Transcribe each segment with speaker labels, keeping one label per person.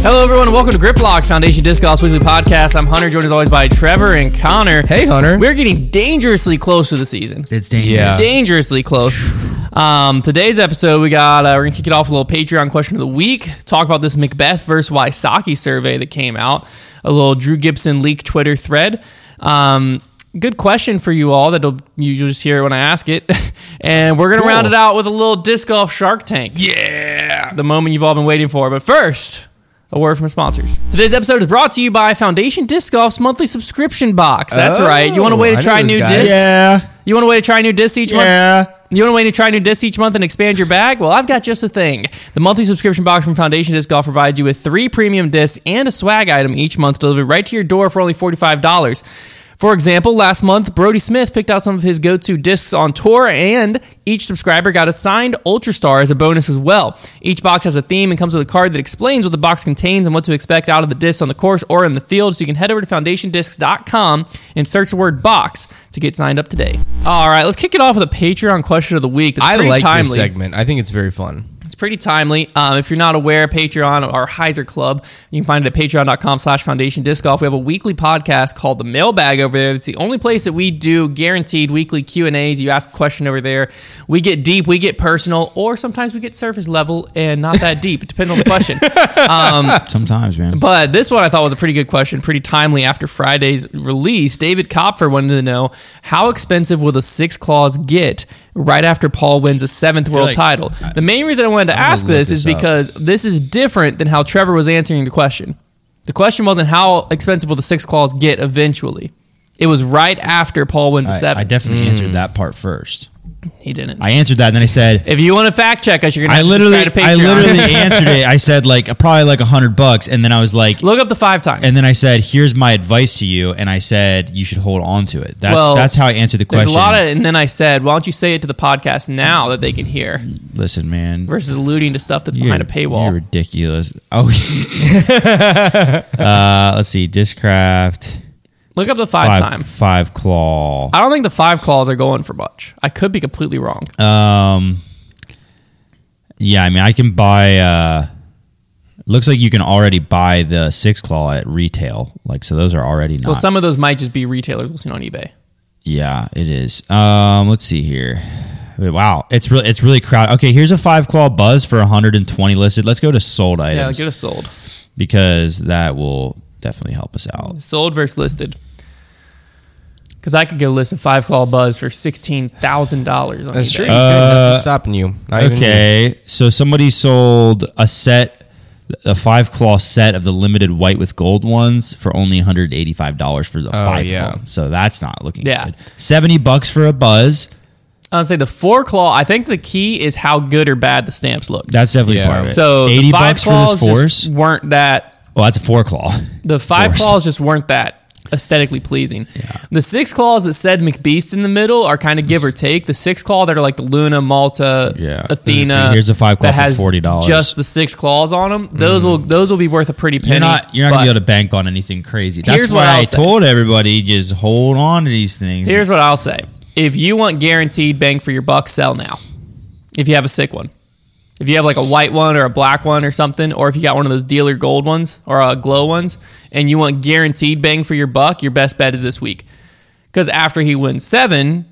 Speaker 1: Hello, everyone. Welcome to Grip Locks Foundation Disc Golf's weekly podcast. I'm Hunter, joined as always by Trevor and Connor.
Speaker 2: Hey, Hunter.
Speaker 1: We're getting dangerously close to the season.
Speaker 3: It's dangerous.
Speaker 1: dangerously close. Um, today's episode, we got uh, we're gonna kick it off with a little Patreon question of the week. Talk about this Macbeth versus Waisaki survey that came out. A little Drew Gibson leak Twitter thread. Um, good question for you all. That'll you- you'll just hear it when I ask it. and we're gonna round it out with a little disc golf Shark Tank.
Speaker 2: Yeah.
Speaker 1: The moment you've all been waiting for. But first. A word from sponsors. Today's episode is brought to you by Foundation Disc Golf's monthly subscription box. That's
Speaker 2: Oh,
Speaker 1: right. You want a way
Speaker 2: I
Speaker 1: to
Speaker 2: know
Speaker 1: try
Speaker 2: this
Speaker 1: new
Speaker 2: guy.
Speaker 1: discs?
Speaker 3: Yeah.
Speaker 1: You want a way to try new discs each month?
Speaker 3: Yeah.
Speaker 1: You want a way to try new discs each month and expand your bag? Well, I've got just a thing. The monthly subscription box from Foundation Disc Golf provides you with three premium discs and a swag item each month delivered right to your door for only $45. For example, last month, Brody Smith picked out some of his go to discs on tour, and each subscriber got a signed Ultra Star as a bonus as well. Each box has a theme and comes with a card that explains what the box contains and what to expect out of the discs on the course or in the field. So you can head over to foundationdiscs.com and search the word box to get signed up today. All right, let's kick it off with a Patreon question of the week. That's
Speaker 2: I
Speaker 1: pretty
Speaker 2: like
Speaker 1: timely.
Speaker 2: this segment. I think it's very fun.
Speaker 1: It's pretty timely. Um, if you're not aware, Patreon or Heiser Club, you can find it at patreon.com slash foundation disc golf. We have a weekly podcast called The Mailbag over there. It's the only place that we do guaranteed weekly Q&As. You ask a question over there. We get deep, we get personal, or sometimes we get surface level and not that deep, depending on the question.
Speaker 3: Sometimes, man.
Speaker 1: But this one I thought was a pretty good question, pretty timely after Friday's release. David Kopfer wanted to know how expensive will the six claws get right after Paul wins a seventh world
Speaker 2: like-
Speaker 1: title? the main reason I wanted to ask
Speaker 2: look
Speaker 1: this, is
Speaker 2: this up.
Speaker 1: because this is different than how Trevor was answering the question. The question wasn't how expensive will the six claws get eventually. It was right after Paul wins a
Speaker 3: I, I
Speaker 1: seventh.
Speaker 3: definitely answered that part first.
Speaker 1: he didn't.
Speaker 3: I answered that, and then I said,
Speaker 1: if you want to fact check us, you're gonna
Speaker 3: I
Speaker 1: have
Speaker 3: literally,
Speaker 1: to subscribe
Speaker 3: I
Speaker 1: to Patreon.
Speaker 3: literally answered it. I said like probably like a hundred bucks, and then I was like,
Speaker 1: look up the five times.
Speaker 3: and then I said, "Here's my advice to you," and I said, "You should hold on to it." That's
Speaker 1: Well,
Speaker 3: that's how I answered the
Speaker 1: There's a
Speaker 3: question.
Speaker 1: lot of, and then I said, "Why don't you say it to the podcast now that they can hear?"
Speaker 3: Listen, man,
Speaker 1: versus alluding to stuff that's
Speaker 3: you're-
Speaker 1: behind a paywall.
Speaker 3: You're ridiculous. Oh, uh, let's see, discraft
Speaker 1: Look up the five, time.
Speaker 3: five claw.
Speaker 1: I don't think the five claws are going for much. I could be completely wrong.
Speaker 3: Um, yeah, I mean, I can buy. uh Looks like you can already buy the six claw at retail. Like, so those are already not.
Speaker 1: well, some of those might just be retailers listing on eBay.
Speaker 3: Yeah, it is. Um, let's see here. Wow, it's really it's really crowded. Okay, here's a five claw buzz for 120 listed. Let's go to sold
Speaker 1: Yeah,
Speaker 3: items
Speaker 1: get us sold.
Speaker 3: because that will definitely help us out.
Speaker 1: Sold versus listed. Because I could get a list of five claw buzz for sixteen thousand dollars.
Speaker 2: That's true.
Speaker 1: eBay.
Speaker 2: You could. Nothing's stopping you. Not even me.
Speaker 3: Okay, so somebody sold a set, a five claw set of the limited white with gold ones for only one hundred eighty five dollars for the
Speaker 2: Oh,
Speaker 3: five
Speaker 2: yeah.
Speaker 3: claw. So that's not looking
Speaker 1: Yeah.
Speaker 3: good. Seventy bucks for a buzz.
Speaker 1: I'd say the four claw. I think the key is how good or bad the stamps look.
Speaker 3: That's definitely
Speaker 2: Yeah.
Speaker 3: part of it.
Speaker 1: So the
Speaker 3: eighty
Speaker 1: five
Speaker 3: bucks for
Speaker 1: claws
Speaker 3: this force.
Speaker 1: just weren't that
Speaker 3: well, that's a four claw.
Speaker 1: The five
Speaker 3: course.
Speaker 1: claws just weren't that aesthetically pleasing. The six claws that said McBeast in the middle are kind of give or take. The six claw that are like the Luna, Malta,
Speaker 3: Yeah.
Speaker 1: Athena.
Speaker 3: And here's a five claw
Speaker 1: that
Speaker 3: for
Speaker 1: has
Speaker 3: $40.
Speaker 1: Just the six claws on them. Those will those will be worth a pretty penny.
Speaker 3: You're not you're not gonna
Speaker 1: but
Speaker 3: be able to bank on anything crazy. That's
Speaker 1: Here's
Speaker 3: why
Speaker 1: what I'll
Speaker 3: I
Speaker 1: say.
Speaker 3: told everybody just hold on to these things.
Speaker 1: Here's what I'll say: If you want guaranteed bang for your buck, sell now. If you have a sick one, if you have like a white one or a black one or something, or if you got one of those dealer gold ones or uh, glow ones, and you want guaranteed bang for your buck, your best bet is this week. Because after he wins seven,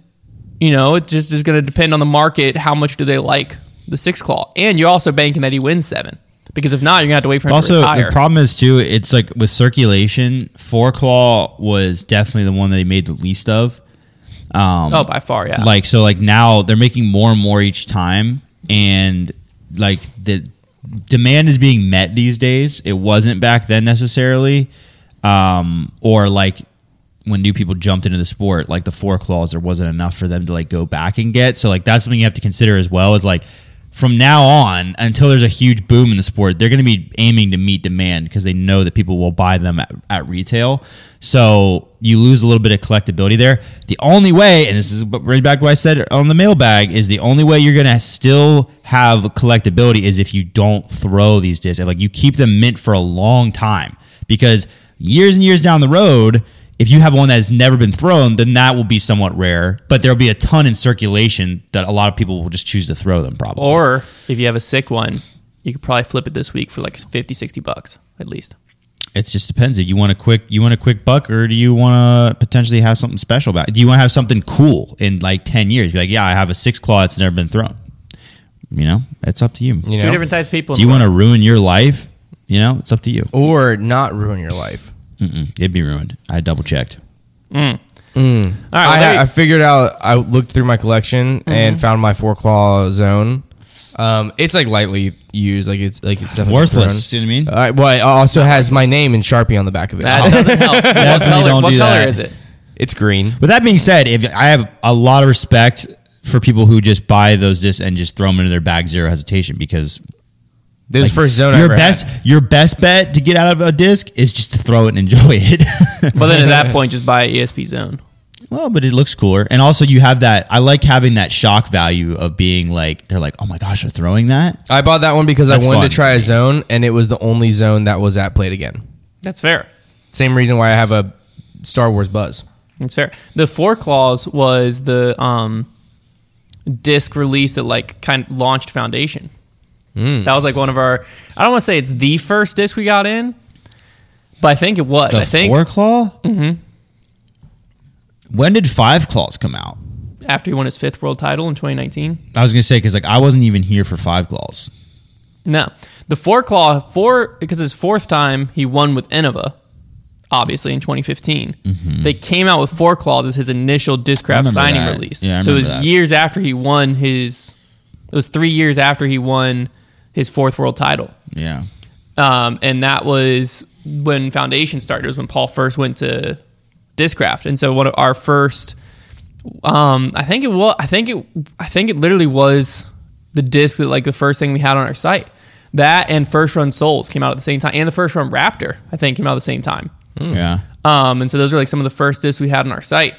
Speaker 1: you know it just is going to depend on the market. How much do they like the six claw? And you're also banking that he wins seven. Because if not, you're gonna have to wait for him
Speaker 3: also
Speaker 1: to retire.
Speaker 3: the problem is too it's like with circulation four claw was definitely the one that they made the least of um
Speaker 1: oh, by far, yeah.
Speaker 3: like so like now they're making more and more each time and like the demand is being met these days it wasn't back then necessarily um or like when new people jumped into the sport like the four claws there wasn't enough for them to like go back and get so like that's something you have to consider as well is like from now on until there's a huge boom in the sport they're going to be aiming to meet demand because they know that people will buy them at, at retail so you lose a little bit of collectability there the only way and this is right back to what i said on the mailbag is the only way you're going to still have collectability is if you don't throw these discs like you keep them mint for a long time because years and years down the road if you have one that has never been thrown, then that will be somewhat rare, but there'll be a ton in circulation that a lot of people will just choose to throw them probably.
Speaker 1: Or if you have a sick one, you could probably flip it this week for like 50, 60 bucks at least.
Speaker 3: It just depends. Do you want a quick you want a quick buck or do you want to potentially have something special about? It? Do you want to have something cool in like 10 years? Be like, "Yeah, I have a six claw that's never been thrown." You know? It's up to you.
Speaker 2: You
Speaker 1: Two
Speaker 2: know?
Speaker 1: different types of people.
Speaker 3: Do you want to ruin your life? You know, it's up to you.
Speaker 2: or not ruin your life.
Speaker 3: Mm-mm, it'd be ruined. I double checked.
Speaker 1: All right, well, there you-
Speaker 2: I, I figured out. I looked through my collection and found my four claw zone. Um, it's like lightly used, like it's like it's definitely
Speaker 3: Worthless.
Speaker 2: thrown.
Speaker 3: You know what I mean?
Speaker 2: All right, well, it also has my name in Sharpie on the back of it.
Speaker 1: that doesn't help. what
Speaker 3: Definitely
Speaker 1: color,
Speaker 3: don't
Speaker 1: what
Speaker 3: do
Speaker 1: color
Speaker 3: that.
Speaker 1: is it?
Speaker 2: It's green.
Speaker 3: With that being said, if I have a lot of respect for people who just buy those discs and just throw them into their bag zero hesitation because
Speaker 2: This is the first zone. I
Speaker 3: your
Speaker 2: ever had.
Speaker 3: best your best bet to get out of a disc is just to throw it and enjoy it.
Speaker 1: Well, then at that point, just buy ESP Zone.
Speaker 3: well, but it looks cooler, and also you have that. I like having that shock value of being like they're like, oh my gosh, they're throwing that.
Speaker 2: I bought that one because
Speaker 3: That's
Speaker 2: I wanted
Speaker 3: fun.
Speaker 2: to try a zone, and it was the only zone that was at played again.
Speaker 1: That's fair.
Speaker 2: Same reason why I have a Star Wars buzz.
Speaker 1: That's fair. The Four Claws was the um, disc release that like kind of launched Foundation. That was like one of our. I don't want to say it's the first disc we got in, but I think it was.
Speaker 3: The
Speaker 1: I think
Speaker 3: four claw. Mm-hmm. When did five claws come out?
Speaker 1: after he won his fifth world title in 2019.
Speaker 3: I was gonna say because like I wasn't even here for five claws.
Speaker 1: No, the Four Claw four because his fourth time he won with Innova. Obviously, in 2015, they came out with Four Claws as his initial Discraft
Speaker 3: Mm-hmm. remember
Speaker 1: signing
Speaker 3: that.
Speaker 1: release.
Speaker 3: Yeah, I
Speaker 1: so it was
Speaker 3: remember that.
Speaker 1: years after he won his. It was three years after he won his fourth world title.
Speaker 3: Yeah.
Speaker 1: um, and that was when Foundation started. It was when Paul first went to Discraft, and so one of our first, um, I think it was, I think it, I think it literally was the disc that like the first thing we had on our site. That and First Run Souls came out at the same time, and the First Run Raptor I think came out at the same time.
Speaker 3: Yeah.
Speaker 1: Um, and so those were like some of the first discs we had on our site.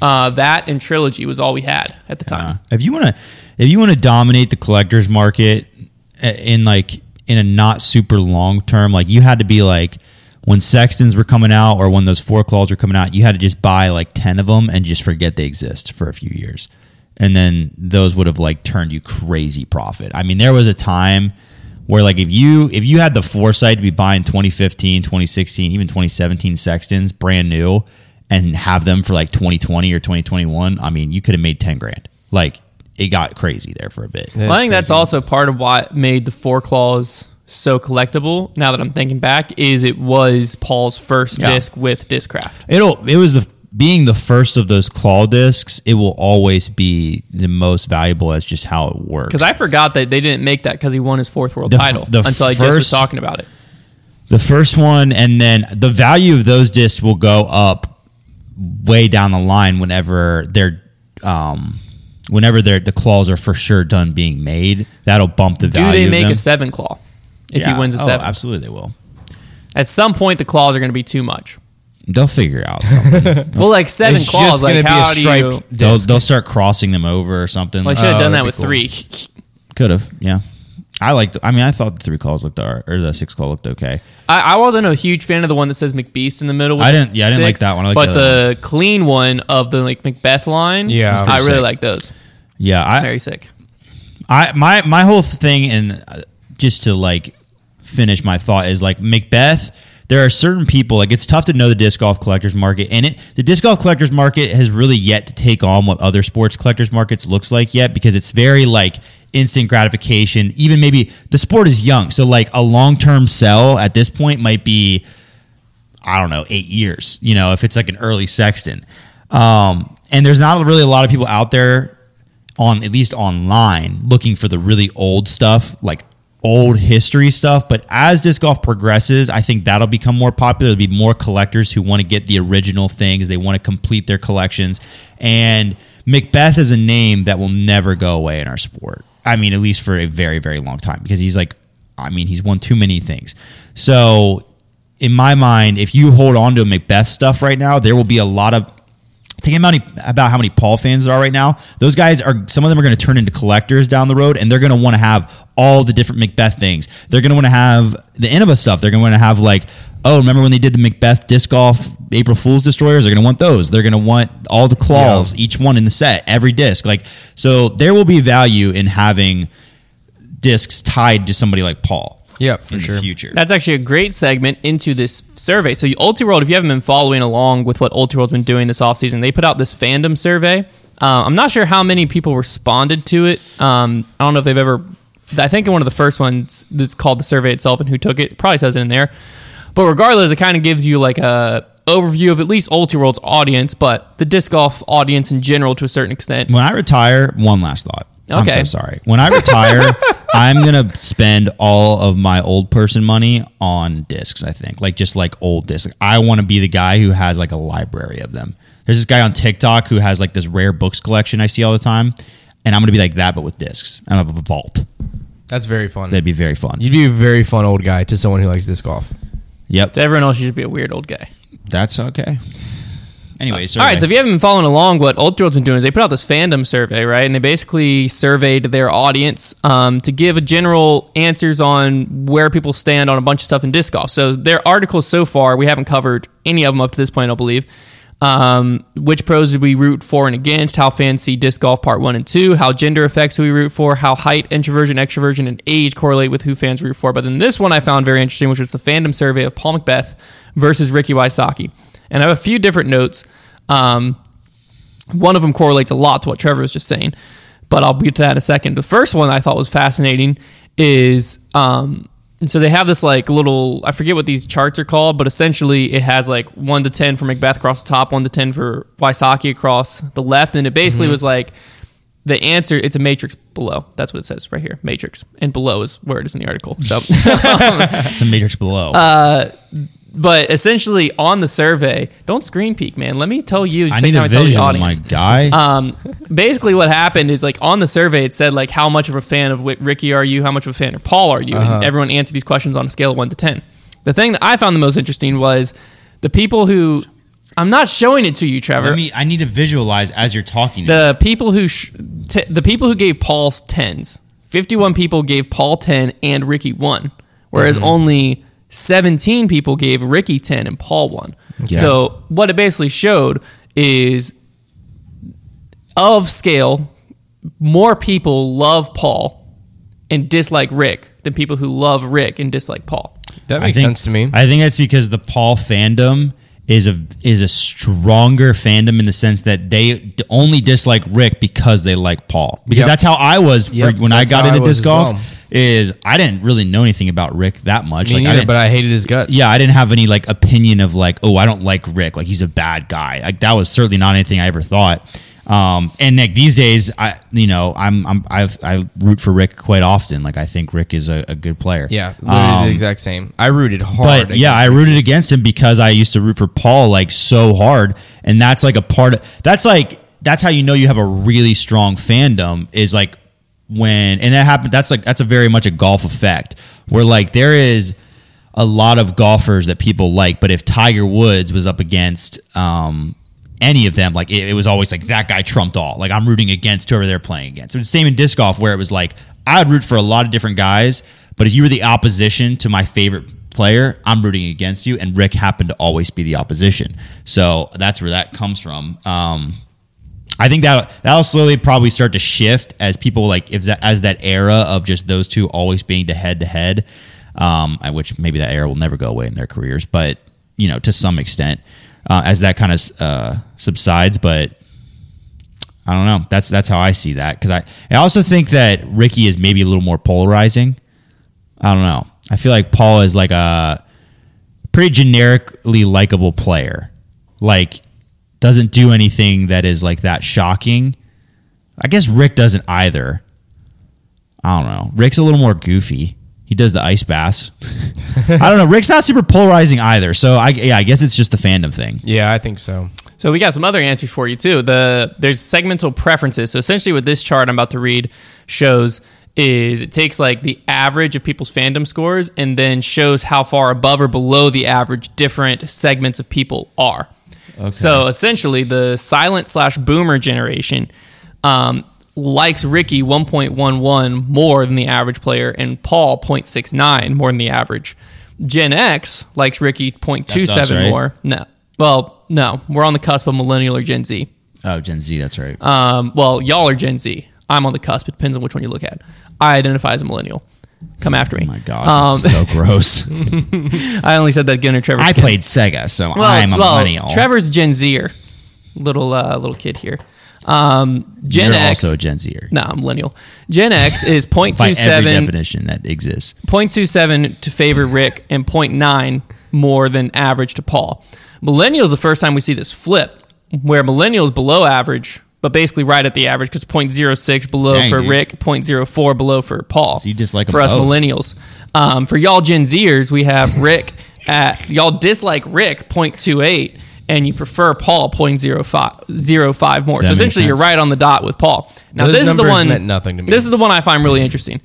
Speaker 1: Uh, that and Trilogy was all we had at the time.
Speaker 3: If you want to, if you want to dominate the collectors market a- in like in a not super long term, like you had to be like when Sextons were coming out or when those four claws were coming out, you had to just buy like ten of them and just forget they exist for a few years, and then those would have like turned you crazy profit. I mean, there was a time where like if you if you had the foresight to be buying 2015 2016 even 2017 sextons brand new and have them for like 2020 or 2021 i mean you could have made 10 grand like it got crazy there for a bit
Speaker 1: Well, I think that's also part of what made the four claws so collectible. Now that I'm thinking back, is it was Paul's first
Speaker 3: Yeah.
Speaker 1: disc with Discraft.
Speaker 3: it'll it was the being the first of those claw discs it will always be the most valuable as just how it works
Speaker 1: Because I forgot that they didn't make that because he won his fourth world
Speaker 3: The f-
Speaker 1: title
Speaker 3: the
Speaker 1: until I just was
Speaker 3: first-
Speaker 1: talking about it.
Speaker 3: The first one, and then the value of those discs will go up way down the line whenever they're, um, whenever they're, the claws are for sure done being made. That'll bump the
Speaker 1: Do
Speaker 3: value.
Speaker 1: they
Speaker 3: of
Speaker 1: make
Speaker 3: them.
Speaker 1: a seven claw if
Speaker 3: Yeah.
Speaker 1: he wins a
Speaker 3: Oh,
Speaker 1: seven?
Speaker 3: Absolutely, they will.
Speaker 1: At some point, the claws are going to be too much.
Speaker 3: They'll figure out something.
Speaker 1: Well, like seven
Speaker 2: It's
Speaker 1: claws,
Speaker 2: just
Speaker 1: like
Speaker 2: gonna be
Speaker 1: how
Speaker 2: a
Speaker 1: do
Speaker 2: striped.
Speaker 1: you?
Speaker 3: they'll, they'll start crossing them over or something.
Speaker 1: Well, I should have
Speaker 2: Oh,
Speaker 1: done
Speaker 2: that'd
Speaker 1: that
Speaker 2: be
Speaker 1: with
Speaker 2: cool.
Speaker 1: three.
Speaker 3: Could have, yeah. I liked. I mean, I thought the three claws looked, or or the six claw looked okay.
Speaker 1: I, I wasn't a huge fan of the one that says McBeast in the middle. with
Speaker 3: I didn't- yeah, I didn't like
Speaker 1: six,
Speaker 3: that one. I liked
Speaker 1: but
Speaker 3: the other
Speaker 1: the clean one of the like Macbeth line,
Speaker 2: Yeah. That's
Speaker 1: I
Speaker 2: pretty
Speaker 1: really
Speaker 3: sick.
Speaker 1: like those.
Speaker 3: Yeah, I,
Speaker 1: Very sick.
Speaker 3: I my my whole thing and uh, just to like finish my thought is like Macbeth. There are certain people like it's tough to know the disc golf collectors market, and it the disc golf collectors market has really yet to take on what other sports collectors markets looks like yet because it's very like instant gratification. Even maybe the sport is young, so like a long term sell at this point might be I don't know, eight years, you know, if it's like an early Sexton. Um, and there's not really a lot of people out there on, at least online, looking for the really old stuff, like old history stuff. But as disc golf progresses, I think that'll become more popular. There'll be more collectors who want to get the original things, they want to complete their collections. And Macbeth is a name that will never go away in our sport. I mean, at least for a very, very long time because he's like, I mean, he's won too many things. So in my mind, if you hold on to Macbeth stuff right now, there will be a lot of thinking about, about how many Paul fans there are right now. Those guys are some of them are going to turn into collectors down the road, and they're going to want to have all the different Macbeth things. They're going to want to have the Innova stuff. They're going to want to have like. Oh, remember when they did the Macbeth disc golf April Fool's destroyers? They're gonna want those. They're gonna want all the claws, each one in the set, every disc. Like so, there will be value in having discs tied to somebody like Paul.
Speaker 2: Yep, for
Speaker 3: in
Speaker 2: sure.
Speaker 3: The future.
Speaker 1: That's actually a great segment into this survey. So, you- Ultiworld, if you haven't been following along with what Ultiworld's been doing this offseason, they put out this fandom survey. Uh, I'm not sure how many people responded to it. Um, I don't know if they've ever. I think one of the first ones that's called the survey itself and who took it probably says it in there. But regardless, it kind of gives you like a overview of at least Ultiworld's audience, but the disc golf audience in general to a certain extent.
Speaker 3: when I retire, one last thought.
Speaker 1: Okay.
Speaker 3: I'm so sorry. When I retire, I'm gonna spend all of my old person money on discs. I think, like just like old discs. I want to be the guy who has like a library of them. There's this guy on TikTok who has like this rare books collection I see all the time, and I'm gonna be like that, but with discs. I'm gonna have a vault.
Speaker 2: That's very fun.
Speaker 3: That'd be very fun.
Speaker 2: You'd be a very fun old guy to someone who likes disc golf.
Speaker 3: Yep,
Speaker 1: To everyone else, you should be a weird old guy.
Speaker 3: that's okay. Anyway, so
Speaker 1: All right, so if you haven't been following along, what Ultraworld's been doing is they put out this fandom survey, right? And they basically surveyed their audience um, to give a general answers on where people stand on a bunch of stuff in disc golf. So their articles so far, we haven't covered any of them up to this point, I don't believe. Um, which pros did we root for and against? How fans see disc golf part one and two? How gender effects do we root for? How height, introversion, extroversion, and age correlate with who fans root for? But then this one I found very interesting, which was the fandom survey of Paul Macbeth versus Ricky Wysocki. And I have a few different notes. Um, one of them correlates a lot to what Trevor was just saying, but I'll get to that in a second. The first one I thought was fascinating is um, and so they have this like little I forget what these charts are called, but essentially it has like one to ten for Macbeth across the top, one to ten for Waisaki across the left, and it basically
Speaker 3: Mm-hmm.
Speaker 1: was like the answer. It's a matrix below. That's what it says right here, matrix, and below is where it is in the article. So.
Speaker 3: it's a matrix below.
Speaker 1: Uh, But essentially, on the survey, don't screen peek, man. Let me tell you.
Speaker 3: I need
Speaker 1: how
Speaker 3: a vision,
Speaker 1: Tell the
Speaker 3: my
Speaker 1: audience.
Speaker 3: guy.
Speaker 1: Um, basically, what happened is like on the survey, it said like how much of a fan of Wick- Ricky are you? How much of a fan of Paul are you? And everyone answered these questions on a scale of one to ten. The thing that I found the most interesting was the people who I'm not showing it to you, Trevor.
Speaker 3: Let me. I need to visualize as you're talking. to me.
Speaker 1: the people who sh- t- the people who gave Paul tens, 51 people gave Paul ten and Ricky one, whereas only 17 people gave Ricky ten and Paul one.
Speaker 3: Yeah.
Speaker 1: So what it basically showed is of scale, more people love Paul and dislike Rick than people who love Rick and dislike Paul.
Speaker 2: That
Speaker 3: I
Speaker 2: makes
Speaker 3: think-
Speaker 2: sense to me.
Speaker 3: I think that's because the Paul fandom is a is a stronger fandom in the sense that they d- only dislike Rick because they like Paul. Because
Speaker 2: Yep.
Speaker 3: that's how I was for,
Speaker 2: Yep,
Speaker 3: when I
Speaker 2: that's
Speaker 3: got
Speaker 2: how I
Speaker 3: into
Speaker 2: was
Speaker 3: disc
Speaker 2: as
Speaker 3: golf.
Speaker 2: well.
Speaker 3: Is I didn't really know anything about Rick that much.
Speaker 2: me
Speaker 3: Like, I
Speaker 2: neither,
Speaker 3: didn't-
Speaker 2: but I hated his guts.
Speaker 3: yeah, I didn't have any like opinion of like, oh, I don't like Rick, like he's a bad guy. Like that was certainly not anything I ever thought. Um, and like these days, I you know I'm I'm I've, I root for Rick quite often. Like I think Rick is a, a good player.
Speaker 2: Yeah, literally
Speaker 3: Um,
Speaker 2: the exact same. I rooted hard.
Speaker 3: but yeah, I
Speaker 2: against-
Speaker 3: rooted against him because I used to root for Paul like so hard, and that's like a part of that's like that's how you know you have a really strong fandom is like when and that happened. That's like that's a very much a golf effect where like there is a lot of golfers that people like, but if Tiger Woods was up against um, any of them, like it, it was always like that guy trumped all. Like I'm rooting against whoever they're playing against. It was the same in disc golf where it was like I would root for a lot of different guys, but if you were the opposition to my favorite player, I'm rooting against you. And Rick happened to always be the opposition, so that's where that comes from. Um, I think that that'll slowly probably start to shift as people like if that, as that era of just those two always being to head to head, um, I- which maybe that era will never go away in their careers, but you know to some extent uh, as that kind of uh, subsides. But I don't know. That's that's how I see that because I I also think that Ricky is maybe a little more polarizing. I don't know. I feel like Paul is like a pretty generically likable player. Like doesn't do anything that is like that shocking. I guess Rick doesn't either. I don't know. Rick's a little more goofy. He does the ice baths. I don't know. Rick's not super polarizing either. So I yeah, I guess it's just the fandom thing.
Speaker 2: yeah, I think so.
Speaker 1: So we got some other answers for you too. The there's segmental preferences. So essentially, what this chart I'm about to read shows is it takes like the average of people's fandom scores and then shows how far above or below the average different segments of people are. So essentially, the silent slash boomer generation um, likes Ricky 1.11 more than the average player and Paul 0.69 more than the average. Gen X likes Ricky 0.27
Speaker 3: That's us, right?
Speaker 1: more. No. Well, no. We're on the cusp of millennial or Gen Z.
Speaker 3: Oh, Gen Z, that's right.
Speaker 1: Um, well, y'all are Gen Z. I'm on the cusp. It depends on which one you look at. I identify as a millennial. Come after me.
Speaker 3: Oh my gosh,
Speaker 1: Um,
Speaker 3: it's so gross.
Speaker 1: I only said that Gunner Trevor.
Speaker 3: I played Sega, so
Speaker 1: Well,
Speaker 3: I'm a
Speaker 1: well,
Speaker 3: millennial.
Speaker 1: Trevor's Gen Zer, little uh, little kid here. Um, Gen
Speaker 3: You're
Speaker 1: X.
Speaker 3: also a Gen Zer.
Speaker 1: no, I'm millennial. Gen X is
Speaker 3: By every
Speaker 1: 0.27
Speaker 3: definition that exists.
Speaker 1: 0.27 to favor Rick and 0.9 more than average to Paul. Millennials, the first time we see this flip, where millennials below average, but basically right at the average because 0.06 below
Speaker 3: Dang,
Speaker 1: for
Speaker 3: dude.
Speaker 1: Rick, 0.04 below for Paul.
Speaker 3: So you dislike 'em
Speaker 1: for us
Speaker 3: both.
Speaker 1: millennials. Um, for y'all Gen Zers, we have Rick at y'all dislike Rick 0.28 and you prefer Paul 0.05 05 more. So
Speaker 3: makes
Speaker 1: essentially, you're
Speaker 3: sense.
Speaker 1: right on the dot with Paul. Now
Speaker 2: Those
Speaker 1: this is the
Speaker 2: numbers
Speaker 1: one.
Speaker 2: meant nothing to me.
Speaker 1: This is the one I find really interesting.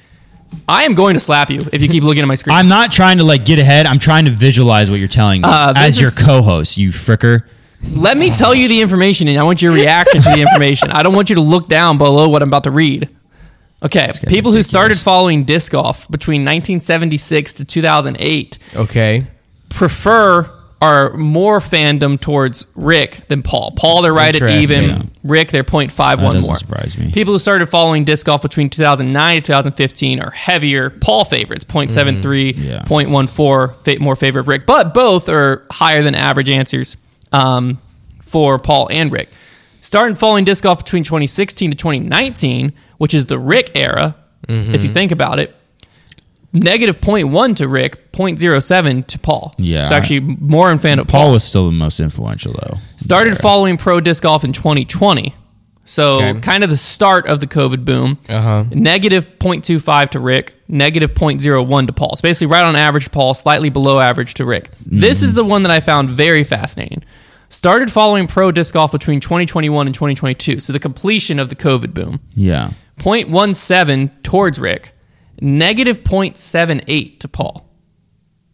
Speaker 1: I am going to slap you if you keep looking at my screen.
Speaker 3: I'm not trying to like get ahead. I'm trying to visualize what you're telling me
Speaker 1: Uh, this
Speaker 3: as your
Speaker 1: is-
Speaker 3: co-host. You fricker.
Speaker 1: Let me tell you the information, and I want your reaction to the information. I don't want you to look down below what I'm about to read. Okay, people who started following disc golf between 1976 to 2008
Speaker 2: Okay.
Speaker 1: prefer are more fandom towards Rick than Paul. Paul, they're right at
Speaker 2: Interesting.
Speaker 1: even.
Speaker 3: Yeah.
Speaker 1: Rick, they're 0.51
Speaker 3: That doesn't
Speaker 1: more.
Speaker 3: surprise me.
Speaker 1: People who started following disc golf between 2009 and 2015 are heavier Paul favorites, 0.73,
Speaker 3: Mm-hmm. yeah.
Speaker 1: 0.14, fa- more favor of Rick. But both are higher than average answers um, for Paul and Rick. Started following disc golf between 2016 to 2019, which is the Rick era, if you
Speaker 3: Mm-hmm.
Speaker 1: think about it, negative 0.1 to Rick, 0.07 to Paul.
Speaker 3: Yeah.
Speaker 1: So actually more in fan of Paul.
Speaker 3: Paul was still the most influential though.
Speaker 1: Started following pro disc golf in 2020. So
Speaker 2: Okay.
Speaker 1: kind of the start of the COVID boom.
Speaker 2: Uh-huh.
Speaker 1: Negative 0.25 to Rick, negative 0.01 to Paul. So basically right on average Paul, slightly below average to Rick. This
Speaker 2: Mm-hmm.
Speaker 1: is the one that I found very fascinating. Started following pro disc golf between 2021 and 2022. So the completion of the COVID boom.
Speaker 3: Yeah.
Speaker 1: 0.17 towards Rick, negative 0.78 to Paul.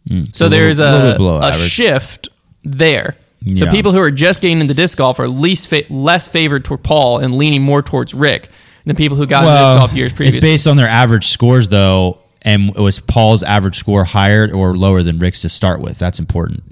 Speaker 1: So
Speaker 3: Hmm. a little-
Speaker 1: there's
Speaker 3: a little
Speaker 1: a,
Speaker 3: bit below
Speaker 1: a
Speaker 3: average.
Speaker 1: shift there. So
Speaker 3: Yeah.
Speaker 1: people who are just getting into disc golf are least fa- less favored toward Paul and leaning more towards Rick than people who got into disc golf years
Speaker 3: it's
Speaker 1: previously.
Speaker 3: based on their average scores though, and was Paul's average score higher or lower than Rick's to start with? That's important.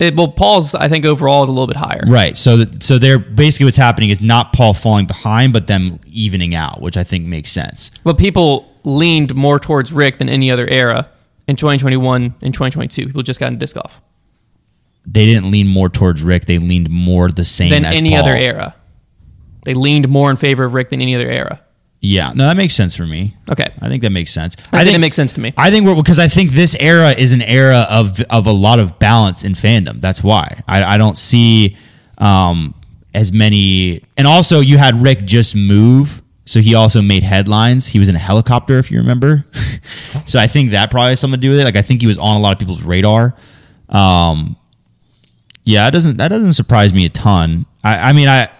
Speaker 1: It, well, Paul's I think overall is a little bit higher.
Speaker 3: Right. So that, so they're basically what's happening is not Paul falling behind, but them evening out, which I think makes sense.
Speaker 1: But people leaned more towards Rick than any other era in 2021 and 2022. People just got into disc golf
Speaker 3: They didn't lean more towards Rick; they leaned more the same
Speaker 1: than
Speaker 3: as
Speaker 1: any other
Speaker 3: Paul.
Speaker 1: era. They leaned more in favor of Rick than any other era.
Speaker 3: Yeah. No, that makes sense for me.
Speaker 1: Okay.
Speaker 3: I think that makes sense.
Speaker 1: I, think, it makes sense to me.
Speaker 3: I think we're because I think this era is an era of of a lot of balance in fandom. That's why I, I don't see um, as many. And also, you had Rick just move, so he also made headlines. He was in a helicopter, if you remember. so I think that probably has something to do with it. Like I think he was on a lot of people's radar. Um, yeah, that doesn't that doesn't surprise me a ton. I, I mean, I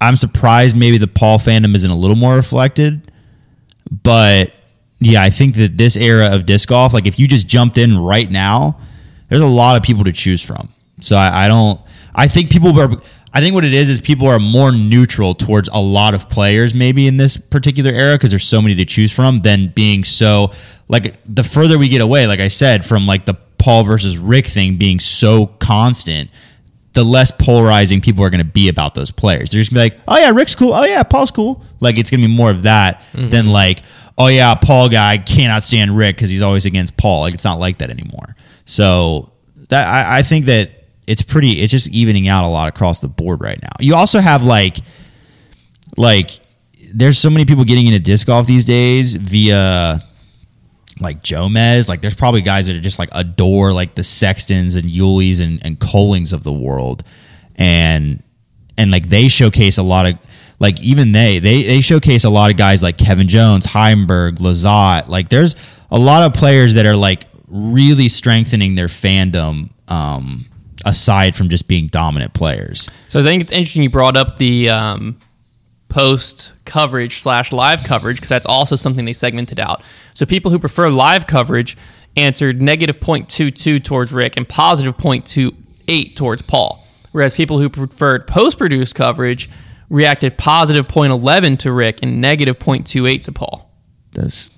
Speaker 3: I'm surprised maybe the Paul fandom isn't a little more reflected but yeah, I think that this era of disc golf, like if you just jumped in right now, there's a lot of people to choose from. So I, I don't. I think people are. I think what it is is people are more neutral towards a lot of players, maybe in this particular era, because there's so many to choose from. Than being so like the further we get away, like I said, from like the Paul versus Rick thing being so constant, the less polarizing people are going to be about those players. They're just gonna be like, oh yeah, Rick's cool. Oh yeah, Paul's cool. Like it's gonna be more of that than like, oh yeah, Paul guy cannot stand Rick because he's always against Paul. Like it's not like that anymore. So that I, I think that it's pretty. It's just evening out a lot across the board right now. You also have like, like there's so many people getting into disc golf these days via like Jomez. Like there's probably guys that are just like adore like the Sextons and Yulees and, and Colings of the world. And and like they showcase a lot of like even they they they showcase a lot of guys like Kevin Jones, Heimberg, Lazat. Like there's a lot of players that are like really strengthening their fandom um aside from just being dominant players.
Speaker 1: So I think it's interesting you brought up the um, post coverage slash live coverage because that's also something they segmented out. So people who prefer live coverage answered negative 0.22 towards Rick and positive 0.28 towards Paul, whereas people who preferred post produced coverage reacted positive 0.11 to Rick and negative 0.28 to Paul.
Speaker 3: Those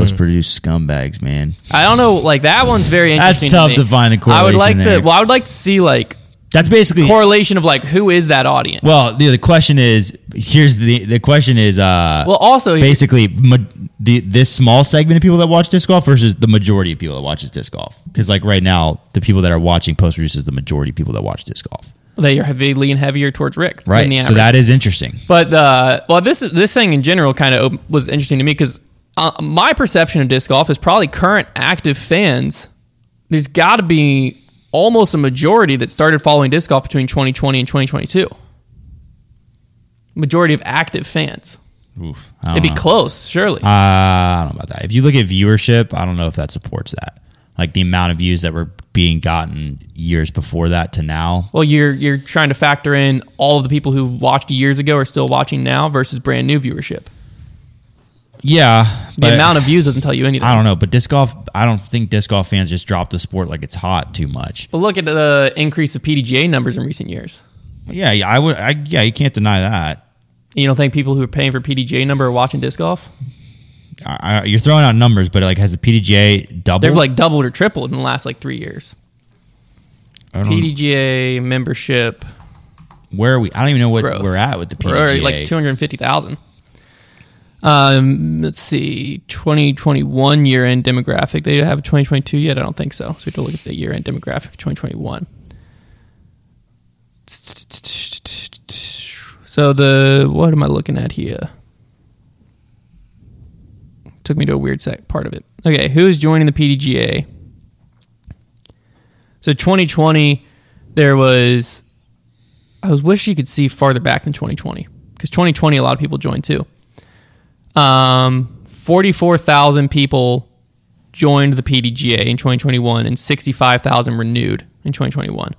Speaker 3: post produced scumbags, man.
Speaker 1: I don't know, like that one's very
Speaker 3: That's
Speaker 1: interesting.
Speaker 3: tough
Speaker 1: me.
Speaker 3: to find the
Speaker 1: I would
Speaker 3: correlation
Speaker 1: like
Speaker 3: there.
Speaker 1: to. Well, I would like to see like
Speaker 3: That's basically
Speaker 1: correlation of like who is that audience.
Speaker 3: well. The, the question is here's the the question is uh
Speaker 1: Well, also
Speaker 3: basically ma- the this small segment of people that watch disc golf versus the majority of people that watches disc golf because like right now the people that are watching post reduce is the majority of people that watch disc golf
Speaker 1: they are they lean heavier towards Rick than the
Speaker 3: right
Speaker 1: average.
Speaker 3: so that is interesting
Speaker 1: But uh, well, this this thing in general kind of op- was interesting to me because uh, my perception of disc golf is probably current active fans. There's got to be almost a majority that started following disc golf between 2020 and 2022. Majority of active fans.
Speaker 3: Oof, I
Speaker 1: It'd
Speaker 3: don't
Speaker 1: be
Speaker 3: know.
Speaker 1: close, surely.
Speaker 3: Uh, I don't know about that. If you look at viewership, I don't know if that supports that. Like the amount of views that were being gotten years before that to now.
Speaker 1: well, you're you're trying to factor in all of the people who watched years ago are still watching now versus brand new viewership.
Speaker 3: Yeah,
Speaker 1: The amount of views doesn't tell you anything.
Speaker 3: I don't know, but disc golf. I don't think disc golf fans just drop the sport like it's hot too much.
Speaker 1: But look at the increase of PDGA numbers in recent years.
Speaker 3: Yeah, yeah, I would. I, yeah, you can't deny that.
Speaker 1: You don't think people who are paying for PDGA number are watching disc golf?
Speaker 3: I, I, you're throwing out numbers, but like, has the PDGA doubled?
Speaker 1: They've like doubled or tripled in the last like three years.
Speaker 3: I don't-
Speaker 1: PDGA membership,
Speaker 3: where are we? I don't even know what
Speaker 1: Growth.
Speaker 3: we're at with the
Speaker 1: we're already
Speaker 3: PDGA.
Speaker 1: like two hundred fifty thousand. Um, let's see, twenty twenty one year end demographic. They have twenty twenty two yet? I don't think so. So we have to look at the year end demographic twenty twenty one. So the what am I looking at here? Took me to a weird sec part of it. Okay, who is joining the PDGA? So 2020, there was. I was wish you could see farther back than 2020 because 2020 a lot of people joined too. Um, 44,000 people joined the PDGA in 2021 and 65,000 renewed in 2021,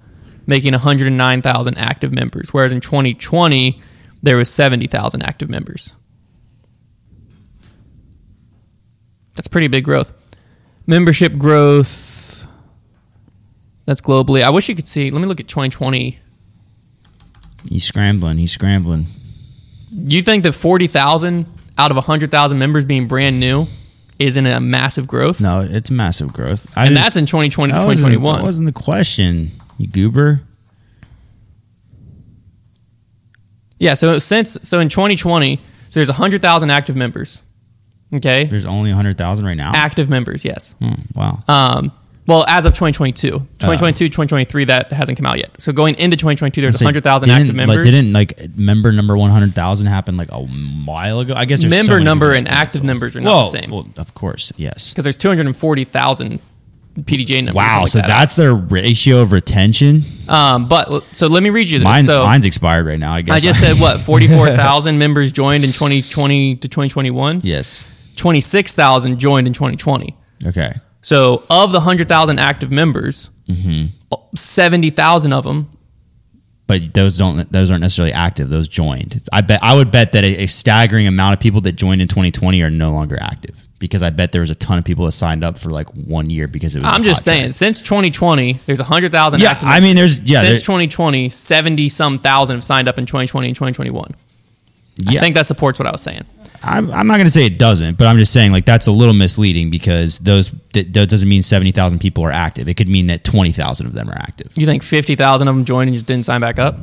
Speaker 1: making 109,000 active members. Whereas in 2020 there was 70,000 active members. That's pretty big growth. Membership growth. That's globally. I wish you could see. Let me look at 2020
Speaker 3: he's scrambling. He's scrambling.
Speaker 1: You think that 40,000 out of 100,000 members being brand new isn't a massive growth?
Speaker 3: No, it's massive growth. I
Speaker 1: And
Speaker 3: just-
Speaker 1: that's in 2020 to
Speaker 3: That wasn't-
Speaker 1: 2021.
Speaker 3: That wasn't the question, you goober.
Speaker 1: yeah, so since so in 2020, so there's 100,000 active members. Okay?
Speaker 3: There's only 100,000 right now.
Speaker 1: Active members, yes.
Speaker 3: Hmm, wow.
Speaker 1: Um, well, as of 2022,
Speaker 3: Oh.
Speaker 1: 2022, 2023, that hasn't come out yet. So going into 2022, there's
Speaker 3: Say,
Speaker 1: 100,000
Speaker 3: didn't,
Speaker 1: active members.
Speaker 3: Like, didn't like member number 100,000 happen like a mile ago? I guess there's so
Speaker 1: Member
Speaker 3: many
Speaker 1: number
Speaker 3: people
Speaker 1: and
Speaker 3: that cancel.
Speaker 1: active numbers are not
Speaker 3: Well,
Speaker 1: the same.
Speaker 3: Well, of course, yes.
Speaker 1: Because there's 240,000 PDJ numbers.
Speaker 3: Wow, so
Speaker 1: something like that.
Speaker 3: that's their ratio of retention.
Speaker 1: Um, but so let me read you this.
Speaker 3: Mine,
Speaker 1: so,
Speaker 3: mine's expired right now. I guess
Speaker 1: I just said what 44,000 members joined in 2020 to 2021.
Speaker 3: yes.
Speaker 1: 26,000 joined in 2020.
Speaker 3: Okay.
Speaker 1: So of the 100,000 active members,
Speaker 3: Mm-hmm.
Speaker 1: 70,000 of them.
Speaker 3: But those don't; those aren't necessarily active. Those joined. I bet. I would bet that a, a staggering amount of people that joined in 2020 are no longer active because I bet there was a ton of people that signed up for like one year because it was.
Speaker 1: I'm
Speaker 3: a
Speaker 1: just
Speaker 3: hot
Speaker 1: saying,
Speaker 3: trend.
Speaker 1: since 2020, there's 100,000
Speaker 3: Yeah,
Speaker 1: active
Speaker 3: I mean, there's yeah,
Speaker 1: Since
Speaker 3: there,
Speaker 1: 2020, 70 some thousand have signed up in 2020 and 2021.
Speaker 3: yeah.
Speaker 1: I think that supports what I was saying.
Speaker 3: I'm, I'm not going to say it doesn't, but I'm just saying like that's a little misleading because those that, that doesn't mean seventy thousand people are active. It could mean that twenty thousand of them are active.
Speaker 1: You think 50,000 of them joined and just didn't sign back up?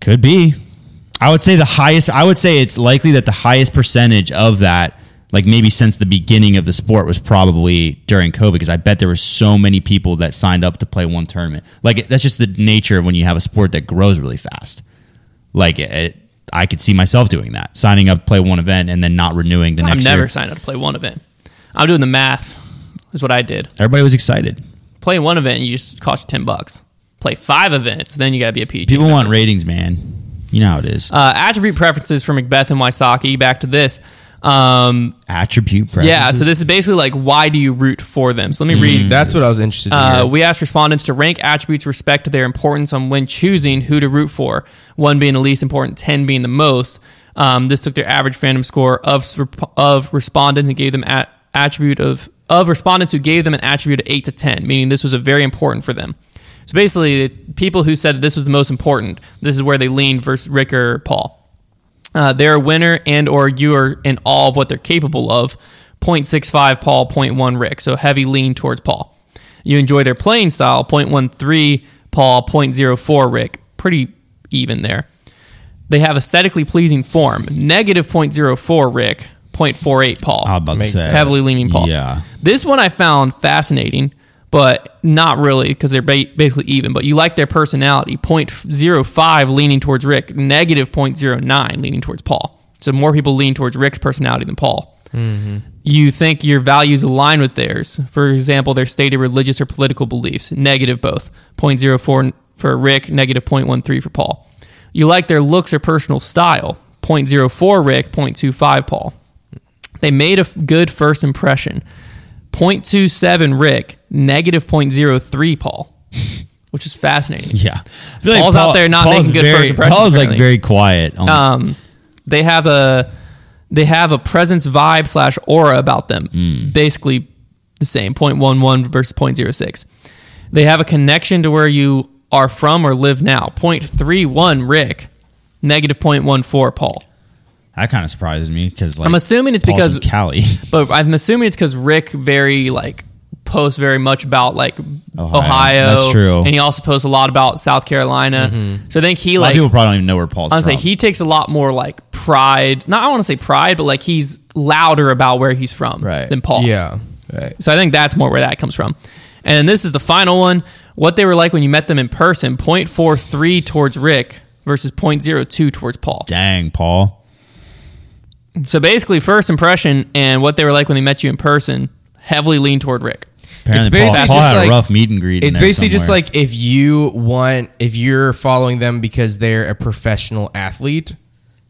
Speaker 3: Could be. I would say the highest. I would say it's likely that the highest percentage of that, like maybe since the beginning of the sport, was probably during COVID because I bet there were so many people that signed up to play one tournament. Like that's just the nature of when you have a sport that grows really fast. Like it, I could see myself doing that, signing up to play one event and then not renewing the
Speaker 1: I'm
Speaker 3: next
Speaker 1: never
Speaker 3: year.
Speaker 1: signing up to play one event. I'm doing the math, is what I did.
Speaker 3: Everybody was excited.
Speaker 1: play one event you just cost you 10 bucks play five events then you got to be a PDG
Speaker 3: People want ratings, man. You know how it is.
Speaker 1: uh, attribute preferences for macbeth and waisaki back to this um,
Speaker 3: Attribute preferences.
Speaker 1: yeah so this is basically like why do you root for them so let me read
Speaker 2: That's what I was interested in.
Speaker 1: uh,
Speaker 2: hearing.
Speaker 1: we asked respondents to rank attributes with respect to their importance on when choosing who to root for, one being the least important, 10 being the most. Um, this took their average fandom score of of respondents and gave them at, attribute of of respondents who gave them an attribute of 8 to 10, meaning this was a very important for them. So basically, the people who said this was the most important, this is where they leaned versus Rick or Paul. Uh, they're a winner and or you're in all of what they're capable of. 0.65 Paul, 0.1 Rick. So heavy lean towards Paul. You enjoy their playing style, 0.13 Paul, 0.04 Rick. Pretty even there. They have aesthetically pleasing form. Negative 0.04 Rick, 0.48 Paul.
Speaker 3: I'm about to
Speaker 2: Makes
Speaker 3: say
Speaker 2: sense.
Speaker 1: Heavily leaning Paul.
Speaker 3: Yeah,
Speaker 1: This one I found fascinating, but not really because they're ba- basically even. But you like their personality 0.05 leaning towards Rick, negative 0.09 leaning towards Paul. So more people lean towards Rick's personality than Paul. You think your values align with theirs. For example, their stated religious or political beliefs, negative both 0.04 for Rick, negative 0.13 for Paul. You like their looks or personal style, 0.04 Rick, 0.25 Paul. They made a f- good first impression. 0.27 Rick, negative 0.03 Paul, which is fascinating.
Speaker 3: yeah. I feel
Speaker 1: Paul's out there not
Speaker 3: Paul's
Speaker 1: making good
Speaker 3: very,
Speaker 1: first impressions,
Speaker 3: Paul's like
Speaker 1: apparently.
Speaker 3: very quiet. on-
Speaker 1: Um, they have a they have a presence vibe slash aura about them. Basically the same 0.11 versus 0.06. They have a connection to where you are from or live now. 0.31 Rick, negative 0.14 Paul.
Speaker 3: that kind of surprises me because like
Speaker 1: I'm assuming it's because
Speaker 3: Paul's from Cali,
Speaker 1: But I'm assuming it's because Rick very like posts very much about like Ohio.
Speaker 3: Ohio. That's true. Mm-hmm.
Speaker 1: And he also posts a lot about South Carolina. So I think he
Speaker 3: a lot of
Speaker 1: like
Speaker 3: people probably don't even know where Paul's
Speaker 1: honestly
Speaker 3: from.
Speaker 1: he takes a lot more like pride. Not I want to say pride, but like he's louder about where he's from
Speaker 3: Right.
Speaker 1: than Paul.
Speaker 2: Yeah.
Speaker 1: So I think that's more where that comes from. And this is the final one. What they were like when you met them in person: 0.43 towards Rick versus 0.02 towards Paul.
Speaker 3: Dang, Paul.
Speaker 1: So basically, first impression and what they were like when they met you in person heavily lean toward Rick.
Speaker 3: Apparently,
Speaker 2: basically
Speaker 3: Paul, Paul
Speaker 2: just
Speaker 3: had a
Speaker 2: like-
Speaker 3: rough meet and greet. in
Speaker 2: It's
Speaker 3: there
Speaker 2: basically just
Speaker 3: somewhere.
Speaker 2: like if you want, if you're following them because they're a professional athlete,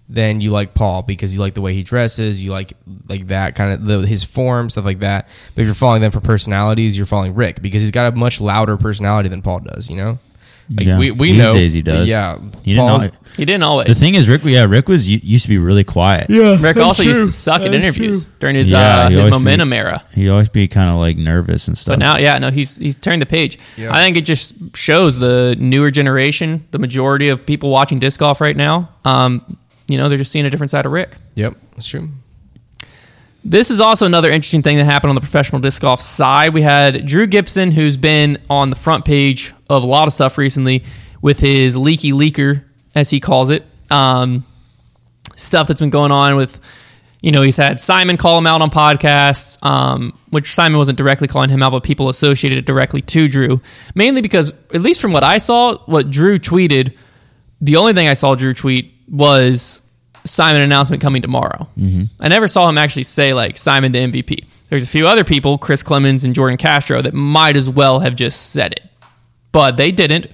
Speaker 2: then you like Paul because you like the way he dresses, you like like that kind of the, his form, stuff like that. But if you're following them for personalities, you're following Rick because he's got a much louder personality than Paul does. You know, like
Speaker 3: Yeah.
Speaker 2: we we
Speaker 3: These
Speaker 2: know
Speaker 3: days he does.
Speaker 2: Yeah,
Speaker 3: He didn't
Speaker 2: Paul's-
Speaker 3: know.
Speaker 1: He didn't
Speaker 3: The
Speaker 1: always.
Speaker 3: thing is, Rick. Yeah, Rick was u- used to be really quiet.
Speaker 2: Yeah,
Speaker 1: Rick also used to suck at interviews during his
Speaker 3: Yeah,
Speaker 1: uh,
Speaker 3: he
Speaker 1: his
Speaker 3: always
Speaker 1: momentum era.
Speaker 3: He'd always be kind of like nervous and stuff.
Speaker 1: But now, yeah, no, he's he's turned the page. I think it just shows the newer generation, the majority of people watching disc golf right now. Um, you know, they're just seeing a different side of Rick.
Speaker 2: Yep, that's true.
Speaker 1: This is also another interesting thing that happened on the professional disc golf side. We had Drew Gibson, who's been on the front page of a lot of stuff recently with his leaky leaker, as he calls it, um, stuff that's been going on with, you know, he's had Simon call him out on podcasts, um, which Simon wasn't directly calling him out, but people associated it directly to Drew, mainly because, at least from what I saw, what Drew tweeted, the only thing I saw Drew tweet was Simon announcement coming tomorrow.
Speaker 3: Mm-hmm.
Speaker 1: I never saw him actually say like Simon to MVP. There's a few other people, Chris Clemens and Jordan Castro, that might as well have just said it, but they didn't.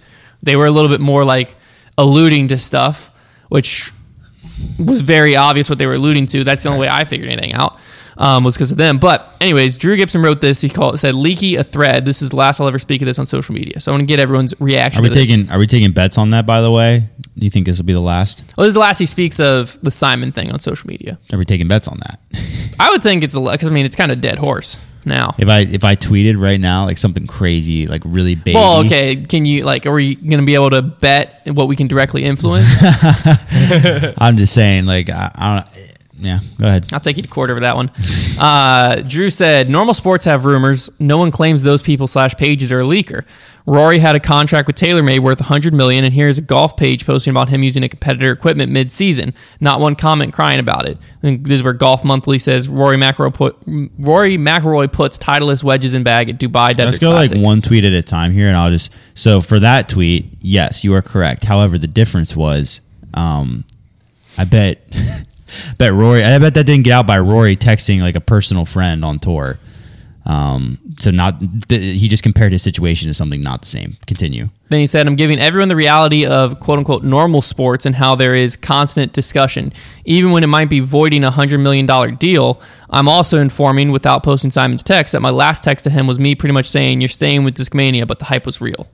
Speaker 1: They were a little bit more like alluding to stuff, which was very obvious what they were alluding to. That's the only way I figured anything out um, was because of them. But anyways, Drew Gibson wrote this. He called said leaky a thread. This is the last I'll ever speak of this on social media. So I want to get everyone's reaction.
Speaker 3: are we
Speaker 1: to this.
Speaker 3: taking are we taking bets on that? By the way, do you think this will be the last?
Speaker 1: Well, this is the last he speaks of the Simon thing on social media.
Speaker 3: Are we taking bets on that?
Speaker 1: I would think it's a because I mean it's kind of dead horse now.
Speaker 3: If I if I tweeted right now like something crazy, like really big.
Speaker 1: Well, okay, can you like are we going to be able to bet what we can directly influence?
Speaker 3: I'm just saying, like I, I don't. Yeah, go ahead.
Speaker 1: I'll take you to court over that one. Uh, Drew said, "Normal sports have rumors. No one claims those people slash pages are a leaker. Rory had a contract with TaylorMade worth 100 million, and here's a golf page posting about him using a competitor equipment mid-season. Not one comment crying about it. I think this is where Golf Monthly says Rory McIlroy put Rory McIlroy puts Titleist wedges in bag at Dubai Desert
Speaker 3: Let's go
Speaker 1: Classic.
Speaker 3: like one tweet at a time here, and I'll just. So for that tweet, yes, you are correct. However, the difference was, um, I bet, bet Rory. I bet that didn't get out by Rory texting like a personal friend on tour. Um, so not th- he just compared his situation to something not the same. Continue.
Speaker 1: Then he said, I'm giving everyone the reality of quote unquote normal sports and how there is constant discussion. Even when it might be voiding a $100 million deal, I'm also informing without posting Simon's text that my last text to him was me pretty much saying, You're staying with Discmania, but the hype was real.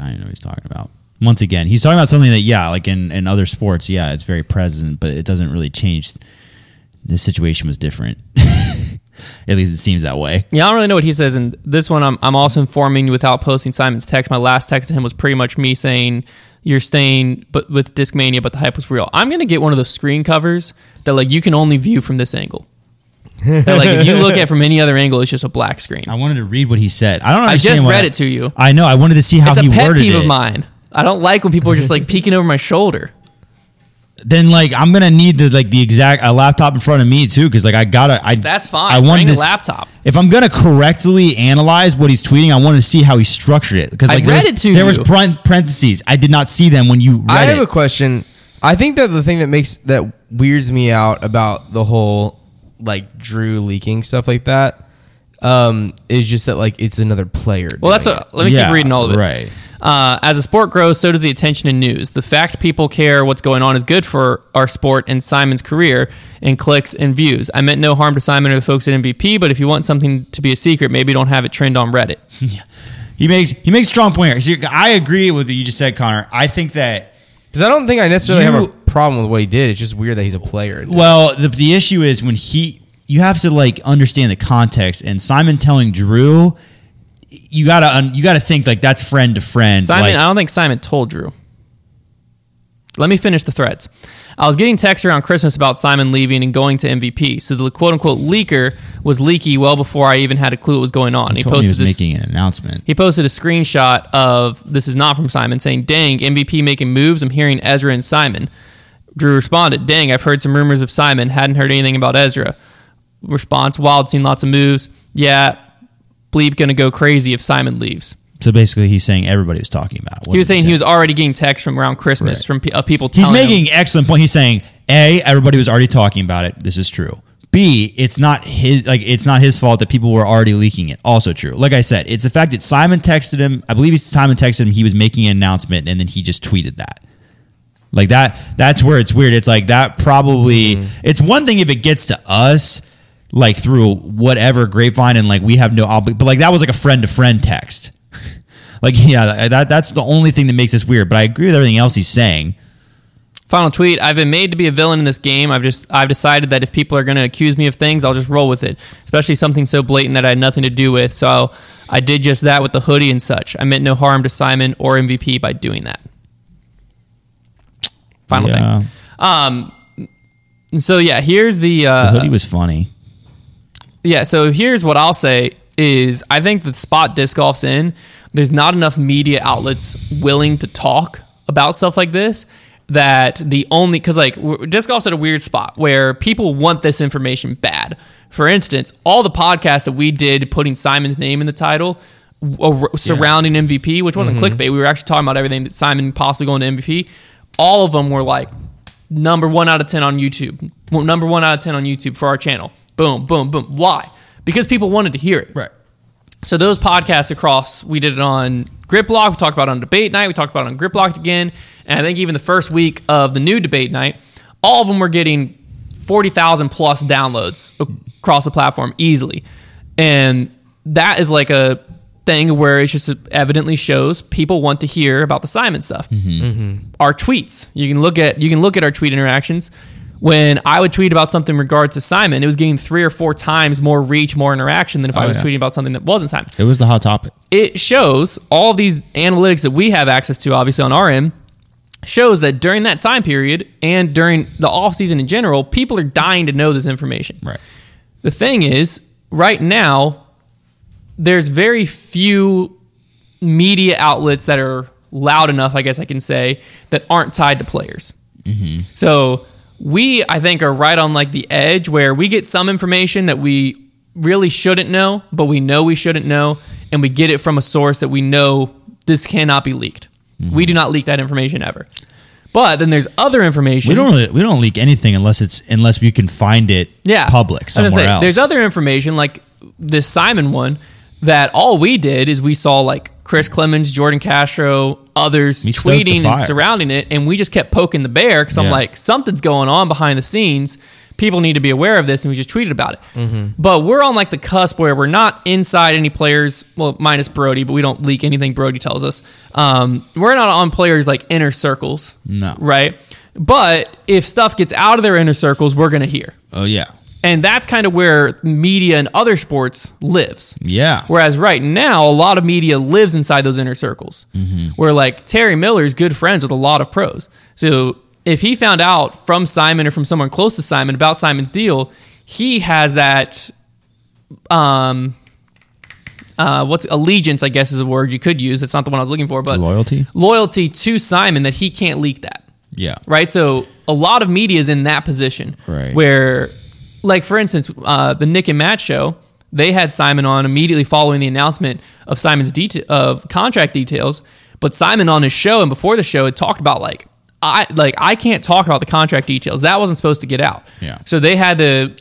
Speaker 3: I don't know what he's talking about. Once again, he's talking about something that, yeah, like in, in other sports, yeah, it's very present, but it doesn't really change. The situation was different. At least it seems that way.
Speaker 1: Yeah, I don't really know what he says. And this one, I'm, I'm also informing without posting Simon's text. My last text to him was pretty much me saying, "You're staying, but with Discmania, but the hype was real." I'm gonna get one of those screen covers that like you can only view from this angle. That like if you look at it from any other angle, it's just a black screen.
Speaker 3: I wanted to read what he said. I don't.
Speaker 1: I
Speaker 3: Understand
Speaker 1: just
Speaker 3: what
Speaker 1: read it to you.
Speaker 3: I know. I wanted to see how
Speaker 1: It's
Speaker 3: he
Speaker 1: a pet
Speaker 3: worded
Speaker 1: peeve
Speaker 3: it.
Speaker 1: of mine. I don't like when people are just like peeking over my shoulder.
Speaker 3: Then like I'm gonna need to like the exact a laptop in front of me too because like I gotta. I
Speaker 1: That's fine.
Speaker 3: I wanted
Speaker 1: Bring a
Speaker 3: to s-
Speaker 1: laptop.
Speaker 3: If I'm gonna correctly analyze what he's tweeting, I want to see how he structured it because
Speaker 1: I
Speaker 3: like there
Speaker 1: read
Speaker 3: was-
Speaker 1: it to
Speaker 3: there
Speaker 1: you.
Speaker 3: was paren- parentheses. I did not see them when you read
Speaker 2: I have
Speaker 3: it.
Speaker 2: a question. I think that the thing that makes that weirds me out about the whole like Drew leaking stuff like that um, is just that like it's another player.
Speaker 1: Well, that's
Speaker 2: doing
Speaker 1: a, let me
Speaker 3: Yeah,
Speaker 1: keep reading all of it.
Speaker 3: right.
Speaker 1: Uh, as a sport grows, so does the attention in news. The fact people care what's going on is good for our sport and Simon's career in clicks and views. I meant no harm to Simon or the folks at MVP, but if you want something to be a secret, maybe don't have it trend on Reddit.
Speaker 3: He makes he makes strong pointers. You- I agree with what you just said, Connor. I think that
Speaker 2: because I don't think I necessarily have a
Speaker 3: You-
Speaker 2: problem with what he did. It's just weird that he's a player.
Speaker 3: well, the the issue is when he you have to like understand the context and Simon telling Drew you gotta un- you gotta think like that's friend to friend.
Speaker 1: Simon,
Speaker 3: like,
Speaker 1: I don't think Simon told Drew. Let me finish the threads. I was getting texts around Christmas about Simon leaving and going to MVP. So the quote unquote leaker was leaky well before I even had a clue what was going on. He,
Speaker 3: told me he was
Speaker 1: posted this.
Speaker 3: making an announcement.
Speaker 1: He posted a screenshot of this is not from Simon saying, "Dang, MVP making moves. I'm hearing Ezra and Simon." Drew responded, "Dang, I've heard some rumors of Simon. Hadn't heard anything about Ezra." Response: Wild seen lots of moves. Yeah, bleep gonna go crazy if Simon leaves.
Speaker 3: So basically, he's saying everybody was talking about. It.
Speaker 1: He was saying he was already getting texts from around Christmas
Speaker 3: Right.
Speaker 1: from pe- of people
Speaker 3: He's
Speaker 1: telling him-
Speaker 3: making excellent point. He's saying a everybody was already talking about it. This is true. B it's not his like it's not his fault that people were already leaking it. Also true. Like I said, it's the fact that Simon texted him. I believe it's Simon texted him. He was making an announcement and then he just tweeted that. Like that. That's where it's weird. It's like that. Probably
Speaker 1: Mm-hmm.
Speaker 3: it's one thing if it gets to us. Like through whatever grapevine, and like we have no obli- but like that was like a friend to friend text. like, yeah, that that's the only thing that makes this weird. But I agree with everything else he's saying.
Speaker 1: Final tweet: I've been made to be a villain in this game. I've just I've decided that if people are going to accuse me of things, I'll just roll with it, especially something so blatant that I had nothing to do with. So I did just that with the hoodie and such. I meant no harm to Simon or MVP by doing that. Final
Speaker 3: Yeah.
Speaker 1: thing. And So yeah, here's the,
Speaker 3: The
Speaker 1: uh,
Speaker 3: hoodie was funny.
Speaker 1: yeah. So here's what I'll say is I think the spot disc golf's in. There's not enough media outlets willing to talk about stuff like this. That the only because like w- disc golf's at a weird spot where people want this information bad. For instance, all the podcasts that we did putting Simon's name in the title w- ar- surrounding MVP, which wasn't clickbait, we were actually talking about everything that Simon possibly going to MVP. All of them were like number one out of 10 on YouTube, Well, number one out of 10 on YouTube for our channel. Boom, boom, boom. Why? Because people wanted to hear it.
Speaker 2: Right.
Speaker 1: So those podcasts across, we did it on Grip Lock. We talked about it on debate night. We talked about it on Grip Locked again. And I think even the first week of the new debate night, all of them were getting 40,000 plus downloads across the platform easily. And that is like a thing where it just evidently shows people want to hear about the Simon stuff. Our tweets. You can look at you can look at our tweet interactions. When I would tweet about something in regards to Simon, it was getting three or four times more reach, more interaction than if I was
Speaker 3: yeah.
Speaker 1: tweeting about something that wasn't Simon
Speaker 3: It was the hot topic.
Speaker 1: it shows all these analytics that we have access to, obviously on our end, shows that during that time period and during the off season in general, people are dying to know this information.
Speaker 3: Right.
Speaker 1: The thing is, right now, there's very few media outlets that are loud enough, I guess I can say, that aren't tied to players.
Speaker 3: Mm-hmm.
Speaker 1: So we, I think, are right on like the edge where we get some information that we really shouldn't know, but we know we shouldn't know, and we get it from a source that we know this cannot be leaked.
Speaker 3: Mm-hmm.
Speaker 1: We do not leak that information ever. But then there's other information.
Speaker 3: We don't really, we don't leak anything unless it's unless you can find it
Speaker 1: yeah.
Speaker 3: public
Speaker 1: I was gonna
Speaker 3: somewhere else.
Speaker 1: There's other information like this Simon one that all we did is we saw like Chris Clemens, Jordan Castro, others
Speaker 3: We stoked the
Speaker 1: tweeting and
Speaker 3: fire.
Speaker 1: surrounding it, and we just kept poking the bear because I'm
Speaker 3: Yeah.
Speaker 1: like something's going on behind the scenes. People need to be aware of this, and we just tweeted about it.
Speaker 3: Mm-hmm.
Speaker 1: But we're on like the cusp where we're not inside any players, well, minus Brody, but we don't leak anything Brody tells us. Um, we're not on players like inner circles,
Speaker 3: No.
Speaker 1: right? But if stuff gets out of their inner circles, we're gonna hear.
Speaker 3: Oh yeah,
Speaker 1: And that's kind of where media and other sports lives.
Speaker 3: yeah.
Speaker 1: Whereas right now, a lot of media lives inside those inner circles. Where like Terry Miller is good friends with a lot of pros. So if he found out from Simon or from someone close to Simon about Simon's deal, he has that um uh, what's allegiance? I guess is a word you could use. It's not the one I was looking for, but
Speaker 3: Loyalty?
Speaker 1: loyalty to Simon that he can't leak that
Speaker 3: Yeah.
Speaker 1: right? So a lot of media is in that position,
Speaker 3: Right.
Speaker 1: Where, like for instance, uh, the Nick and Matt show, they had Simon on immediately following the announcement of Simon's deta- of contract details. But Simon on his show and before the show had talked about like I like I can't talk about the contract details. That wasn't supposed to get out.
Speaker 3: Yeah.
Speaker 1: So they had to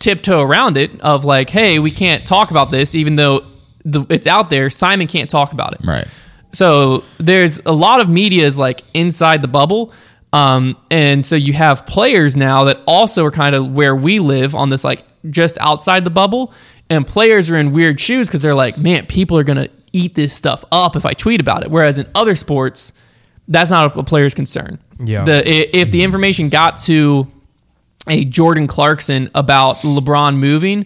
Speaker 1: tiptoe around it of like, hey, we can't talk about this, even though the, it's out there. Simon can't talk about it.
Speaker 3: Right.
Speaker 1: So there's a lot of media is like inside the bubble. Um, and so you have players now that also are kind of where we live on this like just outside the bubble. And players are in weird shoes because they're like, man, people are going to eat this stuff up if I tweet about it. Whereas in other sports, that's not a player's concern.
Speaker 2: Yeah.
Speaker 1: The, i- if the information got to a Jordan Clarkson about LeBron moving,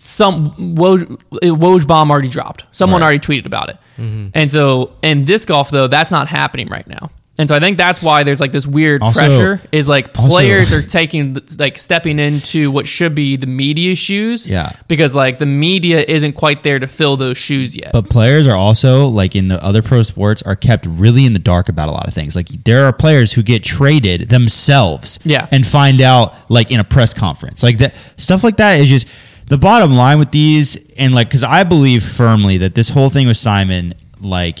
Speaker 1: some Woj, Woj bomb already dropped. Someone
Speaker 3: Right. Mm-hmm.
Speaker 1: already tweeted about it. And so in disc golf though, that's not happening right now. And so I think that's why there's like this weird
Speaker 3: Also-
Speaker 1: pressure is like
Speaker 3: also-
Speaker 1: players are taking like stepping into what should be the media shoes.
Speaker 3: Yeah.
Speaker 1: Because like the media isn't quite there to fill those shoes yet.
Speaker 3: But players are also like in the other pro sports are kept really in the dark about a lot of things. Like there are players who get traded themselves,
Speaker 1: Yeah.
Speaker 3: and find out like in a press conference, like that stuff like that is just the bottom line with these. And like, because I believe firmly that this whole thing with Simon, like,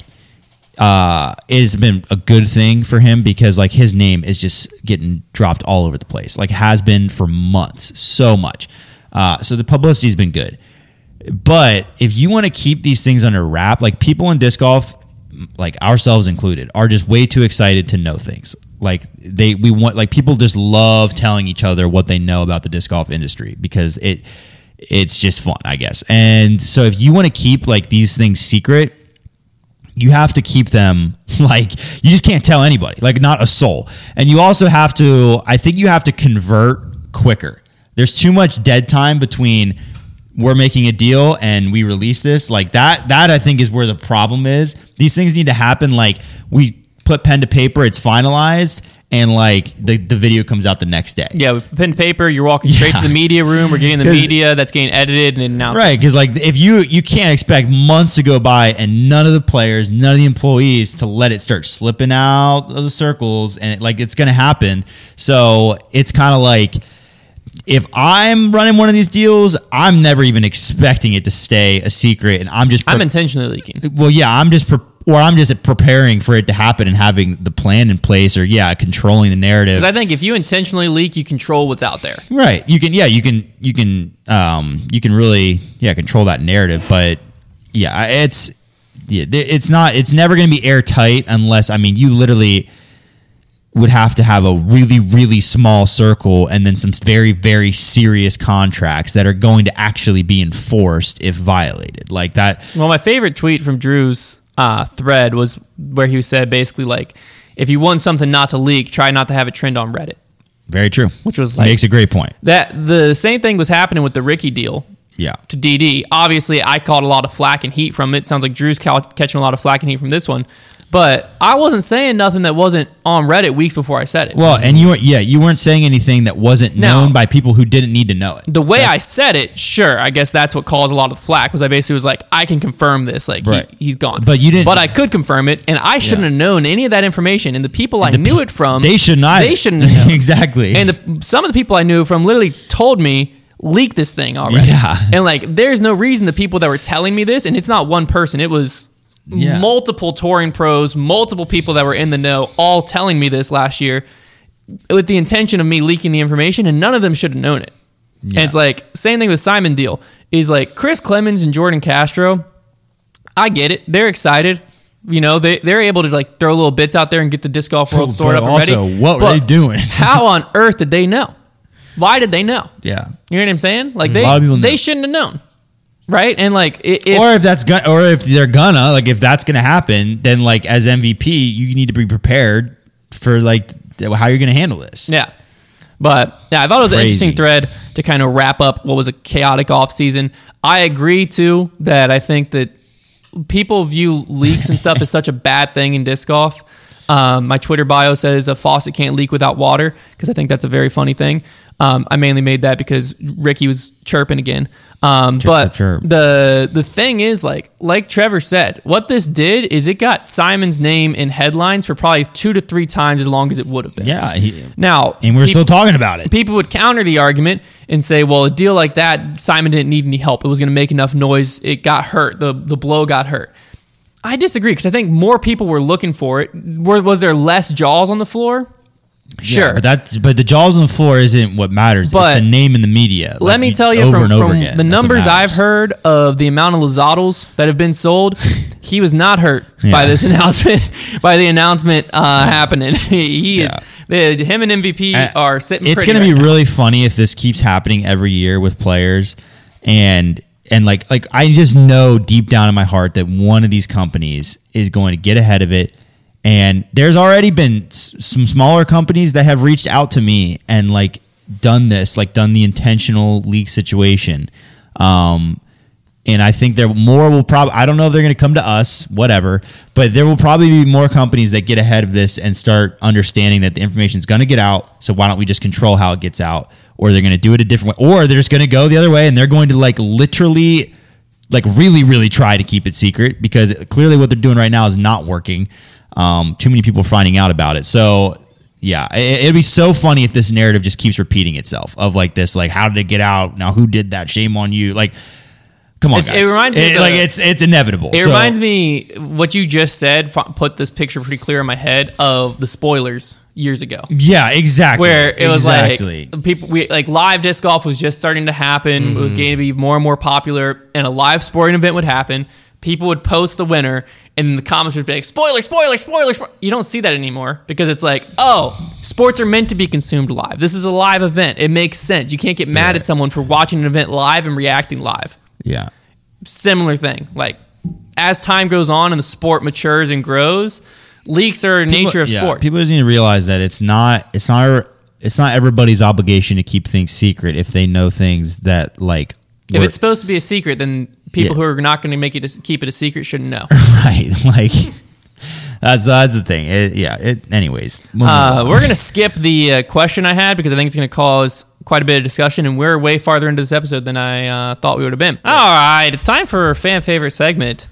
Speaker 3: uh, it has been a good thing for him because like his name is just getting dropped all over the place, like has been for months, so much. Uh, so the publicity's been good. But if you want to keep these things under wrap, like people in disc golf, like ourselves included, are just way too excited to know things. Like they, we want like people just love telling each other what they know about the disc golf industry because it, it's just fun, I guess. And so if you want to keep like these things secret, you have to keep them like you just can't tell anybody like not a soul and you also have to i think you have to convert quicker there's too much dead time between we're making a deal and we release this like that that i think is where the problem is these things need to happen like we put pen to paper it's finalized and like the, the video comes out the next day
Speaker 1: yeah, with pen and paper, you're walking straight
Speaker 3: Yeah.
Speaker 1: to the media room. We're getting the
Speaker 3: 'Cause-
Speaker 1: media that's getting edited and announced.
Speaker 3: Right, because like if you you can't expect months to go by and none of the players, none of the employees to let it start slipping out of the circles, and it, like it's going to happen. So it's kind of like if I'm running one of these deals, I'm never even expecting it to stay a secret, and I'm just
Speaker 1: I'm intentionally leaking.
Speaker 3: well, yeah, I'm just pre- or I'm just preparing for it to happen and having the plan in place, or yeah, controlling the narrative.
Speaker 1: Because I think if you intentionally leak, you control what's out there.
Speaker 3: Right. You can yeah, you can you can um you can really yeah, control that narrative, but yeah, I- it's yeah, th- it's not it's never going to be airtight unless I mean, you literally would have to have a really really small circle and then some very very serious contracts that are going to actually be enforced if violated. Like that
Speaker 1: Well, my favorite tweet from Drew's uh, thread was where he said basically like, if you want something not to leak, try not to have it trend on Reddit,
Speaker 3: very true.
Speaker 1: which was like
Speaker 3: Makes a great point.
Speaker 1: that the same thing was happening with the Ricky deal
Speaker 3: Yeah.
Speaker 1: to DD. Obviously, I caught a lot of flack and heat from it. Sounds like Drew's ca- catching a lot of flack and heat from this one, but I wasn't saying nothing that wasn't on Reddit weeks before I said it.
Speaker 3: Well, and you weren't yeah, you weren't saying anything that wasn't
Speaker 1: No.
Speaker 3: known by people who didn't need to know it.
Speaker 1: the way I said it, sure, I guess that's what caused a lot of flack. Was I basically was like, I can confirm this, like
Speaker 3: Right.
Speaker 1: he, he's gone.
Speaker 3: But you didn't-
Speaker 1: But I could confirm it, and I shouldn't
Speaker 3: Yeah.
Speaker 1: have known any of that information. And the people I
Speaker 3: the
Speaker 1: knew
Speaker 3: pe-
Speaker 1: it from,
Speaker 3: They should not.
Speaker 1: They shouldn't have known.
Speaker 3: exactly.
Speaker 1: And the, some of the people I knew from literally told me leak this thing already.
Speaker 3: Yeah.
Speaker 1: And like, there's no reason the people that were telling me this, and it's not one person. It was.
Speaker 3: Yeah.
Speaker 1: Multiple touring pros, multiple people that were in the know, all telling me this last year with the intention of me leaking the information, and none of them should have known it. And it's like same thing with Simon Deal is like Chris Clemens and Jordan Castro. I get it; they're excited. You know, they they're able to like throw little bits out there and get the disc golf world stored
Speaker 3: But
Speaker 1: up already.
Speaker 3: also, what were they doing?
Speaker 1: how on earth did they know? Why did they know?
Speaker 3: yeah.
Speaker 1: You know what I'm saying? Like they
Speaker 3: Mm-hmm. lot of people know.
Speaker 1: they shouldn't have known, right? And like it, if,
Speaker 3: or if that's going or if they're gonna like if that's gonna happen, then like as MVP, you need to be prepared for like th- how you're gonna handle this.
Speaker 1: Yeah. But yeah, I thought it was
Speaker 3: Crazy.
Speaker 1: an interesting thread to kind of wrap up what was a chaotic offseason. I agree too that I think that people view leaks and stuff as such a bad thing in disc golf. Um, my Twitter bio says a faucet can't leak without water because I think that's a very funny thing. Um, I mainly made that because Ricky was chirping again. Um, but
Speaker 3: chirp, chirp.
Speaker 1: the the thing is, like like Trevor said, what this did is it got Simon's name in headlines for probably two to three times as long as it would have been.
Speaker 3: Yeah, he-
Speaker 1: Now,
Speaker 3: and we're
Speaker 1: peop-
Speaker 3: still talking about it.
Speaker 1: people would counter the argument and say, well, a deal like that, Simon didn't need any help. It was going to make enough noise. It got hurt. The, the blow got hurt. I disagree because I think more people were looking for it. Were, was there less jaws on the floor? Sure.
Speaker 3: Yeah, but that but the jaws on the floor isn't what matters.
Speaker 1: But-
Speaker 3: it's the name in the media.
Speaker 1: Let
Speaker 3: Like,
Speaker 1: me tell you
Speaker 3: over
Speaker 1: from,
Speaker 3: and over
Speaker 1: from
Speaker 3: again,
Speaker 1: the
Speaker 3: that's what
Speaker 1: numbers I've
Speaker 3: matters.
Speaker 1: heard of the amount of Lozados that have been sold, he was not hurt by
Speaker 3: Yeah.
Speaker 1: this announcement. by the announcement uh, happening, he is the, him and MVP
Speaker 3: Uh,
Speaker 1: are sitting.
Speaker 3: It's
Speaker 1: pretty
Speaker 3: gonna
Speaker 1: right
Speaker 3: be really funny if this keeps happening every year with players and and like like I just know deep down in my heart that one of these companies is going to get ahead of it. And there's already been s- some smaller companies that have reached out to me and like done this, like done the intentional leak situation. Um, and I think there more will probably. I don't know if they're going to come to us, whatever. But there will probably be more companies that get ahead of this and start understanding that the information is going to get out. So why don't we just control how it gets out? Or they're going to do it a different way, or they're just going to go the other way and they're going to like literally, like really, really try to keep it secret because clearly what they're doing right now is not working. Um, too many people are finding out about it. So yeah, it, it'd be so funny if this narrative just keeps repeating itself of like this, like how did it get out? Now who did that? Shame on you! Like. Come on,
Speaker 1: It's-
Speaker 3: guys.
Speaker 1: it reminds me of the-
Speaker 3: like it's it's inevitable.
Speaker 1: It
Speaker 3: So-
Speaker 1: reminds me what you just said fu- put this picture pretty clear in my head of the spoilers years ago.
Speaker 3: Yeah, exactly.
Speaker 1: Where it was
Speaker 3: exactly.
Speaker 1: like people we like live disc golf was just starting to happen. It
Speaker 3: Mm-hmm.
Speaker 1: was going to be more and more popular and a live sporting event would happen. People would post the winner and the comments would be like spoiler, spoiler, spoiler, spoiler. You don't see that anymore because it's like, "Oh, sports are meant to be consumed live. This is a live event. It makes sense. You can't get mad at someone for watching an event live and reacting live."
Speaker 3: yeah.
Speaker 1: similar thing. Like as time goes on and the sport matures and grows, leaks are a nature of
Speaker 3: yeah,
Speaker 1: sport.
Speaker 3: People just need to realize that it's not it's not it's not everybody's obligation to keep things secret if they know things that like
Speaker 1: if
Speaker 3: were-
Speaker 1: it's supposed to be a secret, then people
Speaker 3: Yeah.
Speaker 1: who are not going to make it a, keep it a secret shouldn't know.
Speaker 3: right, like that's that's the thing. It, yeah. It anyways. moving
Speaker 1: Uh,
Speaker 3: on.
Speaker 1: we're going to skip the uh, question I had because I think it's going to cause quite a bit of discussion, and we're way farther into this episode than I uh, thought we would have been. All right, it's time for fan favorite segment,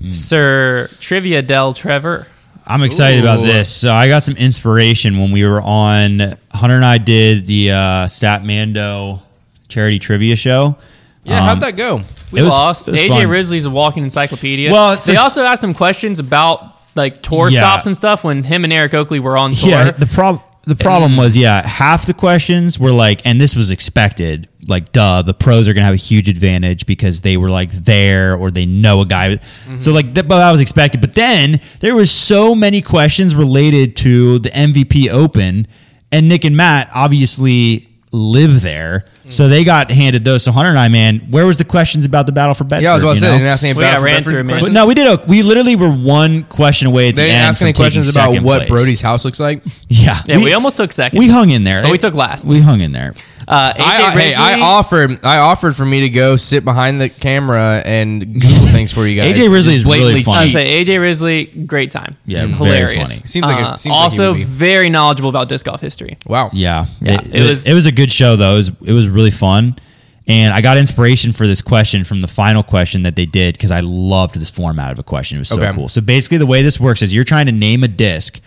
Speaker 3: Mm.
Speaker 1: Sir Trivia Del Trevor.
Speaker 3: I'm excited about
Speaker 2: Ooh.
Speaker 3: this. So I got some inspiration when we were on Hunter and I did the uh, Stat Mando charity trivia show.
Speaker 2: Yeah,
Speaker 3: Um,
Speaker 2: how'd that go?
Speaker 1: We
Speaker 3: It was-
Speaker 1: lost.
Speaker 3: it was
Speaker 1: AJ
Speaker 3: fun.
Speaker 1: Risley's a walking encyclopedia.
Speaker 3: Well,
Speaker 1: Well,
Speaker 3: it's
Speaker 1: they
Speaker 3: a-
Speaker 1: also asked him questions about like tour
Speaker 3: Yeah.
Speaker 1: stops and stuff when him and Eric Oakley were on tour.
Speaker 3: Yeah, the problem the problem was yeah, half the questions were like, and this was expected. Like, duh, the pros are gonna have a huge advantage because they were like there or they know a guy.
Speaker 2: Mm-hmm.
Speaker 3: So like, that, but that was expected. But then there was so many questions related to the MVP Open, and Nick and Matt obviously live there,
Speaker 2: Mm-hmm.
Speaker 3: so they got handed those. So Hunter and I, man, where was the questions about the battle for Bedford?
Speaker 2: Yeah, I was about to
Speaker 3: you
Speaker 2: say,
Speaker 3: know?
Speaker 2: they didn't ask any
Speaker 1: Well, yeah,
Speaker 2: about
Speaker 1: ran
Speaker 2: Bedford
Speaker 1: through, man.
Speaker 2: questions.
Speaker 3: But no, we did. A, we literally were one question away. At
Speaker 2: They
Speaker 3: the
Speaker 2: didn't
Speaker 3: end
Speaker 2: ask
Speaker 3: from
Speaker 2: any
Speaker 3: taking
Speaker 2: questions about
Speaker 3: second
Speaker 2: what
Speaker 3: place.
Speaker 2: Brody's house looks like.
Speaker 3: Yeah,
Speaker 1: Yeah, we, almost took second.
Speaker 3: we hung in there,
Speaker 1: But we took last.
Speaker 3: We hung in there.
Speaker 1: uh, AJ
Speaker 2: I, I,
Speaker 1: Risley.
Speaker 2: hey, I offered, I offered for me to go sit behind the camera and Google things for you guys.
Speaker 3: AJ Risley
Speaker 2: Just
Speaker 3: is really
Speaker 2: blatantly
Speaker 3: funny.
Speaker 1: I
Speaker 2: cheat.
Speaker 1: say AJ Risley, great time.
Speaker 3: Yeah,
Speaker 1: And
Speaker 3: very
Speaker 1: hilarious.
Speaker 3: funny.
Speaker 2: Seems like a-
Speaker 1: Uh,
Speaker 2: seems like he
Speaker 1: also
Speaker 2: would be.
Speaker 1: very knowledgeable about disc golf history.
Speaker 2: Wow.
Speaker 3: Yeah,
Speaker 1: Yeah,
Speaker 3: it,
Speaker 1: it
Speaker 3: it-
Speaker 1: was-
Speaker 3: it was a good show though. It was it was really fun, and I got inspiration for this question from the final question that they did because I loved this format of a question. It was so
Speaker 2: Okay.
Speaker 3: cool. So basically, the way this works is you're trying to name a disc,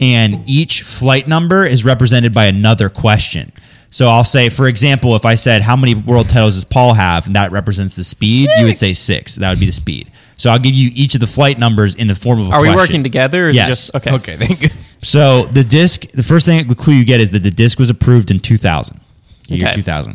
Speaker 3: and each flight number is represented by another question. So I'll say, for example, if I said how many world titles does Paul have, and that represents the speed, you would say six. That would be the speed. So I'll give you each of the flight numbers in the form of a
Speaker 1: Are we
Speaker 3: question.
Speaker 1: working together? Or is it
Speaker 3: Yes.
Speaker 1: Just, okay.
Speaker 2: Okay, thank you.
Speaker 3: So the disc, the first thing the clue you get is that the disc was approved in 2000. The Year
Speaker 1: Okay.
Speaker 3: 2000.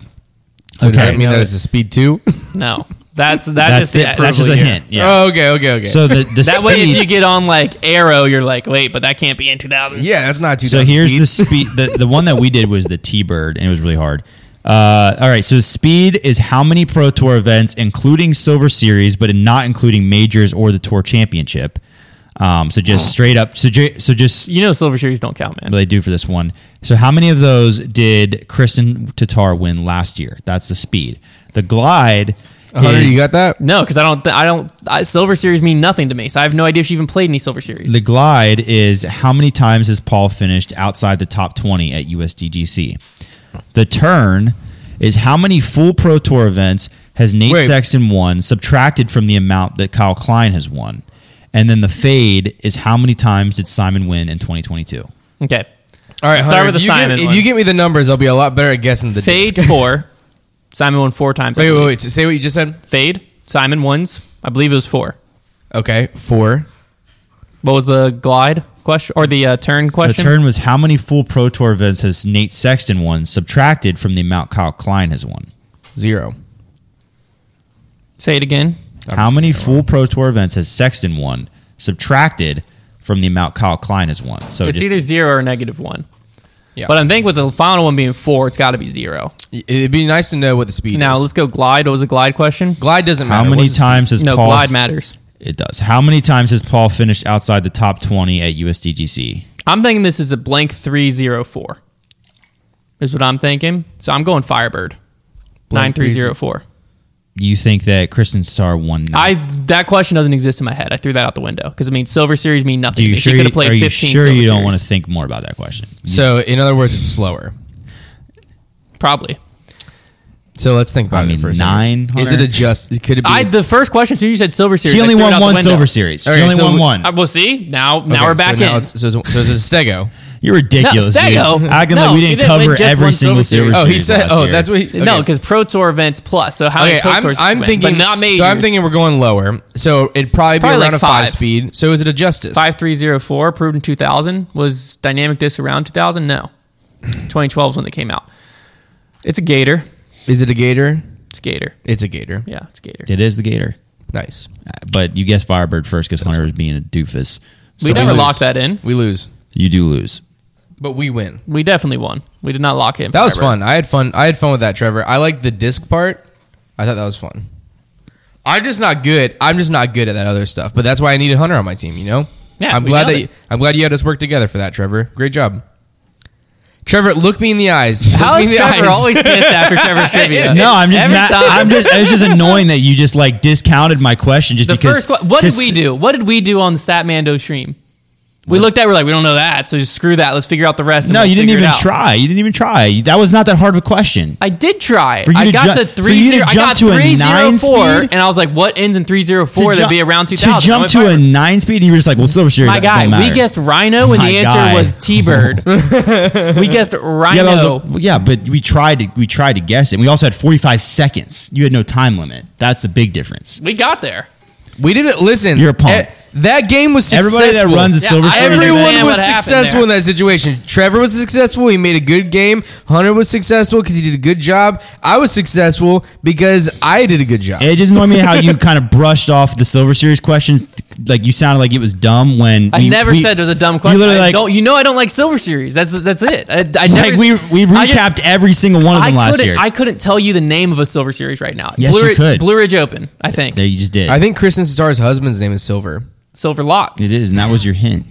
Speaker 2: So does
Speaker 3: Okay.
Speaker 2: that mean that it's a speed two?
Speaker 1: No, that's that's,
Speaker 3: That's,
Speaker 1: just the,
Speaker 3: the- that's just a
Speaker 1: approval year.
Speaker 3: hint. Yeah.
Speaker 2: Oh, okay, okay, okay.
Speaker 3: So the, the
Speaker 1: That
Speaker 3: speed,
Speaker 1: way, if you get on like arrow, you're like, wait, but that can't be in 2000.
Speaker 2: yeah, that's not two.
Speaker 3: so here's
Speaker 2: speed.
Speaker 3: the speed. The, the one that we did was the T Bird, and it was really hard. Uh, all right. So speed is how many Pro Tour events, including Silver Series, but not including majors or the Tour Championship. Um, so just straight up. So, ju- so just
Speaker 1: You know, silver series don't count, man.
Speaker 3: they do for this one. So how many of those did Kristen Tatar win last year? That's the speed. The glide
Speaker 2: Hunter,
Speaker 3: is
Speaker 2: you got that?
Speaker 1: No, because I don't. Th- I don't. I, Silver Series mean nothing to me, so I have no idea if she even played any Silver Series.
Speaker 3: the glide is how many times has Paul finished outside the top 20 at USDGC? The turn is how many full Pro Tour events has Nate
Speaker 2: Wait.
Speaker 3: Sexton won subtracted from the amount that Kyle Klein has won? And then the fade is how many times did Simon win in 2022?
Speaker 1: okay,
Speaker 2: All right,
Speaker 1: Let's start
Speaker 2: Hunter,
Speaker 1: with the
Speaker 2: if you give-
Speaker 1: Simon
Speaker 2: If
Speaker 1: one.
Speaker 2: you give me the numbers, I'll be a lot better at guessing the
Speaker 1: fade
Speaker 2: disc.
Speaker 1: four. Simon won four times. I
Speaker 2: wait, wait,
Speaker 1: believe.
Speaker 2: wait. Say what you just said.
Speaker 1: Fade. Simon wins. I believe it was four.
Speaker 2: Okay, four.
Speaker 1: What was the glide question or the uh, turn
Speaker 3: The
Speaker 1: question?
Speaker 3: turn was how many full Pro Tour events has Nate Sexton won subtracted from the amount Kyle Klein has won?
Speaker 2: Zero.
Speaker 1: Say it again.
Speaker 3: How many full Pro Tour events has Sexton won subtracted from the amount Kyle Klein has won? So
Speaker 1: It's
Speaker 3: Oh, just
Speaker 1: either zero or negative one.
Speaker 2: Yeah.
Speaker 1: But I'm thinking with the final one being four, it's got to be zero.
Speaker 2: It'd be nice to know what the speed
Speaker 1: Now
Speaker 2: is.
Speaker 1: let's go glide. What was the glide question?
Speaker 2: glide doesn't
Speaker 3: how
Speaker 2: matter.
Speaker 3: many
Speaker 2: What's the
Speaker 3: times has
Speaker 1: No,
Speaker 3: Paul
Speaker 1: glide matters.
Speaker 3: It does. How many times has Paul finished outside the top 20 at USDGC?
Speaker 1: I'm thinking this is a blank three zero four. Is what I'm thinking. So I'm going Firebird. Nine
Speaker 2: Blank
Speaker 1: three
Speaker 2: three
Speaker 1: zero
Speaker 2: zero-
Speaker 1: four.
Speaker 3: You think that Kristen Starr won? nine?
Speaker 1: I that question doesn't exist in my head. I threw that out the window because I mean Silver Series mean
Speaker 3: Do
Speaker 1: nothing. to
Speaker 3: you
Speaker 1: me.
Speaker 3: sure
Speaker 1: she could
Speaker 3: you,
Speaker 1: have played
Speaker 3: are you
Speaker 1: fifteen.
Speaker 3: sure
Speaker 1: Silver
Speaker 3: you don't
Speaker 1: Series.
Speaker 3: want to think more about that question?
Speaker 2: So, in other words, it's slower.
Speaker 1: Probably.
Speaker 2: So let's think about
Speaker 3: I mean,
Speaker 2: it for a
Speaker 3: nine,
Speaker 2: second. Is it
Speaker 3: Hunter?
Speaker 2: a just? Could it be?
Speaker 1: I the first question. So you said Silver Series.
Speaker 3: She
Speaker 1: I
Speaker 3: only
Speaker 1: threw it
Speaker 3: won
Speaker 1: out the
Speaker 3: one
Speaker 1: window.
Speaker 3: Silver Series. She
Speaker 2: Okay,
Speaker 3: only
Speaker 2: so
Speaker 3: won
Speaker 2: we-
Speaker 3: one.
Speaker 1: Uh, well, see now now
Speaker 2: Okay,
Speaker 1: we're
Speaker 2: so
Speaker 1: back
Speaker 2: now
Speaker 1: in.
Speaker 2: it's- So, it's- so it's a stego.
Speaker 3: You're ridiculous,
Speaker 1: No, Stego.
Speaker 3: dude. Acting
Speaker 1: No,
Speaker 3: like we
Speaker 1: she
Speaker 3: didn't
Speaker 1: didn't win
Speaker 3: cover
Speaker 1: just
Speaker 3: every
Speaker 1: one
Speaker 3: single
Speaker 1: Silver
Speaker 3: Silver
Speaker 1: Series.
Speaker 2: Oh,
Speaker 3: Series.
Speaker 2: he said.
Speaker 3: last
Speaker 2: Oh,
Speaker 3: year.
Speaker 2: that's what. He,
Speaker 1: No,
Speaker 2: okay.
Speaker 1: because Pro Tour events plus. So how
Speaker 2: Okay,
Speaker 1: many Pro
Speaker 2: I'm,
Speaker 1: Tours? did
Speaker 2: I'm
Speaker 1: you win?
Speaker 2: thinking.
Speaker 1: but not majors.
Speaker 2: so I'm thinking we're going lower. So it'd probably be
Speaker 1: Probably
Speaker 2: around
Speaker 1: like
Speaker 2: a five,
Speaker 1: five.
Speaker 2: speed. So is it a justice?
Speaker 1: five three zero four approved in two thousand was dynamic disc around two thousand. No, twenty twelve is when they came out. It's a Gator.
Speaker 2: Is it a gator?
Speaker 1: It's a Gator.
Speaker 2: It's a gator.
Speaker 1: Yeah, it's a Gator.
Speaker 3: It is the Gator.
Speaker 2: Nice.
Speaker 3: But you guessed Firebird first because Hunter was being a doofus.
Speaker 1: We
Speaker 3: So
Speaker 1: never
Speaker 2: lose.
Speaker 1: locked that in.
Speaker 2: We lose,
Speaker 3: You do lose.
Speaker 2: but we win.
Speaker 1: We definitely won. We did not lock it in.
Speaker 2: That was
Speaker 1: forever.
Speaker 2: fun. I had fun. I had fun with that, Trevor. I liked the disc part. I thought that was fun. I'm just not good. I'm just not good at that other stuff. But that's why I needed Hunter on my team. You know.
Speaker 1: Yeah,
Speaker 2: I'm
Speaker 1: we
Speaker 2: glad
Speaker 1: nailed
Speaker 2: that
Speaker 1: it.
Speaker 2: you, I'm glad you had us work together for that, Trevor. Great job. Trevor, look me in the eyes. Look
Speaker 1: How
Speaker 2: me
Speaker 1: is
Speaker 2: in the
Speaker 1: Trevor
Speaker 2: eyes.
Speaker 1: always pissed after Trevor's trivia?
Speaker 3: No, I'm just
Speaker 1: Every
Speaker 3: mad.
Speaker 1: time.
Speaker 3: I'm just. It was just annoying that you just like discounted my question just
Speaker 1: the
Speaker 3: because.
Speaker 1: first. que- What did
Speaker 3: because-
Speaker 1: we do? What did we do on the Statmando stream? We looked at. it, We're like, we don't know that. So just screw that. Let's figure out the rest. and
Speaker 3: No,
Speaker 1: we'll
Speaker 3: you didn't
Speaker 1: figure it
Speaker 3: even
Speaker 1: out.
Speaker 3: try. You didn't even try. That was not that hard of a question.
Speaker 1: I did try.
Speaker 3: you
Speaker 1: I
Speaker 3: to
Speaker 1: got
Speaker 3: ju-
Speaker 1: to
Speaker 3: for
Speaker 1: three
Speaker 3: you to
Speaker 1: zero. I
Speaker 3: jump
Speaker 1: got
Speaker 3: to a
Speaker 1: three zero
Speaker 3: nine
Speaker 1: four,
Speaker 3: speed?
Speaker 1: and I was like, "What ends in three zero four?
Speaker 3: To
Speaker 1: That'd
Speaker 3: ju-
Speaker 1: be around two
Speaker 3: To
Speaker 1: thousand.
Speaker 3: jump to a nine speed, you were just like, well, Silver Series.
Speaker 1: My
Speaker 3: that don't
Speaker 1: guy, we
Speaker 3: matter.
Speaker 1: guessed Rhino when
Speaker 3: My
Speaker 1: the answer
Speaker 3: guy.
Speaker 1: was T Bird. we guessed
Speaker 3: Yeah, that was a-
Speaker 1: Rhino.
Speaker 3: well, yeah, but we tried to we tried to guess it. We also had 45 seconds. You had no time limit. That's the big difference.
Speaker 1: we got there.
Speaker 2: We didn't listen.
Speaker 3: You're a punk.
Speaker 2: Eh, That game was successful.
Speaker 3: Everybody that runs a
Speaker 1: Yeah,
Speaker 3: Silver
Speaker 1: I-
Speaker 3: Series,
Speaker 2: Everyone
Speaker 1: understand
Speaker 2: was
Speaker 1: what happened
Speaker 2: successful
Speaker 1: there.
Speaker 2: in that situation. Trevor was successful. He made a good game. Hunter was successful because he did a good job. I was successful because I did a good job.
Speaker 3: it just annoyed me how you kind of brushed off the Silver Series question. Like you sounded like it was dumb when
Speaker 1: I
Speaker 3: we-
Speaker 1: never
Speaker 3: we-
Speaker 1: said it was a dumb
Speaker 3: you
Speaker 1: question.
Speaker 3: literally
Speaker 1: I
Speaker 3: like,
Speaker 1: don't, you know, I don't like Silver Series. That's that's it. I, I never,
Speaker 3: like we we
Speaker 1: I just-
Speaker 3: recapped every single one of
Speaker 1: I
Speaker 3: them last
Speaker 1: couldn't,
Speaker 3: year.
Speaker 1: I couldn't tell you the name of a Silver Series right now.
Speaker 3: Yes,
Speaker 1: Blue
Speaker 3: you
Speaker 1: Ridge,
Speaker 3: could.
Speaker 1: Blue Ridge Open, I think.
Speaker 3: there you just did.
Speaker 2: I think Kristen Starr's husband's name is Silver.
Speaker 1: Silver Lock.
Speaker 3: it is, and that was your hint.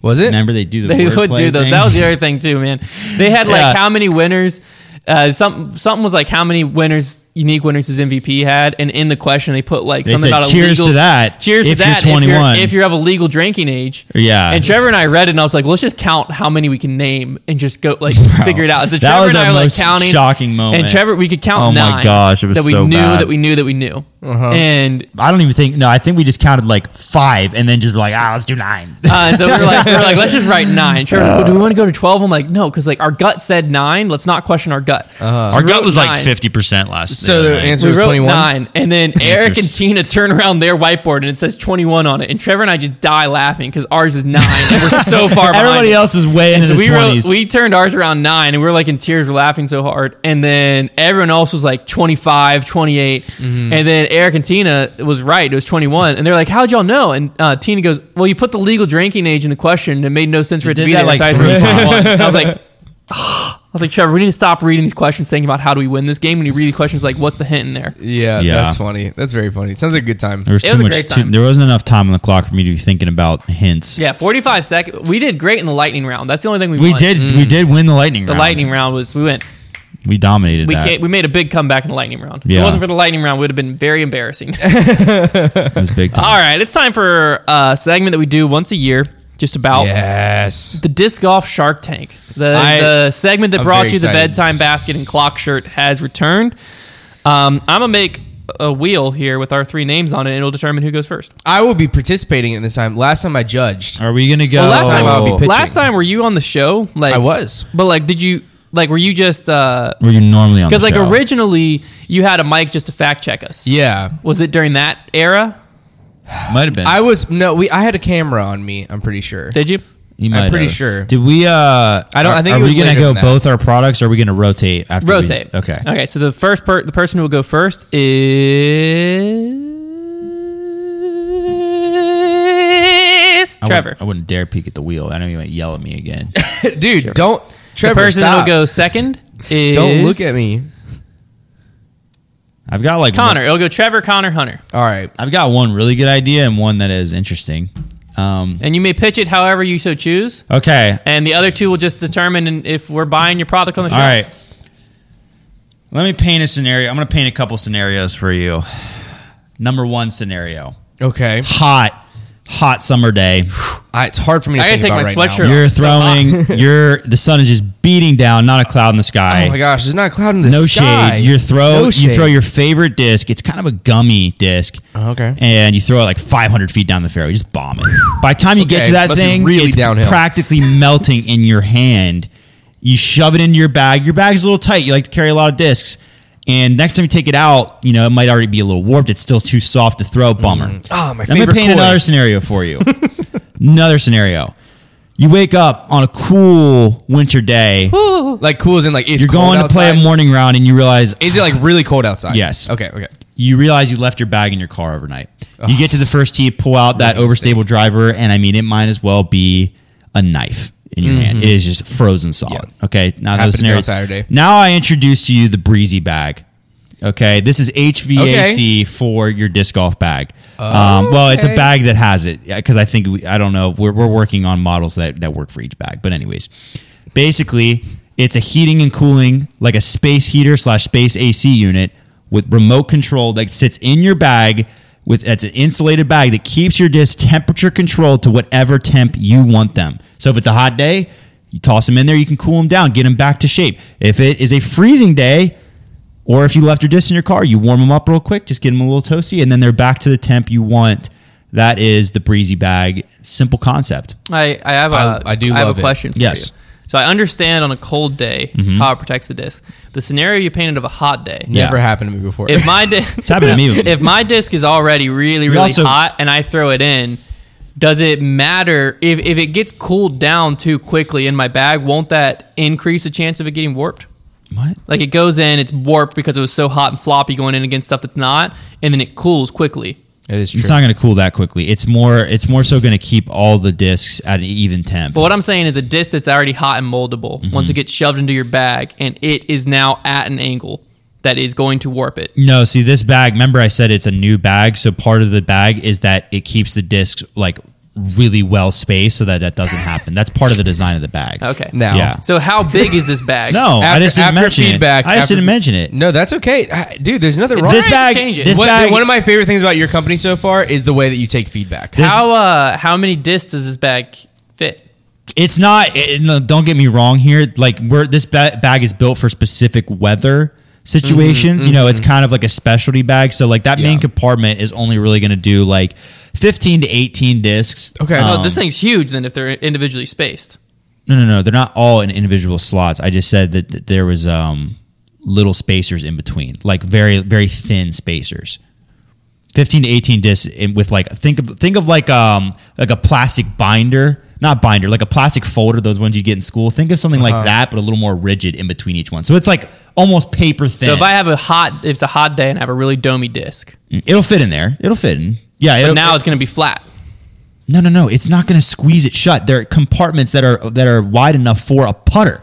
Speaker 2: Was it?
Speaker 3: Remember they do the
Speaker 1: They would
Speaker 3: wordplay
Speaker 1: do those.
Speaker 3: thing?
Speaker 1: That was the other thing too, man. They had like
Speaker 3: Yeah.
Speaker 1: how many winners? Uh, some something was like how many winners, unique winners his MVP had, and in the question they put like
Speaker 3: They
Speaker 1: something
Speaker 3: said,
Speaker 1: about
Speaker 3: "Cheers
Speaker 1: illegal,
Speaker 3: to that,
Speaker 1: Cheers
Speaker 3: if
Speaker 1: to
Speaker 3: you're
Speaker 1: that.
Speaker 3: 21.
Speaker 1: If, you're, if you're of a legal drinking age.
Speaker 3: Yeah.
Speaker 1: And Trevor and I read it, and I was like, let's just count how many we can name and just go like figure it out. And so
Speaker 3: that
Speaker 1: Trevor
Speaker 3: was
Speaker 1: and I
Speaker 3: our
Speaker 1: were like
Speaker 3: most
Speaker 1: counting.
Speaker 3: shocking moment.
Speaker 1: And Trevor, we could count
Speaker 3: Oh my
Speaker 1: nine.
Speaker 3: gosh, it was
Speaker 1: that we
Speaker 3: so
Speaker 1: knew
Speaker 3: bad.
Speaker 1: that we knew that we knew.
Speaker 2: Uh-huh.
Speaker 1: And
Speaker 3: I don't even think. No, I think we just counted like five, and then just like, ah, let's do nine.
Speaker 1: Uh, and so we were like, we were like, let's just write nine. Trevor's like, well, do we want to go to twelve? I'm like, no, because like our gut said nine. Let's not question our gut. So
Speaker 3: Our
Speaker 1: we
Speaker 3: gut
Speaker 1: wrote
Speaker 3: was like
Speaker 1: nine.
Speaker 3: fifty percent last.
Speaker 2: Uh-huh. So
Speaker 3: the
Speaker 2: the
Speaker 3: other night.
Speaker 2: answer
Speaker 1: We
Speaker 2: was
Speaker 1: wrote
Speaker 2: 21?
Speaker 1: nine, and then Eric and
Speaker 3: Answers.
Speaker 1: Tina turn around their whiteboard, and it says twenty-one on it. And Trevor and I just die laughing because ours is nine, and we're so far. behind
Speaker 3: Everybody
Speaker 1: it.
Speaker 3: else is way
Speaker 1: And so
Speaker 3: into the
Speaker 1: we wrote,
Speaker 3: twenties.
Speaker 1: we turned ours around nine, and we were like in tears, we're laughing so hard. And then everyone else was like 25, 28.
Speaker 3: Mm-hmm.
Speaker 1: And then Eric and Tina was right; it was twenty one. And they're like, "How'd y'all know?" And uh, Tina goes, "Well, you put the legal drinking age in the question, and it made no sense for it to
Speaker 3: did
Speaker 1: be
Speaker 3: that,
Speaker 1: there."
Speaker 3: like,
Speaker 1: so I just
Speaker 3: three
Speaker 1: wrote
Speaker 3: times.
Speaker 1: 21. And I was like. "Ah." I was like, Trevor, we need to stop reading these questions, thinking about how do we win this game. And you read the questions like, what's the hint in there?
Speaker 2: Yeah,
Speaker 3: Yeah.
Speaker 2: that's funny. That's very funny. It sounds like a good time.
Speaker 3: There was,
Speaker 1: It
Speaker 3: too
Speaker 1: was a
Speaker 3: much,
Speaker 1: great
Speaker 3: Too,
Speaker 1: time.
Speaker 3: there wasn't enough time on the clock for me to be thinking about hints.
Speaker 1: Yeah, 45 seconds. We did great in the lightning round. That's the only thing we
Speaker 3: We
Speaker 1: won.
Speaker 3: did. We did win the lightning.
Speaker 1: Mm. The
Speaker 3: round.
Speaker 1: lightning round was, we went
Speaker 3: We dominated
Speaker 1: We
Speaker 3: that.
Speaker 1: can't, we made a big comeback in the lightning round. If
Speaker 3: Yeah.
Speaker 1: it wasn't for the lightning round, it would have been very embarrassing.
Speaker 3: It was big time.
Speaker 1: All right, it's time for a segment that we do once a year, just about
Speaker 2: Yes.
Speaker 1: the disc golf Shark Tank. The,
Speaker 2: I-
Speaker 1: the segment that
Speaker 2: I'm
Speaker 1: brought
Speaker 2: very
Speaker 1: you the
Speaker 2: excited.
Speaker 1: bedtime basket and clock shirt has returned. Um, I'm gonna make a wheel here with our three names on it, and it'll determine who goes first.
Speaker 2: I will be participating in this time. Last time I judged.
Speaker 3: Are we gonna go?
Speaker 1: Well, last time
Speaker 2: Oh, I would be pitching.
Speaker 1: Last time, were you on the show? Like
Speaker 2: I was.
Speaker 1: but like, did you like? Were you just because
Speaker 3: were you normally on? the
Speaker 1: like
Speaker 3: show?
Speaker 1: originally you had a mic just to fact check us?
Speaker 2: Yeah.
Speaker 1: Was it during that era?
Speaker 3: might have been.
Speaker 2: I was no, we I had a camera on me, I'm pretty sure.
Speaker 1: Did you?
Speaker 3: You might
Speaker 2: pretty
Speaker 3: have.
Speaker 2: sure.
Speaker 3: Did we? uh I
Speaker 2: don't- I think
Speaker 3: Are,
Speaker 2: it
Speaker 3: are
Speaker 2: was
Speaker 3: we gonna
Speaker 2: later
Speaker 3: go
Speaker 2: than that.
Speaker 3: both our products? or Are we gonna rotate after? we-
Speaker 1: Rotate.
Speaker 3: okay.
Speaker 1: Okay. So the first per- the person who will go first is
Speaker 3: I
Speaker 1: Trevor.
Speaker 3: Wouldn't, I wouldn't dare peek at the wheel. I know you might yell at me again.
Speaker 2: Dude, don't
Speaker 1: the
Speaker 2: Trevor
Speaker 1: person who will
Speaker 2: stop.
Speaker 1: go second is
Speaker 2: Don't look at me.
Speaker 3: I've got like
Speaker 1: Connor. It'll go Trevor, Connor, Hunter,
Speaker 2: All right.
Speaker 3: I've got one really good idea and one that is interesting. Um,
Speaker 1: and you may pitch it however you so choose.
Speaker 3: okay.
Speaker 1: And the other two will just determine if we're buying your product on the show.
Speaker 3: All right. Let me paint a scenario. I'm going to paint a couple scenarios for you. Number one scenario
Speaker 2: Okay.
Speaker 3: hot, hot summer day.
Speaker 2: I, it's hard for me to
Speaker 1: I gotta
Speaker 2: think
Speaker 1: take
Speaker 2: about
Speaker 1: my
Speaker 2: right now.
Speaker 1: sweatshirt
Speaker 3: You're
Speaker 1: It's so
Speaker 2: uh,
Speaker 1: hot.
Speaker 3: throwing, you're, the sun is just beating down, not a cloud in the sky.
Speaker 2: Oh my gosh, there's not a cloud in the
Speaker 3: no
Speaker 2: sky.
Speaker 3: shade. You throw
Speaker 2: No
Speaker 3: you throw
Speaker 2: shade.
Speaker 3: your favorite disc. It's kind of a gummy disc.
Speaker 2: Oh, okay.
Speaker 3: And you throw it like 500 feet down the fairway. You just bomb it. By the time you get
Speaker 2: Okay,
Speaker 3: to that
Speaker 2: must be
Speaker 3: thing,
Speaker 2: really
Speaker 3: it's
Speaker 2: downhill.
Speaker 3: practically melting in your hand. You shove it into your bag. Your bag's a little tight. You like to carry a lot of discs. And next time you take it out, you know it might already be a little warped. It's still too soft to throw. Bummer.
Speaker 2: Oh, my
Speaker 3: I'm gonna
Speaker 2: favorite
Speaker 3: paint
Speaker 2: koi.
Speaker 3: another scenario for you. another scenario. You wake up on a cool winter day.
Speaker 2: Like cool as in like it's
Speaker 3: You're
Speaker 2: cold
Speaker 3: going to play a
Speaker 2: outside?
Speaker 3: morning round, and you realize
Speaker 2: Is it like really cold outside?
Speaker 3: Yes.
Speaker 2: Okay. Okay.
Speaker 3: you realize you left your bag in your car overnight. You get to the first tee, pull out that
Speaker 2: Really
Speaker 3: overstable driver, and I mean, it might as well be a knife in your hand. It is just frozen solid.
Speaker 2: Mm-hmm. Yeah.
Speaker 3: Okay, now
Speaker 2: Happened
Speaker 3: those
Speaker 2: to me on
Speaker 3: scenarios.
Speaker 2: Saturday.
Speaker 3: Now I introduce to you the breezy bag. Okay, this is HVAC for your disc golf bag.
Speaker 2: Oh.
Speaker 3: um, well, it's a
Speaker 2: Okay.
Speaker 3: bag that has it because I think we, I don't know. We're, we're working on models that that work for each bag. But anyways, basically, it's a heating and cooling like a space heater slash space AC unit with remote control that sits in your bag. With that's an insulated bag that keeps your disc temperature controlled to whatever temp you want them. So if it's a hot day, you toss them in there. You can cool them down, get them back to shape. If it is a freezing day, or if you left your disc in your car, you warm them up real quick, just get them a little toasty, and then they're back to the temp you want. That is the breezy bag. Simple concept.
Speaker 1: I, I have a
Speaker 2: I- I do
Speaker 1: I have
Speaker 2: love
Speaker 1: a
Speaker 2: it. Mm-hmm.
Speaker 1: question for
Speaker 3: Yes.
Speaker 1: you. So I understand on a cold day how it protects the disc. The scenario you painted of a hot day.
Speaker 3: Yeah.
Speaker 2: Never happened to me before.
Speaker 1: If my di-
Speaker 3: It's happened to me.
Speaker 1: if my disc is already really really
Speaker 3: also-
Speaker 1: hot and I throw it in, does it matter if if it gets cooled down too quickly in my bag? Won't that increase the chance of it getting warped?
Speaker 3: what?
Speaker 1: Like it goes in, it's warped because it was so hot and floppy going in against stuff that's not, and then it cools quickly.
Speaker 2: it is true.
Speaker 3: It's not going to cool that quickly. It's more. It's more so going to keep all the discs at an even temp.
Speaker 1: But what I'm saying is a disc that's already hot and moldable,
Speaker 3: Mm-hmm.
Speaker 1: once it gets shoved into your bag and it is now at an angle that is going to warp it.
Speaker 3: No, see this bag. Remember, I said it's a new bag. So part of the bag is that it keeps the discs like really well spaced, so that that doesn't happen. That's part of the design of the bag.
Speaker 1: Okay.
Speaker 2: now.
Speaker 3: Yeah.
Speaker 1: So how big is this bag?
Speaker 3: No, I
Speaker 2: After-
Speaker 3: just didn't
Speaker 2: after
Speaker 3: mention
Speaker 2: feedback,
Speaker 3: it. I just
Speaker 2: after
Speaker 3: didn't
Speaker 2: fe-
Speaker 3: mention it.
Speaker 2: No, that's okay, I- dude. There's nothing wrong.
Speaker 3: This
Speaker 1: Right,
Speaker 3: bag.
Speaker 1: change it.
Speaker 3: This
Speaker 2: What-
Speaker 3: bag.
Speaker 2: one of my favorite things about your company so far is the way that you take feedback.
Speaker 3: This-
Speaker 1: How uh how many discs does this bag fit?
Speaker 3: it's not. it- no, don't get me wrong here. Like we're this ba- bag is built for specific weather situations. You know, it's kind of like a specialty bag. So like that main
Speaker 2: Mm-hmm, Yeah.
Speaker 3: compartment is only really going to do like fifteen to eighteen discs.
Speaker 2: Okay.
Speaker 1: No,
Speaker 2: Um,
Speaker 1: this thing's huge then if they're individually spaced.
Speaker 3: No, no, no. They're not all in individual slots. I just said that, that there was um, little spacers in between, like very, very thin spacers. Fifteen to eighteen discs in- with like think of think of like um like a plastic binder, not binder, like a plastic folder. Those ones you get in school. Think of something like that, but a little more rigid in between each one. So it's like almost paper thin.
Speaker 1: So if I have a hot if it's a hot day and I have a really domey disc,
Speaker 3: Mm, it'll fit in there. It'll fit in. Yeah.
Speaker 1: but
Speaker 3: it'll-
Speaker 1: now it's gonna be flat.
Speaker 3: no, no, no. It's not going to squeeze it shut. There are compartments that are that are wide enough for a putter.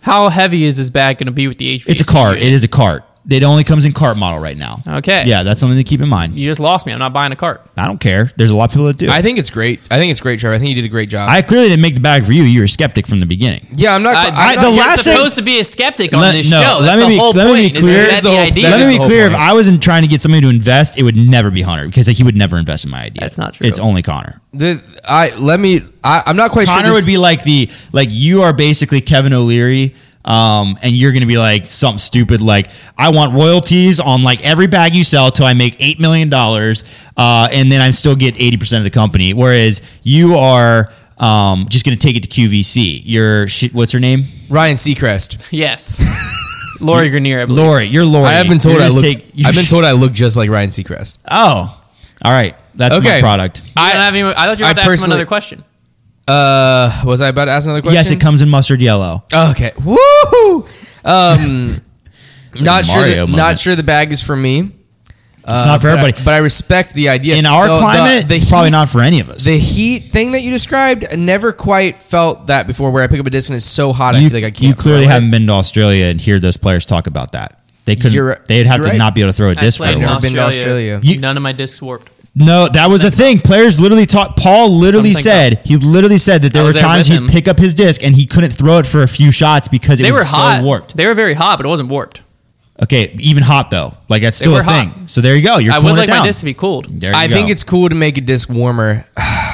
Speaker 1: How heavy is this bag gonna be with the HVAC?
Speaker 3: It's a cart.
Speaker 1: unit?
Speaker 3: It is a cart. It only comes in cart model right now.
Speaker 1: Okay.
Speaker 3: Yeah, that's something to keep in mind.
Speaker 1: You just lost me. I'm not buying a cart.
Speaker 3: I don't care. There's a lot of people that do.
Speaker 2: I
Speaker 3: I,
Speaker 2: think it's great. I think it's great, Trevor. I think you did a great job.
Speaker 3: clearly didn't make the bag for you. You were a skeptic from the beginning.
Speaker 2: yeah, I'm not.
Speaker 1: I-
Speaker 2: I'm
Speaker 1: I-
Speaker 2: not
Speaker 3: the
Speaker 2: here
Speaker 1: You're
Speaker 3: last
Speaker 2: to-
Speaker 3: thing-
Speaker 1: supposed to be a skeptic on
Speaker 3: Let-
Speaker 1: this
Speaker 3: no,
Speaker 1: show.
Speaker 3: let
Speaker 1: That's
Speaker 3: me
Speaker 1: the
Speaker 3: be-
Speaker 1: whole
Speaker 3: let me be
Speaker 1: point. is
Speaker 3: clear.
Speaker 1: That's
Speaker 2: That's
Speaker 1: the
Speaker 2: the whole
Speaker 1: idea.
Speaker 2: point.
Speaker 3: Let
Speaker 2: is the
Speaker 3: me be
Speaker 2: whole
Speaker 3: clear. If
Speaker 2: point.
Speaker 3: I was in trying to get somebody to invest, it would never be Hunter because like, he would never invest in my idea.
Speaker 1: That's not true.
Speaker 3: It's only Connor.
Speaker 2: the, I let me. I, I'm not quite sure.
Speaker 3: Connor
Speaker 2: this-
Speaker 3: would be like the like you are basically Kevin O'Leary. Um, and you're gonna be like something stupid like I want royalties on like every bag you sell till I make eight million dollars, uh, and then I still get eighty percent of the company. Whereas you are um, just gonna take it to QVC. Your shit, what's her name?
Speaker 2: Ryan Seacrest.
Speaker 1: Yes. Lori Grenier, I believe.
Speaker 3: Lori. You're Lori.
Speaker 2: I have been told
Speaker 3: You're
Speaker 2: I
Speaker 3: just
Speaker 2: look.
Speaker 3: take- you're
Speaker 2: I've been
Speaker 3: sh-
Speaker 2: told I look just like Ryan Seacrest.
Speaker 3: Oh, all right. That's my
Speaker 2: Okay.
Speaker 3: product.
Speaker 1: I don't have any. I thought you were
Speaker 2: I
Speaker 1: about to ask him
Speaker 2: personally-
Speaker 1: another question.
Speaker 2: Uh, was I about to ask another question?
Speaker 3: Yes, it comes in mustard yellow.
Speaker 2: Okay. Woo! Um,
Speaker 3: a
Speaker 2: not sure.
Speaker 3: Mario
Speaker 2: The,
Speaker 3: moment.
Speaker 2: not sure the bag is for me.
Speaker 3: It's not for
Speaker 2: Uh, but I-
Speaker 3: everybody.
Speaker 2: but I, respect the idea.
Speaker 3: in our
Speaker 2: Though the-
Speaker 3: climate,
Speaker 2: the
Speaker 3: it's probably
Speaker 2: heat-
Speaker 3: not for any of us.
Speaker 2: The heat thing that you described, I never quite felt that before. Where I pick up a disc and it's so hot, I
Speaker 3: you,
Speaker 2: feel like I can't.
Speaker 3: you clearly
Speaker 2: throw it.
Speaker 3: haven't been to Australia and hear those players talk about that. They couldn't.
Speaker 2: You're-
Speaker 3: they'd have to
Speaker 2: you're right.
Speaker 3: not be able to throw a
Speaker 1: I
Speaker 3: disc for
Speaker 1: played
Speaker 3: a
Speaker 1: in
Speaker 2: Never
Speaker 3: while.
Speaker 2: been to Australia.
Speaker 3: You-
Speaker 1: None of my discs warped.
Speaker 3: No, that was the thing. Players literally taught. Paul literally
Speaker 1: Something
Speaker 3: said he literally said that there
Speaker 1: I was
Speaker 3: were
Speaker 1: there
Speaker 3: times
Speaker 1: with
Speaker 3: he'd
Speaker 1: him.
Speaker 3: pick up his disc and he couldn't throw it for a few shots because it
Speaker 1: They
Speaker 3: was
Speaker 1: were
Speaker 3: so
Speaker 1: hot.
Speaker 3: warped.
Speaker 1: They were very hot, but it wasn't warped.
Speaker 3: Okay, even hot though, like that's still
Speaker 1: were
Speaker 3: a thing.
Speaker 1: hot.
Speaker 3: So there you go. You're
Speaker 1: I
Speaker 3: cooling
Speaker 1: would like
Speaker 3: it
Speaker 1: my
Speaker 3: down.
Speaker 1: disc to be cooled.
Speaker 3: There you
Speaker 2: I
Speaker 3: go.
Speaker 2: think it's cool to make a disc warmer,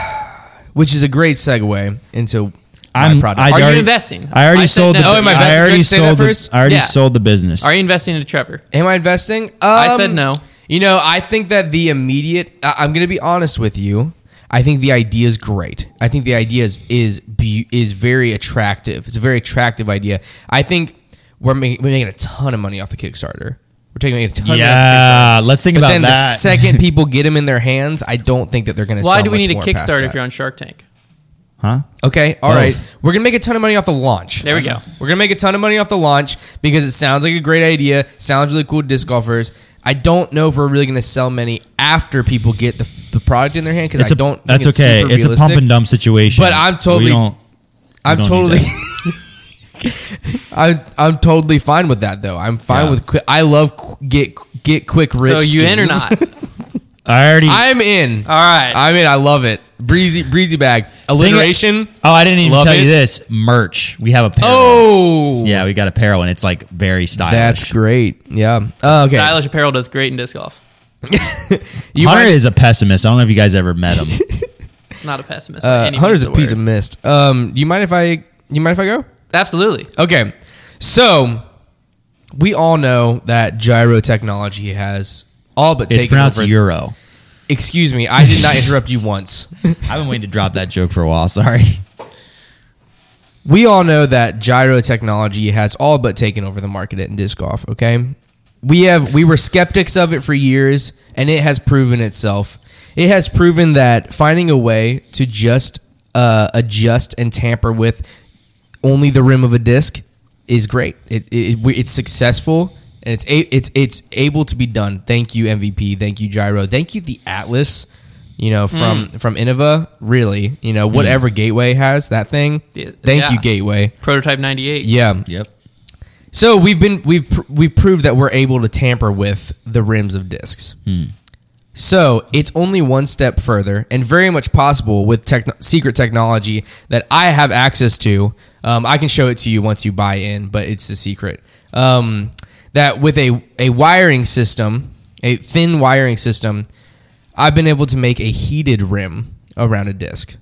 Speaker 2: which is a great segue into
Speaker 3: I'm.
Speaker 2: my product.
Speaker 3: I
Speaker 1: Are you
Speaker 3: already-
Speaker 1: investing?
Speaker 3: I already
Speaker 1: I said
Speaker 3: sold.
Speaker 1: no.
Speaker 3: The,
Speaker 1: Oh, am I
Speaker 3: I
Speaker 2: investing? Did
Speaker 3: already
Speaker 2: I say that
Speaker 3: sold. The,
Speaker 2: first?
Speaker 3: I already
Speaker 1: Yeah.
Speaker 3: sold the business.
Speaker 1: Are you investing into Trevor?
Speaker 2: Am I investing?
Speaker 1: I said
Speaker 2: Um,
Speaker 1: no.
Speaker 2: You know, I think that the immediate. I, I'm going to be honest with you. I think the idea is great. I think the idea is is be, is very attractive. It's a very attractive idea. I think we're, making we're making a ton of money off the Kickstarter. We're taking a ton. of money off
Speaker 3: Yeah, let's think
Speaker 2: the Kickstarter. But
Speaker 3: about
Speaker 2: then
Speaker 3: that.
Speaker 2: the second people get them in their hands, I don't think that they're going to.
Speaker 1: Why
Speaker 2: sell
Speaker 1: do we
Speaker 2: much
Speaker 1: need a
Speaker 2: more past
Speaker 1: Kickstarter
Speaker 2: that.
Speaker 1: if you're on Shark Tank?
Speaker 3: huh?
Speaker 2: Okay, all
Speaker 3: Both.
Speaker 2: right. We're gonna make a ton of money off the launch.
Speaker 1: There we go.
Speaker 2: We're gonna make a ton of money off the launch because it sounds like a great idea. Sounds really cool to disc golfers. I don't know if we're really gonna sell many after people get the, the product in their hand because I
Speaker 3: a-
Speaker 2: don't. Think
Speaker 3: That's
Speaker 2: it's
Speaker 3: okay.
Speaker 2: Super
Speaker 3: it's a
Speaker 2: realistic.
Speaker 3: pump and dump situation.
Speaker 2: But I'm
Speaker 3: We
Speaker 2: totally-
Speaker 3: don't-
Speaker 2: I'm
Speaker 3: don't need
Speaker 2: totally. I'm I'm totally fine with that though. I'm fine
Speaker 3: Yeah.
Speaker 2: with. Qui- I love qu- get get quick rich.
Speaker 1: so you in or
Speaker 2: schemes.
Speaker 1: not? All
Speaker 3: I already.
Speaker 2: I'm in.
Speaker 1: right.
Speaker 2: I'm in. I love it. Breezy breezy bag alliteration.
Speaker 3: oh, I didn't even
Speaker 2: Love
Speaker 3: tell
Speaker 2: it.
Speaker 3: you this. Merch. We have a apparel.
Speaker 2: Oh
Speaker 3: yeah, we got apparel, and it's like very stylish.
Speaker 2: That's great. Yeah. Uh, okay.
Speaker 1: Stylish apparel does great in disc golf.
Speaker 2: You
Speaker 3: Hunter
Speaker 2: might-
Speaker 3: is a pessimist. I don't know if you guys ever met him.
Speaker 1: Not a pessimist.
Speaker 2: Uh, Hunter's a piece of mist. Um, you mind if I? You mind if I go?
Speaker 1: Absolutely.
Speaker 2: Okay. So we all know that gyro technology has all but
Speaker 3: it's
Speaker 2: taken
Speaker 3: pronounced
Speaker 2: over.
Speaker 3: Euro.
Speaker 2: Excuse me, I did not interrupt you once.
Speaker 3: I've been waiting to drop that joke for a while. Sorry.
Speaker 2: We all know that gyro technology has all but taken over the market in disc golf. Okay, we have we were skeptics of it for years, and it has proven itself. It has proven that finding a way to just uh, adjust and tamper with only the rim of a disc is great. It, it, it it's successful and it's a, it's it's able to be done. Thank you MVP. Thank you Gyro. Thank you the Atlas. You know from from Innova. Really, you know whatever Gateway has that thing.
Speaker 1: Yeah.
Speaker 2: Thank
Speaker 1: Yeah.
Speaker 2: you Gateway.
Speaker 1: Prototype 98.
Speaker 2: Yeah.
Speaker 3: Yep.
Speaker 2: So we've been we've pr- we've proved that we're able to tamper with the rims of discs. So it's only one step further, and very much possible with techno- secret technology that I have access to. Um, I can show it to you once you buy in, but it's a secret. Um, that with a a wiring system, a thin wiring system, I've been able to make a heated rim around a disc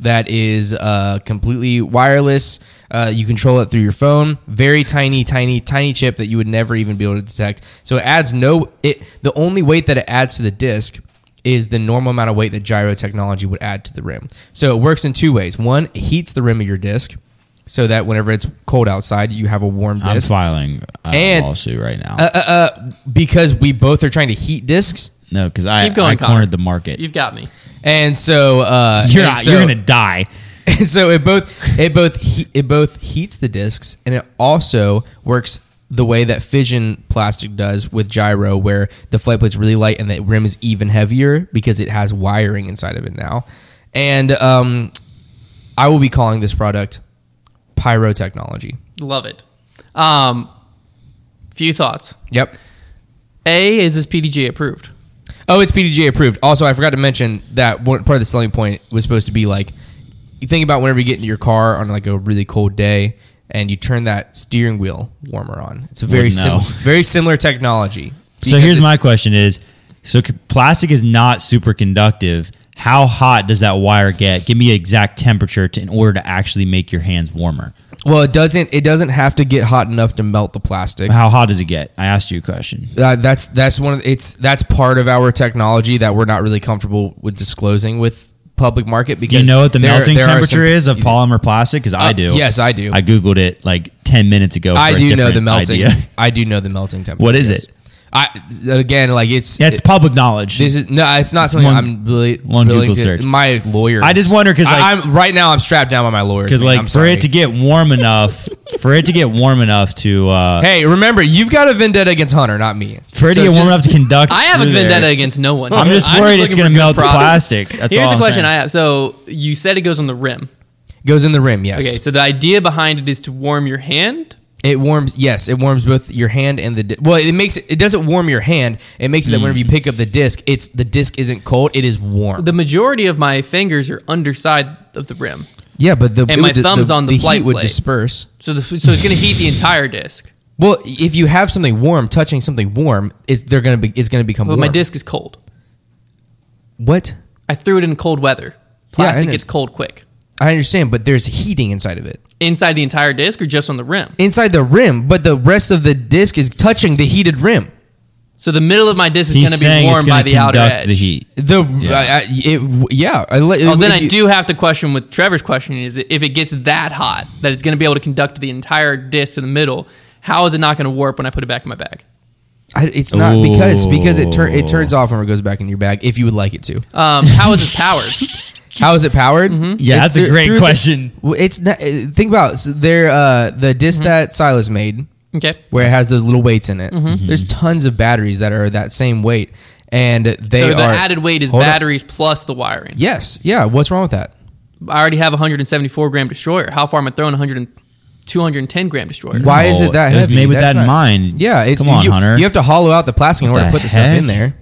Speaker 2: that is uh, completely wireless. Uh, you control it through your phone. Very tiny, tiny, tiny chip that you would never even be able to detect. So it adds no. It the only weight that it adds to the disc is the normal amount of weight that gyro technology would add to the rim. So it works in two ways. One, it heats the rim of your disc so that whenever it's cold outside, you have a warm
Speaker 3: I'm
Speaker 2: disc.
Speaker 3: filing a
Speaker 2: And-
Speaker 3: lawsuit right now.
Speaker 2: Uh, uh, uh, because we both are trying to heat discs,
Speaker 3: no, because I,
Speaker 1: Keep going,
Speaker 3: I cornered
Speaker 1: Connor.
Speaker 3: the market.
Speaker 1: You've got me.
Speaker 2: and so uh,
Speaker 3: You're
Speaker 2: and
Speaker 3: not,
Speaker 2: so-
Speaker 3: you're gonna die.
Speaker 2: and so it both it both he, it both heats the discs and it also works the way that fission plastic does with gyro where the flight plate's really light and the rim is even heavier because it has wiring inside of it now and um, i will be calling this product pyrotechnology
Speaker 1: Love it. Um, few thoughts.
Speaker 2: yep
Speaker 1: A is this PDG approved?
Speaker 2: Oh, it's PDG approved. Also, I forgot to mention that one part of the selling point was supposed to be like you think about whenever you get into your car on like a really cold day and you turn that steering wheel warmer on. It's a very
Speaker 3: Wouldn't know.
Speaker 2: similar, very similar technology.
Speaker 3: So
Speaker 2: Because
Speaker 3: here's
Speaker 2: it-
Speaker 3: my question: Is so c- plastic is not superconductive. How hot does that wire get? Give me an exact temperature to, in order to actually make your hands warmer.
Speaker 2: well, it doesn't it doesn't have to get hot enough to melt the plastic.
Speaker 3: How hot does it get? I asked you a question.
Speaker 2: Uh, that's that's one of it's that's part of our technology that we're not really comfortable with disclosing with public market
Speaker 3: Do
Speaker 2: because
Speaker 3: you know what the
Speaker 2: there-
Speaker 3: melting
Speaker 2: there are
Speaker 3: temperature
Speaker 2: some-
Speaker 3: is of polymer plastic? Because I
Speaker 2: Uh,
Speaker 3: do.
Speaker 2: yes, I do.
Speaker 3: I googled it like ten minutes ago.
Speaker 2: I
Speaker 3: for a
Speaker 2: do know the
Speaker 3: different
Speaker 2: melting.
Speaker 3: idea.
Speaker 2: I do know the melting temperature.
Speaker 3: What is
Speaker 2: yes.
Speaker 3: it?
Speaker 2: I again like it's
Speaker 3: Yeah, it's public knowledge.
Speaker 2: This is no, it's not something
Speaker 3: One-
Speaker 2: I'm really
Speaker 3: one
Speaker 2: willing
Speaker 3: Google
Speaker 2: to.
Speaker 3: search.
Speaker 2: My lawyer.
Speaker 3: I just wonder 'cause, like-
Speaker 2: I- I'm right now I'm strapped down by my lawyer
Speaker 3: Because like
Speaker 2: I'm
Speaker 3: for
Speaker 2: sorry.
Speaker 3: it to get warm enough, for it to get warm enough to uh,
Speaker 2: Hey, remember you've got a vendetta against Hunter, not me.
Speaker 3: for it
Speaker 2: So
Speaker 3: to get
Speaker 2: just-
Speaker 3: warm enough to conduct.
Speaker 1: I have a
Speaker 3: through there.
Speaker 1: vendetta against no one.
Speaker 3: I'm just worried it's
Speaker 1: looking for
Speaker 3: going to
Speaker 1: good
Speaker 3: melt the
Speaker 1: products.
Speaker 3: plastic. That's
Speaker 1: Here's
Speaker 3: all
Speaker 1: a
Speaker 3: I'm
Speaker 1: question
Speaker 3: saying.
Speaker 1: I have. So you said it goes on the rim.
Speaker 2: goes in the rim. Yes.
Speaker 1: Okay, so the idea behind it is to warm your hand.
Speaker 2: It warms. Yes, it warms both your hand and the. Di- well, it makes it, it doesn't warm your hand. It makes it that
Speaker 3: Hmm.
Speaker 2: whenever you pick up the disc, it's the disc isn't cold. It is warm.
Speaker 1: The majority of my fingers are underside of the rim,
Speaker 2: yeah, but the
Speaker 1: and
Speaker 2: it
Speaker 1: my
Speaker 2: would di-
Speaker 1: thumb's on the
Speaker 2: the
Speaker 1: flight
Speaker 2: heat would
Speaker 1: plate.
Speaker 2: disperse.
Speaker 1: so the, so it's going to heat the entire disc.
Speaker 2: Well, if you have something warm touching something warm, it's they're gonna be. It's gonna become.
Speaker 1: But
Speaker 2: warm.
Speaker 1: my disc is cold.
Speaker 2: What?
Speaker 1: I threw it in cold weather. Plastic
Speaker 2: know.
Speaker 1: gets cold quick.
Speaker 2: I understand, but there's heating inside of it.
Speaker 1: Inside the entire disc or just on the rim?
Speaker 2: inside the rim, but the rest of the disc is touching the heated rim.
Speaker 1: So the middle of my disc
Speaker 3: He's
Speaker 1: is going to
Speaker 3: saying
Speaker 1: be
Speaker 3: it's
Speaker 1: warmed by
Speaker 3: going to
Speaker 1: the outer
Speaker 3: conduct
Speaker 1: edge.
Speaker 3: the heat.
Speaker 2: The yeah,
Speaker 3: Yeah.
Speaker 2: I, I- it, yeah. I let-
Speaker 1: Oh, then I
Speaker 2: if you-
Speaker 1: do have to question with Trevor's question is if it gets that hot that it's going to be able to conduct the entire disc in the middle, how is it not going to warp when I put it back in my bag?
Speaker 2: I, it's not because because it turn
Speaker 3: Ooh.
Speaker 2: it turns
Speaker 1: Oh.
Speaker 2: off and it goes back in your bag if you would like it to.
Speaker 1: Um, how is this powered?
Speaker 2: How is it powered?
Speaker 1: Mm-hmm.
Speaker 3: Yeah,
Speaker 2: It's
Speaker 3: that's a
Speaker 2: through-
Speaker 3: great
Speaker 2: through the-
Speaker 3: question.
Speaker 2: Well, it's not, uh, think about so there uh, the disk
Speaker 1: Mm-hmm.
Speaker 2: that Silas made
Speaker 1: Okay.
Speaker 2: where it has those little weights in it.
Speaker 1: Mm-hmm.
Speaker 2: There's tons of batteries that are that same weight, and they
Speaker 1: so the
Speaker 2: are
Speaker 1: added weight is
Speaker 2: Hold on.
Speaker 1: batteries plus the wiring.
Speaker 2: Yes, yeah. What's wrong with that?
Speaker 1: I already have a 174 gram destroyer. How far am I throwing a 100 and 210 gram destroyer?
Speaker 2: Why is
Speaker 3: No,
Speaker 2: it that
Speaker 3: it was
Speaker 2: heavy?
Speaker 3: made with
Speaker 2: That's
Speaker 3: that in mind.
Speaker 2: Yeah, it's
Speaker 3: Come on,
Speaker 2: you,
Speaker 3: Hunter.
Speaker 2: You have to hollow out the plastic in order to
Speaker 3: the
Speaker 2: put the stuff
Speaker 3: heck?
Speaker 2: in there.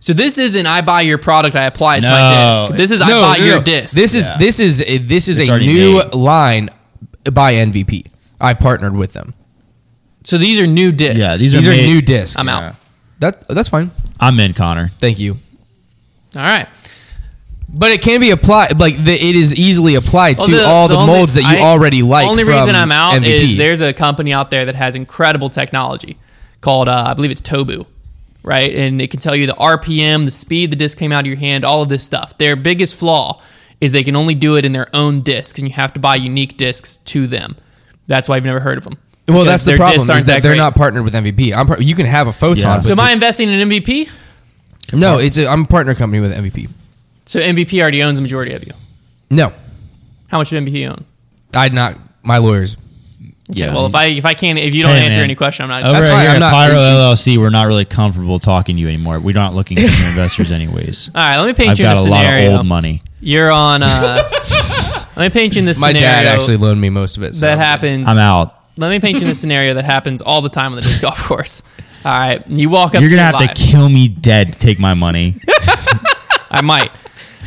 Speaker 1: So this isn't I buy your product, I apply it to my
Speaker 3: No.
Speaker 1: disc. This is I
Speaker 2: No,
Speaker 1: buy
Speaker 2: no,
Speaker 1: your
Speaker 2: no.
Speaker 1: disc.
Speaker 2: This is
Speaker 3: Yeah.
Speaker 2: this is a, this is
Speaker 3: It's
Speaker 2: a
Speaker 3: already
Speaker 2: new
Speaker 3: made.
Speaker 2: line by NVP. I partnered with them.
Speaker 1: so these are new discs.
Speaker 3: Yeah,
Speaker 2: These,
Speaker 3: These
Speaker 2: are,
Speaker 3: are made-
Speaker 2: new discs.
Speaker 1: I'm out.
Speaker 2: That that's fine.
Speaker 3: I'm in, Connor.
Speaker 2: Thank you.
Speaker 1: All right.
Speaker 2: But it can be applied like the, it is easily applied
Speaker 1: Well,
Speaker 2: to all the,
Speaker 1: Oh, only-
Speaker 2: molds that you
Speaker 1: I-
Speaker 2: already like.
Speaker 1: Only
Speaker 2: from
Speaker 1: reason I'm out
Speaker 2: MVP.
Speaker 1: is there's a company out there that has incredible technology called uh, I believe it's Tobu, right? And it can tell you the RPM, the speed the disc came out of your hand, all of this stuff. Their biggest flaw is they can only do it in their own discs, and you have to buy unique discs to them. That's why I've never heard of them.
Speaker 2: well,
Speaker 1: Because
Speaker 2: that's the
Speaker 1: their
Speaker 2: problem
Speaker 1: discs
Speaker 2: is
Speaker 1: aren't
Speaker 2: that, they're
Speaker 1: great.
Speaker 2: not partnered with MVP. I'm par- you can have a
Speaker 3: Yeah.
Speaker 2: photon.
Speaker 3: So
Speaker 1: So
Speaker 2: but
Speaker 1: am I investing in MVP?
Speaker 2: no, it's a, I'm a partner company with MVP.
Speaker 1: So MVP already owns the majority of you.
Speaker 2: No,
Speaker 1: How much did MVP own?
Speaker 2: I'd not my lawyers.
Speaker 1: Okay,
Speaker 3: Yeah.
Speaker 1: well, if I if I can't if you don't
Speaker 3: Hey,
Speaker 1: answer
Speaker 3: man.
Speaker 1: any question, I'm not.
Speaker 3: Over
Speaker 2: That's
Speaker 3: here
Speaker 2: why I'm
Speaker 3: at
Speaker 2: not-
Speaker 3: Pyro
Speaker 2: you-
Speaker 3: LLC, we're not really comfortable talking to you anymore. We're not looking for new investors, anyways.
Speaker 1: All right, let me paint
Speaker 3: I've
Speaker 1: you in a
Speaker 3: got a lot
Speaker 1: scenario.
Speaker 3: of old money.
Speaker 1: You're on. Uh, let me paint you in this
Speaker 2: My
Speaker 1: scenario
Speaker 2: dad actually loaned me most of it. So
Speaker 1: that happens.
Speaker 3: I'm out.
Speaker 1: Let me paint you in this scenario that happens all the time on the disc golf course. All right, you walk up.
Speaker 3: You're gonna
Speaker 1: to
Speaker 3: have
Speaker 1: your
Speaker 3: to kill me dead to take my money.
Speaker 1: lie. I might.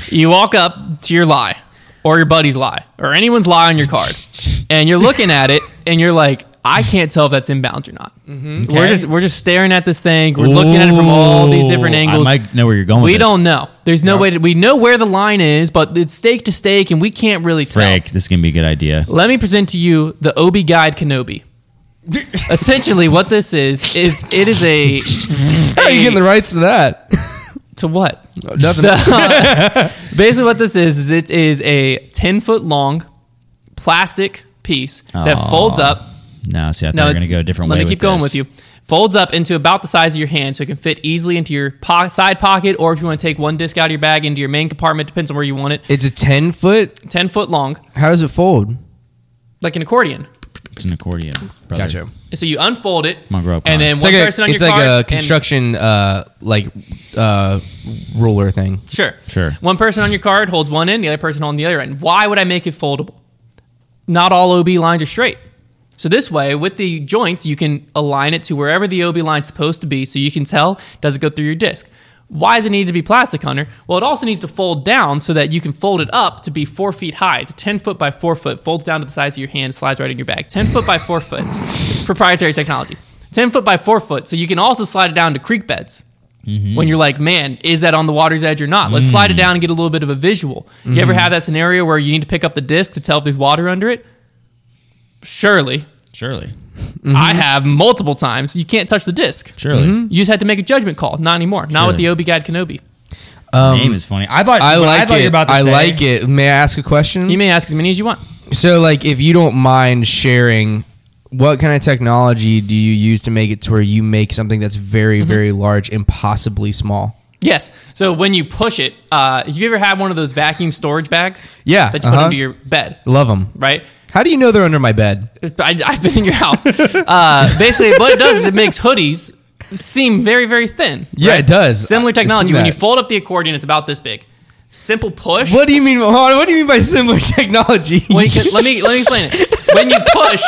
Speaker 1: You walk up to your lie, or your buddy's lie, or anyone's lie on your card, and you're looking at it, and you're like, I can't tell if that's inbound or not. We're
Speaker 3: Mm-hmm. Okay.
Speaker 1: just we're just staring at this thing. We're looking at it from all these different
Speaker 3: Ooh,
Speaker 1: angles.
Speaker 3: I might know where you're going.
Speaker 1: we
Speaker 3: with
Speaker 1: don't know. There's no
Speaker 2: No.
Speaker 1: way to, we know where the line is, but it's stake to stake, and we can't really tell.
Speaker 3: this. Frank. This is gonna be a good idea.
Speaker 1: Let me present to you the Obi Guide Kenobi. Essentially, what this is is it is a
Speaker 2: How are you getting the rights to that?
Speaker 1: to what?
Speaker 3: Oh,
Speaker 2: Nothing.
Speaker 1: Basically, what this is is it is a ten foot long plastic piece that
Speaker 3: Aw.
Speaker 1: folds up.
Speaker 3: No, see, I thought
Speaker 1: No,
Speaker 3: we were gonna go a different
Speaker 1: Let
Speaker 3: way.
Speaker 1: me keep going with
Speaker 3: this.
Speaker 1: you. Folds up into about the size of your hand, so it can fit easily into your po- side pocket, or if you want to take one disc out of your bag into your main compartment, depends on where you want it.
Speaker 2: It's a ten foot.
Speaker 1: Ten foot long,
Speaker 2: How does it fold?
Speaker 1: like an accordion.
Speaker 3: It's an accordion. Brother.
Speaker 2: Gotcha.
Speaker 1: So you unfold it,
Speaker 3: Come on, grow up,
Speaker 1: and then
Speaker 3: Connor.
Speaker 2: It's
Speaker 1: one
Speaker 2: like a,
Speaker 1: person on
Speaker 2: it's
Speaker 1: your
Speaker 2: like
Speaker 1: card
Speaker 2: a
Speaker 1: and-
Speaker 2: construction uh, like uh, ruler thing.
Speaker 1: Sure.
Speaker 3: Sure.
Speaker 1: One person on your card holds one end, the other person on the other end. Why would I make it foldable? Not all OB lines are straight. So this way, with the joints, you can align it to wherever the OB line's supposed to be, so you can tell does it go through your disc. Why does it need to be plastic, Hunter? Well, it also needs to fold down so that you can fold it up to be four feet high. It's ten foot by four foot, folds down to the size of your hand, slides right in your bag. Ten foot by four foot, proprietary technology. Ten foot by four foot, so you can also slide it down to creek beds. When you're like, man, is that on the water's edge or not?
Speaker 2: Mm.
Speaker 1: Let's slide it down and get a little bit of a visual. You ever have that scenario where you need to pick up the disc to tell if there's water under it? Surely,
Speaker 3: Surely.
Speaker 2: Mm-hmm.
Speaker 1: I have multiple times. You can't touch the disc.
Speaker 3: Surely.
Speaker 1: You just had to make a judgment call. Not anymore. Not with the
Speaker 3: Sure.
Speaker 1: Obi Guide Kenobi.
Speaker 3: Name is funny. I thought
Speaker 2: Um, I
Speaker 3: what
Speaker 2: like
Speaker 3: I thought
Speaker 2: it.
Speaker 3: you were about to
Speaker 2: I
Speaker 3: say-
Speaker 2: like it. May I ask a question?
Speaker 1: You may ask as many as you want.
Speaker 2: So, like, if you don't mind sharing, what kind of technology do you use to make it to where you make something that's very,
Speaker 1: Mm-hmm.
Speaker 2: very large impossibly small?
Speaker 1: Yes. So when you push it, uh, have you ever had one of those vacuum storage bags?
Speaker 2: Yeah,
Speaker 1: That you put
Speaker 2: uh-huh.
Speaker 1: under your bed,
Speaker 2: Love them.
Speaker 1: right?
Speaker 2: How do you know they're under my bed?
Speaker 1: I, I've been in your house. uh, basically, what it does is it makes hoodies seem very, very thin.
Speaker 2: Yeah, it does.
Speaker 1: Similar
Speaker 2: I've seen
Speaker 1: technology. When
Speaker 2: that.
Speaker 1: you fold up the accordion, it's about this big. Simple push.
Speaker 2: What do you mean? hold on, What do you mean by similar technology?
Speaker 1: Wait, can- let me let me explain it. When you push,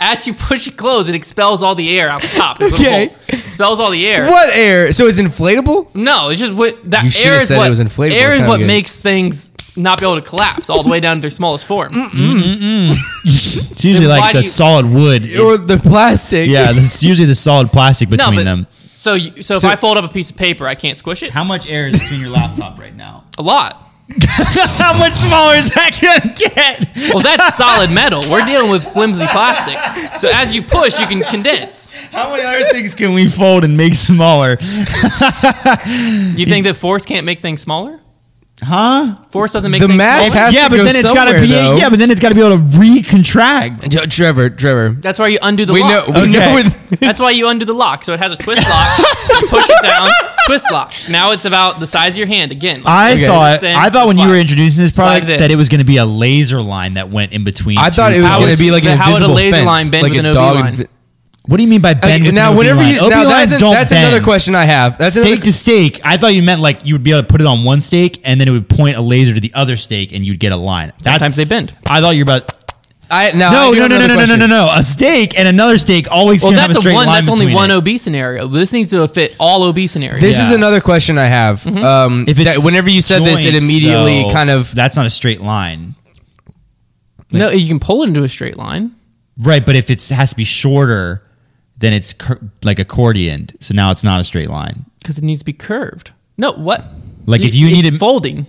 Speaker 1: as you push it close, it expels all the air out the top. That's what it
Speaker 2: Okay.
Speaker 1: holds. expels all the air.
Speaker 2: what air? So it's inflatable?
Speaker 1: No, it's just what that
Speaker 2: You should
Speaker 1: air
Speaker 2: have
Speaker 1: is
Speaker 2: said it
Speaker 1: what
Speaker 2: was inflatable.
Speaker 1: air
Speaker 2: It's
Speaker 1: is
Speaker 2: kinda
Speaker 1: what
Speaker 2: good.
Speaker 1: makes things not be able to collapse all the way down to their smallest form.
Speaker 2: Mm.
Speaker 3: It's usually
Speaker 1: Then why
Speaker 3: like the
Speaker 1: do you-
Speaker 3: solid wood.
Speaker 2: Or the plastic?
Speaker 3: yeah, it's usually the solid plastic
Speaker 1: No,
Speaker 3: between
Speaker 1: but
Speaker 3: them.
Speaker 1: so you, so,
Speaker 2: So-
Speaker 1: if I fold up a piece of paper, I can't squish it.
Speaker 3: How much air is in your laptop right now?
Speaker 1: A lot.
Speaker 3: How much smaller is that gonna get?
Speaker 1: Well, that's solid metal. We're dealing with flimsy plastic. So as you push, you can condense.
Speaker 3: How many other things can we fold and make smaller?
Speaker 1: You think that force can't make things smaller?
Speaker 3: Huh?
Speaker 1: Force doesn't make
Speaker 2: The
Speaker 1: things
Speaker 2: mass
Speaker 1: smaller.
Speaker 2: has- to
Speaker 3: yeah, but
Speaker 2: go
Speaker 3: then it's gotta
Speaker 2: somewhere,
Speaker 3: be
Speaker 2: though.
Speaker 3: yeah, but then it's gotta be able to recontract.
Speaker 2: Jo- Trevor, Trevor.
Speaker 1: that's why you undo the
Speaker 2: We know.
Speaker 1: lock.
Speaker 2: We know.
Speaker 3: Okay.
Speaker 2: Where
Speaker 1: That's why you undo the lock. So it has a twist lock. you push it down, twist lock. Now it's about the size of your hand again.
Speaker 3: I
Speaker 2: Okay.
Speaker 3: thought
Speaker 1: Then
Speaker 3: I thought when you
Speaker 1: slide.
Speaker 3: were introducing this product
Speaker 1: Slide it in.
Speaker 3: that it was going to be a laser line that went in between.
Speaker 2: I thought
Speaker 3: two
Speaker 2: it was
Speaker 1: How
Speaker 2: going
Speaker 1: is-
Speaker 2: to be like an
Speaker 1: how would a
Speaker 2: invisible
Speaker 1: laser
Speaker 2: fence,
Speaker 1: line bend
Speaker 2: like
Speaker 1: with
Speaker 2: a
Speaker 1: an OB
Speaker 2: dog.
Speaker 1: line?
Speaker 2: invi-
Speaker 3: What do you mean by bend?
Speaker 2: Okay,
Speaker 3: with
Speaker 2: now,
Speaker 3: an
Speaker 2: whenever
Speaker 3: OB
Speaker 2: you
Speaker 3: line?
Speaker 2: now
Speaker 3: OB
Speaker 2: that's,
Speaker 3: lines
Speaker 2: an,
Speaker 3: don't
Speaker 2: that's another
Speaker 3: bend.
Speaker 2: question I have. That's another,
Speaker 3: Stake to stake. I thought you meant like you would be able to put it on one stake and then it would point a laser to the other stake and you'd get a line.
Speaker 1: Sometimes
Speaker 3: That's,
Speaker 1: they bend.
Speaker 3: I thought you were about
Speaker 2: I, now I
Speaker 3: no
Speaker 2: do
Speaker 3: no
Speaker 2: have
Speaker 3: no no
Speaker 2: another
Speaker 3: no no no
Speaker 2: question.
Speaker 3: no no a stake and another stake always
Speaker 1: Well,
Speaker 3: can have
Speaker 1: that's a,
Speaker 3: a straight
Speaker 1: one.
Speaker 3: line
Speaker 1: That's only
Speaker 3: between
Speaker 1: one
Speaker 3: it.
Speaker 1: OB scenario. But this needs to fit all OB scenarios.
Speaker 2: This
Speaker 3: Yeah.
Speaker 2: is another question I have.
Speaker 1: Mm-hmm.
Speaker 2: Um,
Speaker 3: If it's
Speaker 2: that whenever you said this, it
Speaker 3: Joints,
Speaker 2: immediately
Speaker 3: though,
Speaker 2: kind of
Speaker 3: that's not a straight line
Speaker 1: no, you can pull it into a straight line.
Speaker 3: right but if it's, it has to be shorter then it's cur- like accordioned so now it's not a straight line
Speaker 1: because it needs to be curved. No, what?
Speaker 3: Like, if you
Speaker 1: it's
Speaker 3: needed-
Speaker 1: folding,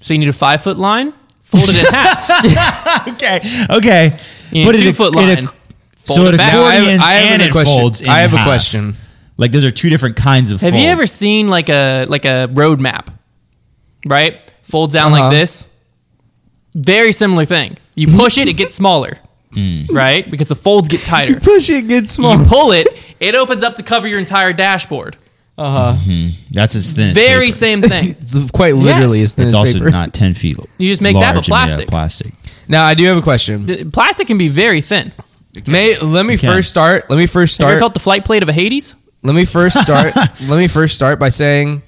Speaker 1: so you need a five foot line, fold it in half.
Speaker 3: okay okay
Speaker 1: You need a two
Speaker 3: ac-
Speaker 1: foot
Speaker 3: ac-
Speaker 1: line, fold
Speaker 3: so
Speaker 1: it
Speaker 3: it
Speaker 1: back.
Speaker 2: Now, I have-
Speaker 3: accordions
Speaker 2: I have
Speaker 3: and
Speaker 2: a
Speaker 3: it
Speaker 2: question.
Speaker 3: folds in
Speaker 2: I have a
Speaker 3: half.
Speaker 2: question.
Speaker 3: like those are two different kinds of
Speaker 1: Have you
Speaker 3: fold.
Speaker 1: ever seen like a like a road map? Right, folds down
Speaker 2: Uh-huh.
Speaker 1: like this. Very similar thing. You push it, it gets smaller.
Speaker 3: Hmm.
Speaker 1: Right, because the folds get tighter.
Speaker 2: push it gets small.
Speaker 1: You pull it, it opens up to cover your entire dashboard. Uh-huh.
Speaker 3: that's as thin as
Speaker 1: Very
Speaker 3: paper.
Speaker 1: same thing.
Speaker 2: It's quite literally
Speaker 1: Yes.
Speaker 2: as thin
Speaker 3: it's
Speaker 2: as
Speaker 3: also
Speaker 2: paper.
Speaker 3: not 10 feet
Speaker 1: You just make that,
Speaker 3: large
Speaker 1: but
Speaker 3: and made out of
Speaker 1: plastic.
Speaker 3: plastic
Speaker 2: now I do have a question.
Speaker 1: The- Plastic can be very thin.
Speaker 2: May let me
Speaker 3: Okay.
Speaker 2: first start. Let me first
Speaker 1: Have you ever
Speaker 2: start.
Speaker 1: felt the flight plate of a Hades?
Speaker 2: Let me first start. let me first start by saying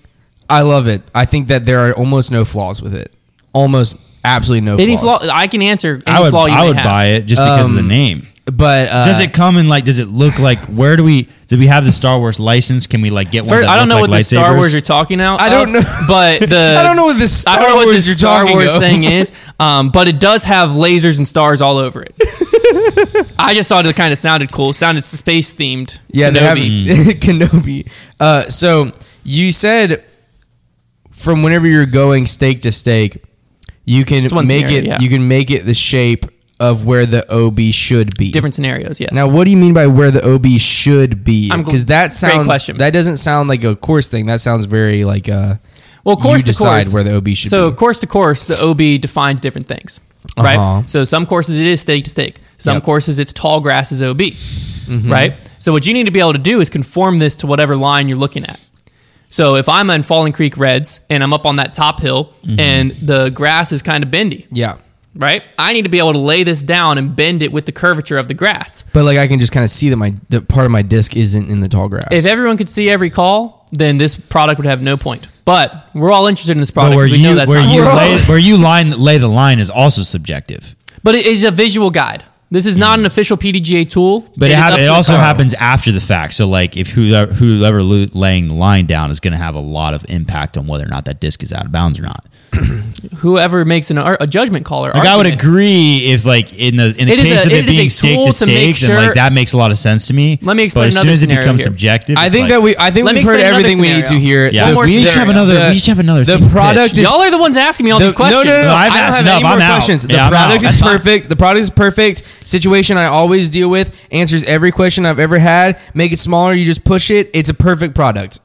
Speaker 2: I love it. I think that there are almost no flaws with it. Almost absolutely no
Speaker 1: Any flaw,
Speaker 2: flaws.
Speaker 1: I can answer any
Speaker 3: i would,
Speaker 1: flaw you
Speaker 3: I
Speaker 1: may
Speaker 3: would
Speaker 1: have. Um,
Speaker 3: buy it just because of the name
Speaker 2: But uh,
Speaker 3: Does it come in like? Does it look like? Where do we? Do we have the Star Wars license? Can we like get one?
Speaker 1: First,
Speaker 3: that
Speaker 1: I don't know
Speaker 3: look
Speaker 1: what
Speaker 3: like
Speaker 1: the Star
Speaker 3: lightsabers?
Speaker 1: Wars you're talking now.
Speaker 2: I don't
Speaker 1: of,
Speaker 2: know.
Speaker 1: but the
Speaker 2: I don't know what this.
Speaker 1: I don't know what
Speaker 2: Wars
Speaker 1: this
Speaker 2: you're
Speaker 1: Star
Speaker 2: talking
Speaker 1: Wars
Speaker 2: of.
Speaker 1: thing is, um, but it does have lasers and stars all over it. I just thought it kind of sounded cool. It sounded space themed.
Speaker 2: Yeah, they have
Speaker 1: Kenobi.
Speaker 2: Kenobi. Uh, so you said from whenever you're going stake to stake, you can
Speaker 1: one
Speaker 2: make
Speaker 1: scenario,
Speaker 2: it.
Speaker 1: yeah.
Speaker 2: You can make it the shape of where the OB should be.
Speaker 1: different scenarios. Yes.
Speaker 2: Now, what do you mean by where the OB should be?
Speaker 1: I'm gl-
Speaker 2: Because
Speaker 1: great
Speaker 2: that sounds
Speaker 1: question.
Speaker 2: that doesn't sound like a course thing. That sounds very like uh, a
Speaker 1: well, course
Speaker 2: you
Speaker 1: to
Speaker 2: decide
Speaker 1: course,
Speaker 2: where the OB should
Speaker 1: so
Speaker 2: be.
Speaker 1: course to course, the OB defines different things, right?
Speaker 2: Uh-huh.
Speaker 1: So some courses it is stake to stake. Some
Speaker 2: Yep. Mm-hmm.
Speaker 1: courses it's tall grass is OB, right? So what you need to be able to do is conform this to whatever line you're looking at. So if I'm in Fallen Creek Reds and I'm up on that top hill
Speaker 2: Mm-hmm.
Speaker 1: and the grass is kind of bendy,
Speaker 2: Yeah,
Speaker 1: right? I need to be able to lay this down and bend it with the curvature of the grass.
Speaker 2: but like I can just kind of see that my that part of my disc isn't in the tall grass.
Speaker 1: If everyone could see every call, then this product would have no point. But we're all interested in this
Speaker 3: But
Speaker 1: product.
Speaker 3: where
Speaker 1: because we
Speaker 3: you
Speaker 1: know that's
Speaker 3: where
Speaker 1: not
Speaker 3: you
Speaker 2: Whoa.
Speaker 3: lay, where you line lay the line is also subjective.
Speaker 1: But it is a visual guide. This is not an official PDGA tool.
Speaker 3: But it,
Speaker 1: is
Speaker 3: hap-
Speaker 1: up
Speaker 3: it
Speaker 1: to-
Speaker 3: also
Speaker 2: Oh.
Speaker 3: happens after the fact. So like if whoever, whoever lo- laying the line down is going to have a lot of impact on whether or not that disc is out of bounds or not.
Speaker 1: whoever makes an ar- a judgment caller.
Speaker 3: Like I would
Speaker 1: argument.
Speaker 3: agree if like in the in the
Speaker 1: It is
Speaker 3: case
Speaker 1: a-
Speaker 3: of
Speaker 1: it
Speaker 3: it,
Speaker 1: is a
Speaker 3: being stake
Speaker 1: tool
Speaker 3: to
Speaker 1: to make
Speaker 3: stake, then
Speaker 1: sure-
Speaker 3: like that makes a lot of sense to me.
Speaker 1: Let me explain
Speaker 3: But as
Speaker 1: another
Speaker 3: soon as it
Speaker 1: scenario
Speaker 3: becomes
Speaker 1: here.
Speaker 3: subjective,
Speaker 2: I
Speaker 3: it's
Speaker 2: think
Speaker 3: like-
Speaker 2: that we I think
Speaker 1: Let me
Speaker 2: we've
Speaker 1: explain
Speaker 2: heard
Speaker 1: another
Speaker 2: everything we need to
Speaker 1: scenario.
Speaker 2: hear.
Speaker 3: Yeah.
Speaker 2: The-
Speaker 1: One more
Speaker 2: we each
Speaker 1: scenario.
Speaker 2: have another.
Speaker 3: The-
Speaker 2: we each have another.
Speaker 3: the product
Speaker 2: is
Speaker 1: Y'all are the ones asking me all these
Speaker 2: The-
Speaker 1: questions.
Speaker 2: No, no, no.
Speaker 3: I've
Speaker 2: I don't
Speaker 3: asked
Speaker 2: have
Speaker 3: enough.
Speaker 2: any more
Speaker 3: I'm out.
Speaker 2: questions. The
Speaker 3: Yeah, I'm
Speaker 2: product
Speaker 3: out.
Speaker 2: is perfect. The product is perfect. Situation I always deal with. Answers every question I've ever had. Make it smaller. You just push it. It's a perfect product.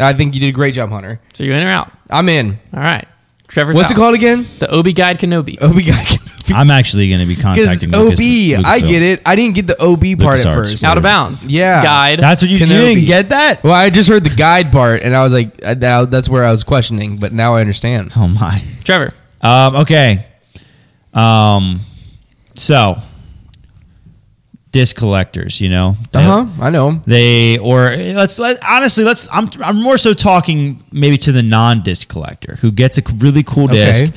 Speaker 2: I think you did a great job, Hunter.
Speaker 1: So you're in or out.
Speaker 2: I'm in.
Speaker 1: All right. Trevor's
Speaker 2: What's
Speaker 1: out.
Speaker 2: it called again?
Speaker 1: The Obi Guide Kenobi.
Speaker 2: Oh, we got
Speaker 3: I'm actually going to be
Speaker 2: because
Speaker 3: contacting
Speaker 2: OB.
Speaker 3: Lucas,
Speaker 2: I
Speaker 3: Lucasfilms.
Speaker 2: get it. I didn't get the OB part at
Speaker 3: LucasArts.
Speaker 2: first.
Speaker 1: Out of bounds.
Speaker 2: Yeah.
Speaker 1: Guide.
Speaker 3: That's what you, you
Speaker 2: Kenobi.
Speaker 3: didn't get that.
Speaker 2: Well, I just heard the guide part, and I was like, uh, now that's where I was questioning, but now I understand.
Speaker 3: Oh my.
Speaker 1: Trevor.
Speaker 3: Um, okay. Um, so disc collectors, you know,
Speaker 2: Uh huh. I know.
Speaker 3: they or let's let honestly let's I'm I'm more so talking maybe to the non disc collector who gets a really cool disc
Speaker 2: Okay.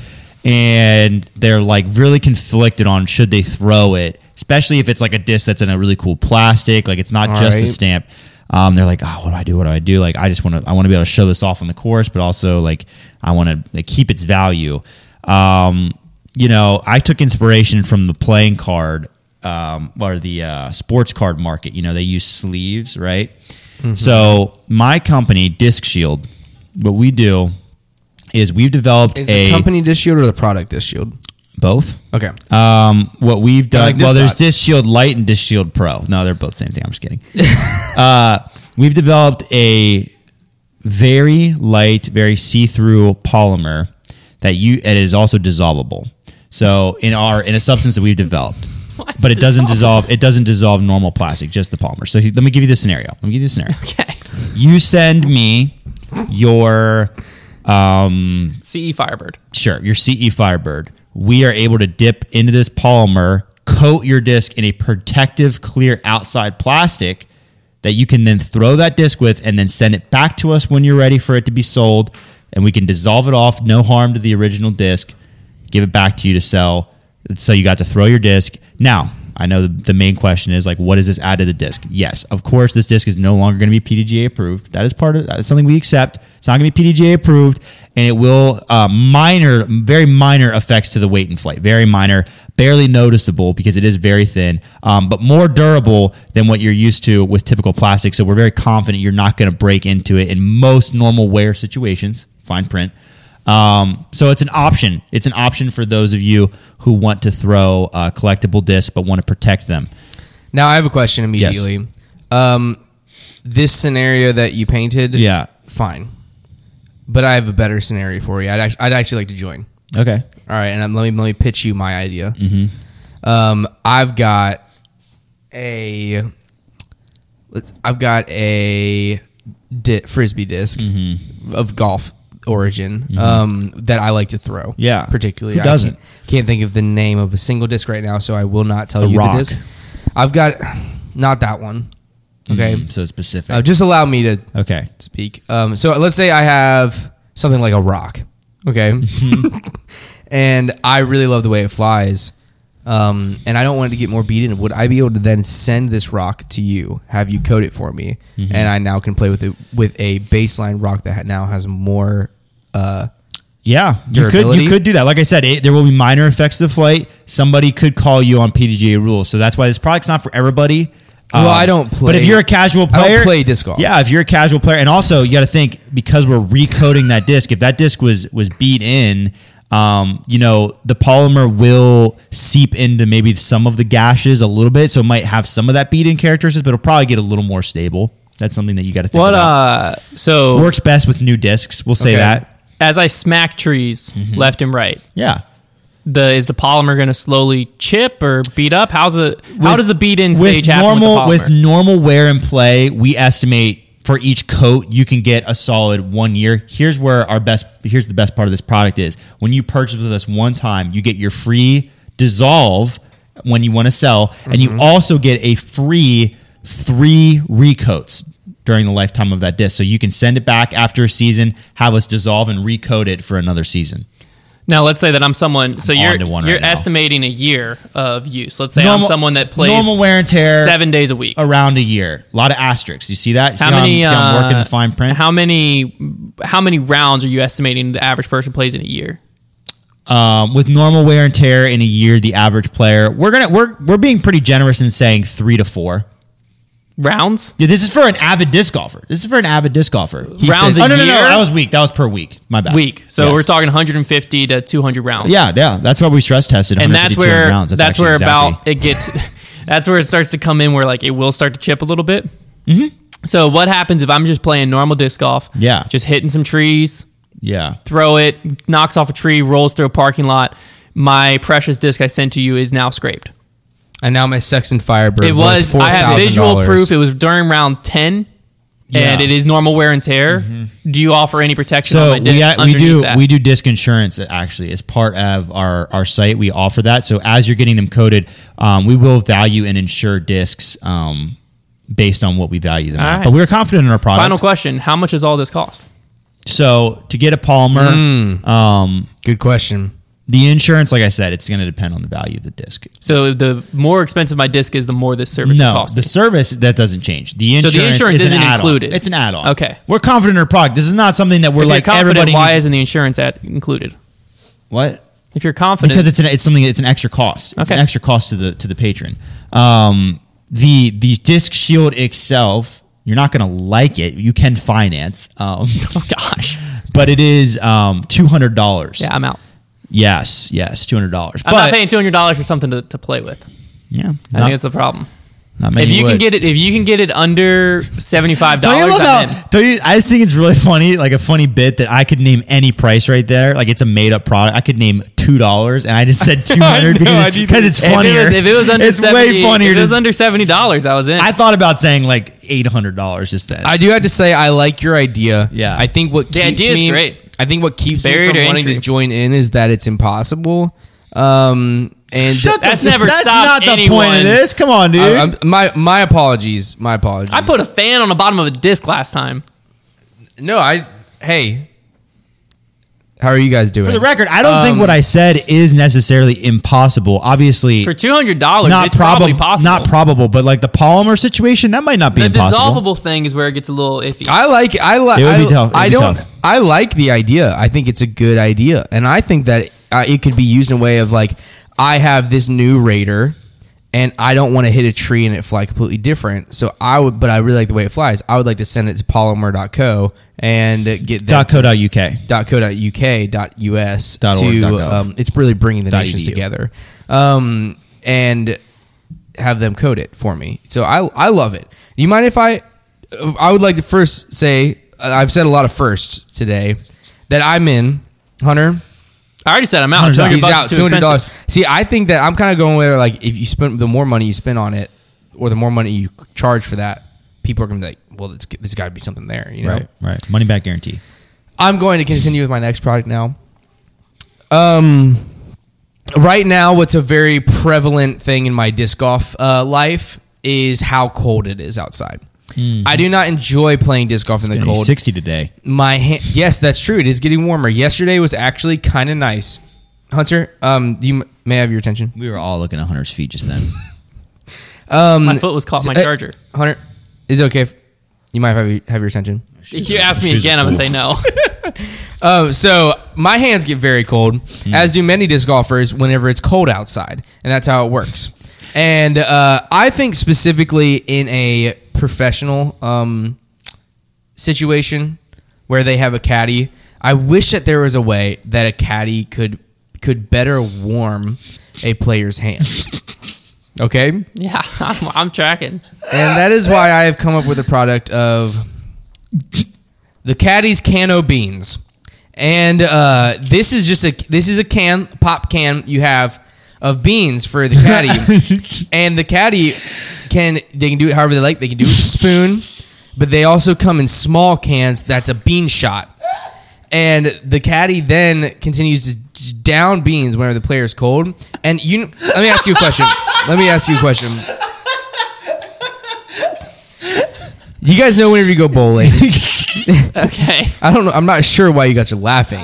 Speaker 3: and they're like really conflicted on should they throw it, especially if it's like a disc that's in a really cool plastic, like it's not
Speaker 2: All
Speaker 3: just the
Speaker 2: right.
Speaker 3: stamp. Um, they're like, oh, what do I do? What do I do? Like, I just want to, I want to be able to show this off on the course, but also like, I want to like, keep its value. Um, you know, I took inspiration from the playing card um, or the uh, sports card market. You know, they use sleeves, right?
Speaker 2: Mm-hmm.
Speaker 3: So my company, Disc Shield, what we do is we've developed
Speaker 2: Is
Speaker 3: a
Speaker 2: the company disc shield or the product disc shield?
Speaker 3: both.
Speaker 2: Okay.
Speaker 3: Um, what we've done,
Speaker 2: like
Speaker 3: well, there's
Speaker 2: Disc Dot.
Speaker 3: Disc Shield Light and Disc Shield Pro. No, they're both the same thing. I'm just kidding. uh, we've developed a very light, very see-through polymer that you it is also dissolvable. So in our in a substance that we've developed, but it doesn't dissolve. It doesn't dissolve normal plastic, just the polymer. So he- let me give you this scenario. Let me give you this scenario.
Speaker 1: Okay.
Speaker 3: You send me your um,
Speaker 1: CE E Firebird.
Speaker 3: sure, your CE Firebird, we are able to dip into this polymer, coat your disc in a protective clear outside plastic that you can then throw that disc with and then send it back to us when you're ready for it to be sold and we can dissolve it off, no harm to the original disc, give it back to you to sell. So you got to throw your disc. Now, I know the, the main question is like, what does this add to the disc? Yes, of course, this disc is no longer going to be PDGA approved. That is part of that's something we accept. It's not going to be PDGA approved, and it will uh, minor, very minor effects to the weight and flight. Very minor, barely noticeable because it is very thin, um, but more durable than what you're used to with typical plastic. So we're very confident you're not going to break into it in most normal wear situations. Fine print. Um, so it's an option. It's an option for those of you who want to throw uh, collectible discs but want to protect them.
Speaker 2: Now I have a question immediately. Um, this scenario that you painted,
Speaker 3: Yeah.
Speaker 2: fine, but I have a better scenario for you. I'd actually, I'd actually like to join.
Speaker 3: Okay.
Speaker 2: All right, and I'm, let me let me pitch you my idea.
Speaker 3: Mm-hmm.
Speaker 2: Um, I've got a, let's, I've got a di- frisbee disk
Speaker 3: Mm-hmm.
Speaker 2: of golf origin um, that I like to throw.
Speaker 3: Yeah.
Speaker 2: particularly
Speaker 3: Who
Speaker 2: I can't-
Speaker 3: doesn't?
Speaker 2: Can't, think of the name of a single disc right now, so I will not tell
Speaker 3: The
Speaker 2: you
Speaker 3: Rock.
Speaker 2: the disc. I've got not that one. Okay,
Speaker 3: Mhm. So it's specific.
Speaker 2: uh, just allow me to
Speaker 3: okay.
Speaker 2: speak. Um, so let's say I have something like a rock, okay,
Speaker 1: Mm-hmm.
Speaker 2: and I really love the way it flies, um, and I don't want it to get more beaten. Would I be able to then send this rock to you, have you code it for me,
Speaker 1: Mm-hmm.
Speaker 2: and I now can play with it with a baseline rock that ha- now has more. Uh,
Speaker 3: Yeah, you could
Speaker 2: Durability?
Speaker 3: you could do that. Like I said, it, there will be minor effects to the flight. Somebody could call you on PDGA rules, so that's why this product's not for everybody. Um,
Speaker 2: Well, I don't
Speaker 3: But
Speaker 2: play-
Speaker 3: if you're a casual
Speaker 2: I don't
Speaker 3: player,
Speaker 2: play disc golf.
Speaker 3: Yeah, if you're a casual player, and also you got to think because we're recoding that disc. If that disc was was beat in, um, you know the polymer will seep into maybe some of the gashes a little bit, so it might have some of that beat in characteristics, but it'll probably get a little more stable. That's something that you got to think
Speaker 1: What,
Speaker 3: about.
Speaker 1: uh, so
Speaker 3: Works best with new discs. We'll say
Speaker 2: Okay.
Speaker 3: that.
Speaker 1: as I smack trees
Speaker 3: Mm-hmm.
Speaker 1: left and right,
Speaker 3: Yeah.
Speaker 1: the is the polymer going to slowly chip or beat up? How's the how does the beat in stage happen
Speaker 3: normal
Speaker 1: with the polymer?
Speaker 3: normal wear and play we estimate for each coat you can get a solid one year here's where our best here's the best part of this product is when you purchase with us one time you get your free dissolve when you want to sell and
Speaker 1: Mm-hmm.
Speaker 3: you also get a free three recoats during the lifetime of that disc so you can send it back after a season have us dissolve and recode it for another season
Speaker 1: Now let's say that I'm someone. So
Speaker 3: I'm
Speaker 1: you're
Speaker 3: onto one
Speaker 1: you're
Speaker 3: right now.
Speaker 1: estimating a year of use. Let's say I'm
Speaker 3: Normal-
Speaker 1: someone that plays
Speaker 3: normal wear and tear.
Speaker 1: seven days a week.
Speaker 3: around a year. A lot of asterisks. You see that?
Speaker 1: How
Speaker 3: see
Speaker 1: many?
Speaker 3: I'm, see I'm working
Speaker 1: uh,
Speaker 3: the fine print.
Speaker 1: How many? How many rounds are you estimating the average person plays in a year?
Speaker 3: um, with normal wear and tear in a year, the average player we're gonna we're we're being pretty generous in saying three to four.
Speaker 1: Rounds?
Speaker 3: Yeah, this is for an avid disc golfer. This is for an avid disc golfer.
Speaker 1: He Rounds
Speaker 3: oh
Speaker 1: said-
Speaker 3: no no
Speaker 1: a
Speaker 3: no,
Speaker 1: year?
Speaker 3: that was week. That was per week. My bad.
Speaker 1: Week. So
Speaker 3: Yes.
Speaker 1: we're talking 150 to 200 rounds.
Speaker 3: Yeah, yeah. That's why we stress tested.
Speaker 1: and that's
Speaker 3: 152
Speaker 1: where
Speaker 3: rounds.
Speaker 1: that's,
Speaker 3: actually
Speaker 1: where
Speaker 3: exactly-
Speaker 1: about it gets that's where it starts to come in where like it will start to chip a little bit mm-hmm. so what happens if i'm just playing normal disc golf
Speaker 3: Yeah.
Speaker 1: just hitting some trees
Speaker 3: yeah.
Speaker 1: throw it knocks off a tree rolls through a parking lot my precious disc i sent to you is now scraped
Speaker 2: And now my Sexton Firebird.
Speaker 1: it was
Speaker 2: worth
Speaker 1: i have visual
Speaker 2: $4,000.
Speaker 1: proof it was during round 10 and
Speaker 3: Yeah. Mm-hmm.
Speaker 1: it is normal wear and tear do you offer any protection on
Speaker 3: So
Speaker 1: my disc
Speaker 3: we, we
Speaker 1: underneath
Speaker 3: do
Speaker 1: that?
Speaker 3: we do disc insurance actually as part of our our site. We offer that. So as you're getting them coded, um, we will value and insure discs um, based on what we value them.
Speaker 1: All
Speaker 3: at.
Speaker 1: right.
Speaker 3: But we're confident in our product.
Speaker 1: final question how much does all this cost
Speaker 3: So to get a Palmer,
Speaker 1: Mm.
Speaker 3: um,
Speaker 2: Good question.
Speaker 3: the insurance, like I said, it's going to depend on the value of the disc.
Speaker 1: so the more expensive my disc is the more this service
Speaker 3: No,
Speaker 1: costs
Speaker 3: the
Speaker 1: me.
Speaker 3: service that doesn't change. The
Speaker 1: So
Speaker 3: insurance,
Speaker 1: the insurance
Speaker 3: is an
Speaker 1: isn't
Speaker 3: add-on.
Speaker 1: included.
Speaker 3: It's an add-on.
Speaker 1: Okay.
Speaker 3: we're confident in our product. This is not something that we're
Speaker 1: If
Speaker 3: like
Speaker 1: you're confident,
Speaker 3: everybody.
Speaker 1: why
Speaker 3: needs-
Speaker 1: isn't the insurance at included?
Speaker 3: what?
Speaker 1: If you're confident,
Speaker 3: Because it's an it's something it's an extra cost. It's an
Speaker 1: Okay.
Speaker 3: extra cost to the to the patron. Um, the the disc shield itself, you're not going to like it. You can finance, um,
Speaker 1: oh gosh,
Speaker 3: but it is um, two hundred dollars.
Speaker 1: yeah, I'm out.
Speaker 3: Yes, yes, two hundred dollars.
Speaker 1: I'm not paying two hundred dollars for something to, to play with.
Speaker 3: Yeah,
Speaker 1: I think that's the problem.
Speaker 3: Not
Speaker 1: If
Speaker 3: many
Speaker 1: you can
Speaker 3: would.
Speaker 1: get it, if you can get it under seventy five
Speaker 3: Don't you
Speaker 1: dollars,
Speaker 3: love how? Don't you? I just think it's really funny, like a funny bit that I could name any price right there. Like it's a made up product. I could name two dollars, and I just said two hundred
Speaker 2: I
Speaker 3: because
Speaker 2: do
Speaker 3: it's, because it's
Speaker 1: If it
Speaker 3: funnier.
Speaker 1: was, if it was under
Speaker 3: it's
Speaker 1: 70,
Speaker 3: way funnier.
Speaker 1: If it was
Speaker 3: to-
Speaker 1: under seventy dollars, I was in.
Speaker 3: I thought about saying like eight hundred dollars just then.
Speaker 2: I do have to say I like your idea.
Speaker 3: Yeah.
Speaker 2: I think what
Speaker 1: The
Speaker 2: keeps
Speaker 1: idea is
Speaker 2: me,
Speaker 1: great.
Speaker 2: I think what keeps me
Speaker 1: Barrier
Speaker 2: from
Speaker 1: to
Speaker 2: wanting
Speaker 1: entry.
Speaker 2: to join in is that it's impossible. Um and
Speaker 3: Shut the-
Speaker 1: That's never
Speaker 3: That's not
Speaker 1: stopped
Speaker 3: the point
Speaker 1: anyone.
Speaker 3: of this. Come on, dude.
Speaker 2: I- I'm- my my apologies. My apologies.
Speaker 1: I put a fan on the bottom of a disc last time.
Speaker 2: No, I hey. How are you guys doing?
Speaker 3: For the record, I don't
Speaker 1: Um,
Speaker 3: think what I said is necessarily impossible. Obviously,
Speaker 1: For two hundred dollars,
Speaker 3: not
Speaker 1: it's probably
Speaker 3: probable.
Speaker 1: possible.
Speaker 3: Not probable, but like the polymer situation, that might not be
Speaker 1: the
Speaker 3: impossible.
Speaker 1: dissolvable thing is where it gets a little iffy.
Speaker 2: I like I like
Speaker 3: It would
Speaker 2: I,
Speaker 3: be tough. It'd
Speaker 2: I
Speaker 3: be
Speaker 2: don't
Speaker 3: tough.
Speaker 2: I like the idea. I think it's a good idea, and I think that uh, it could be used in a way of like I have this new raider, and I don't want to hit a tree and it fly completely different. So I would, but I really like the way it flies. I would like to send it to polymer.co and get them
Speaker 3: Dot co.uk.
Speaker 2: dot co dot uk dot us
Speaker 3: Dot org,
Speaker 2: to
Speaker 3: dot gov.
Speaker 2: um, it's really bringing the
Speaker 3: Dot E
Speaker 2: nations
Speaker 3: edu.
Speaker 2: together um, and have them code it for me so i i love it you mind if i i would like to first say uh, i've said a lot of firsts today that i'm in hunter
Speaker 1: I already said I'm out. Two hundred
Speaker 2: he's
Speaker 1: bucks
Speaker 2: out
Speaker 1: is
Speaker 2: two
Speaker 1: too
Speaker 2: hundred dollars.
Speaker 1: expensive.
Speaker 2: See, I think that I'm kind of going where like if you spend the more money you spend on it, or the more money you charge for that, people are gonna be like, well, it's, there's got to be something there, you know.
Speaker 3: Right, right. Money back guarantee.
Speaker 2: I'm going to continue with my next product now. Um, right now, what's a very prevalent thing in my disc golf uh, life is how cold it is outside. I do not enjoy playing disc golf in the
Speaker 3: Gonna be
Speaker 2: cold.
Speaker 3: Sixty today.
Speaker 2: My hand, yes, that's true. It is getting warmer. Yesterday was actually kind of nice. Hunter, um, you m- may I have your attention.
Speaker 3: We were all looking at Hunter's feet just then.
Speaker 2: Um,
Speaker 1: My foot was caught in my
Speaker 2: uh,
Speaker 1: charger.
Speaker 2: Hunter, is it okay? If, you might have your- have your attention.
Speaker 1: If you ask me again, I'm gonna say no.
Speaker 2: Oh, so my hands get very cold, as do many disc golfers whenever it's cold outside, and that's how it works. And uh, I think specifically in a professional um, situation where they have a caddy, I wish that there was a way that a caddy could could better warm a player's hands. Okay, and
Speaker 1: yeah, I'm, I'm tracking.
Speaker 2: that is why I have come up with a product of the caddy's cano beans and uh, this is just a this is a can pop can you have of beans for the caddy and the caddy can they can do it however they like they can do it with a spoon but they also come in small cans that's a bean shot and the caddy then continues to j- down beans whenever the player is cold and you let me ask you a question let me ask you a question you guys know whenever you go bowling
Speaker 1: Okay.
Speaker 2: I don't know. I'm not sure why you guys are laughing.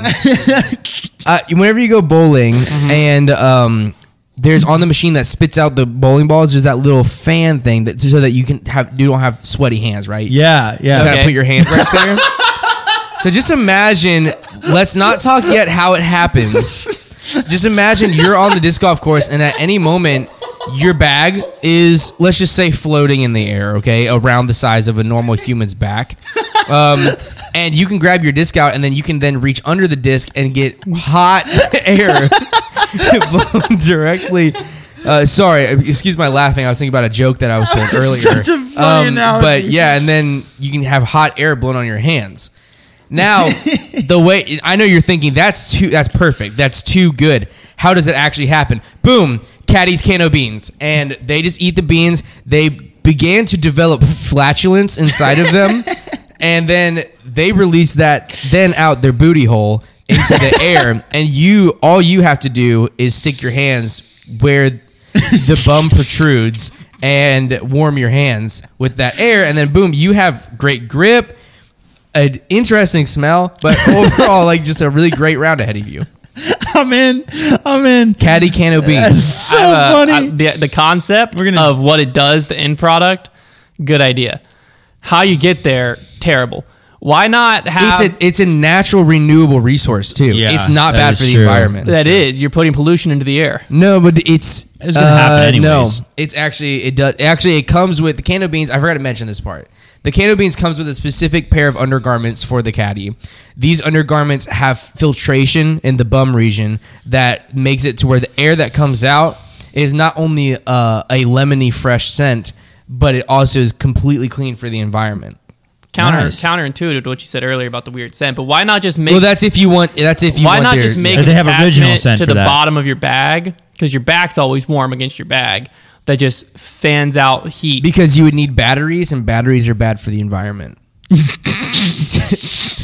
Speaker 2: uh, whenever you go bowling and um, there's on the machine that spits out the bowling balls, there's that little fan thing that so that you can have you don't have sweaty hands, right?
Speaker 3: Yeah, yeah.
Speaker 2: You gotta
Speaker 1: Okay.
Speaker 2: put your hand right there. so just imagine. Let's not talk yet how it happens. Just imagine you're on the disc golf course, and at any moment, your bag is let's just say floating in the air, okay, around the size of a normal human's back. Um, and you can grab your disc out, and then you can then reach under the disc and get hot air blown directly. Uh, sorry, excuse my laughing. I was thinking about a joke that I was doing earlier. Um,
Speaker 3: such a funny analogy.
Speaker 2: But yeah, and then you can have hot air blown on your hands. Now, the way I know you're thinking that's too that's perfect. That's too good. How does it actually happen? Boom, caddies can of beans and they just eat the beans. They began to develop flatulence inside of them and then they release that then out their booty hole into the air and you all you have to do is stick your hands where the bum protrudes and warm your hands with that air and then boom you have great grip an interesting smell but overall like just a really great round ahead of you
Speaker 3: I'm in. I'm in.
Speaker 2: caddy cano
Speaker 3: That's
Speaker 2: beans
Speaker 3: so
Speaker 1: Uh,
Speaker 3: funny.
Speaker 1: I- the, the concept
Speaker 3: We're gonna-
Speaker 1: of what it does, the end product, good idea. How you get there, terrible. Why not have
Speaker 2: it's a it's a natural renewable resource too
Speaker 3: Yeah,
Speaker 2: it's not
Speaker 3: that
Speaker 2: bad
Speaker 3: is
Speaker 2: for the
Speaker 3: true.
Speaker 2: environment
Speaker 1: that is, you're putting pollution into the air.
Speaker 2: No, but it's uh,
Speaker 3: It's gonna happen anyways.
Speaker 2: No, it's actually it does actually it comes with the can of beans. I forgot to mention this part. The can of beans comes with a specific pair of undergarments for the caddy. These undergarments have filtration in the bum region that makes it to where the air that comes out is not only uh, a lemony fresh scent, but it also is completely clean for the environment.
Speaker 1: Counter
Speaker 3: Nice.
Speaker 1: counterintuitive to what you said earlier about the weird scent, but why not just make
Speaker 2: Well, that's if you want. That's if you
Speaker 1: why
Speaker 2: want
Speaker 1: not
Speaker 2: their-
Speaker 1: just make
Speaker 3: Or
Speaker 1: an
Speaker 3: they have original
Speaker 1: attachment
Speaker 3: scent
Speaker 1: to
Speaker 3: for
Speaker 1: the
Speaker 3: that.
Speaker 1: bottom of your bag because your back's always warm against your bag that just fans out heat.
Speaker 2: because you would need batteries, and batteries are bad for the environment.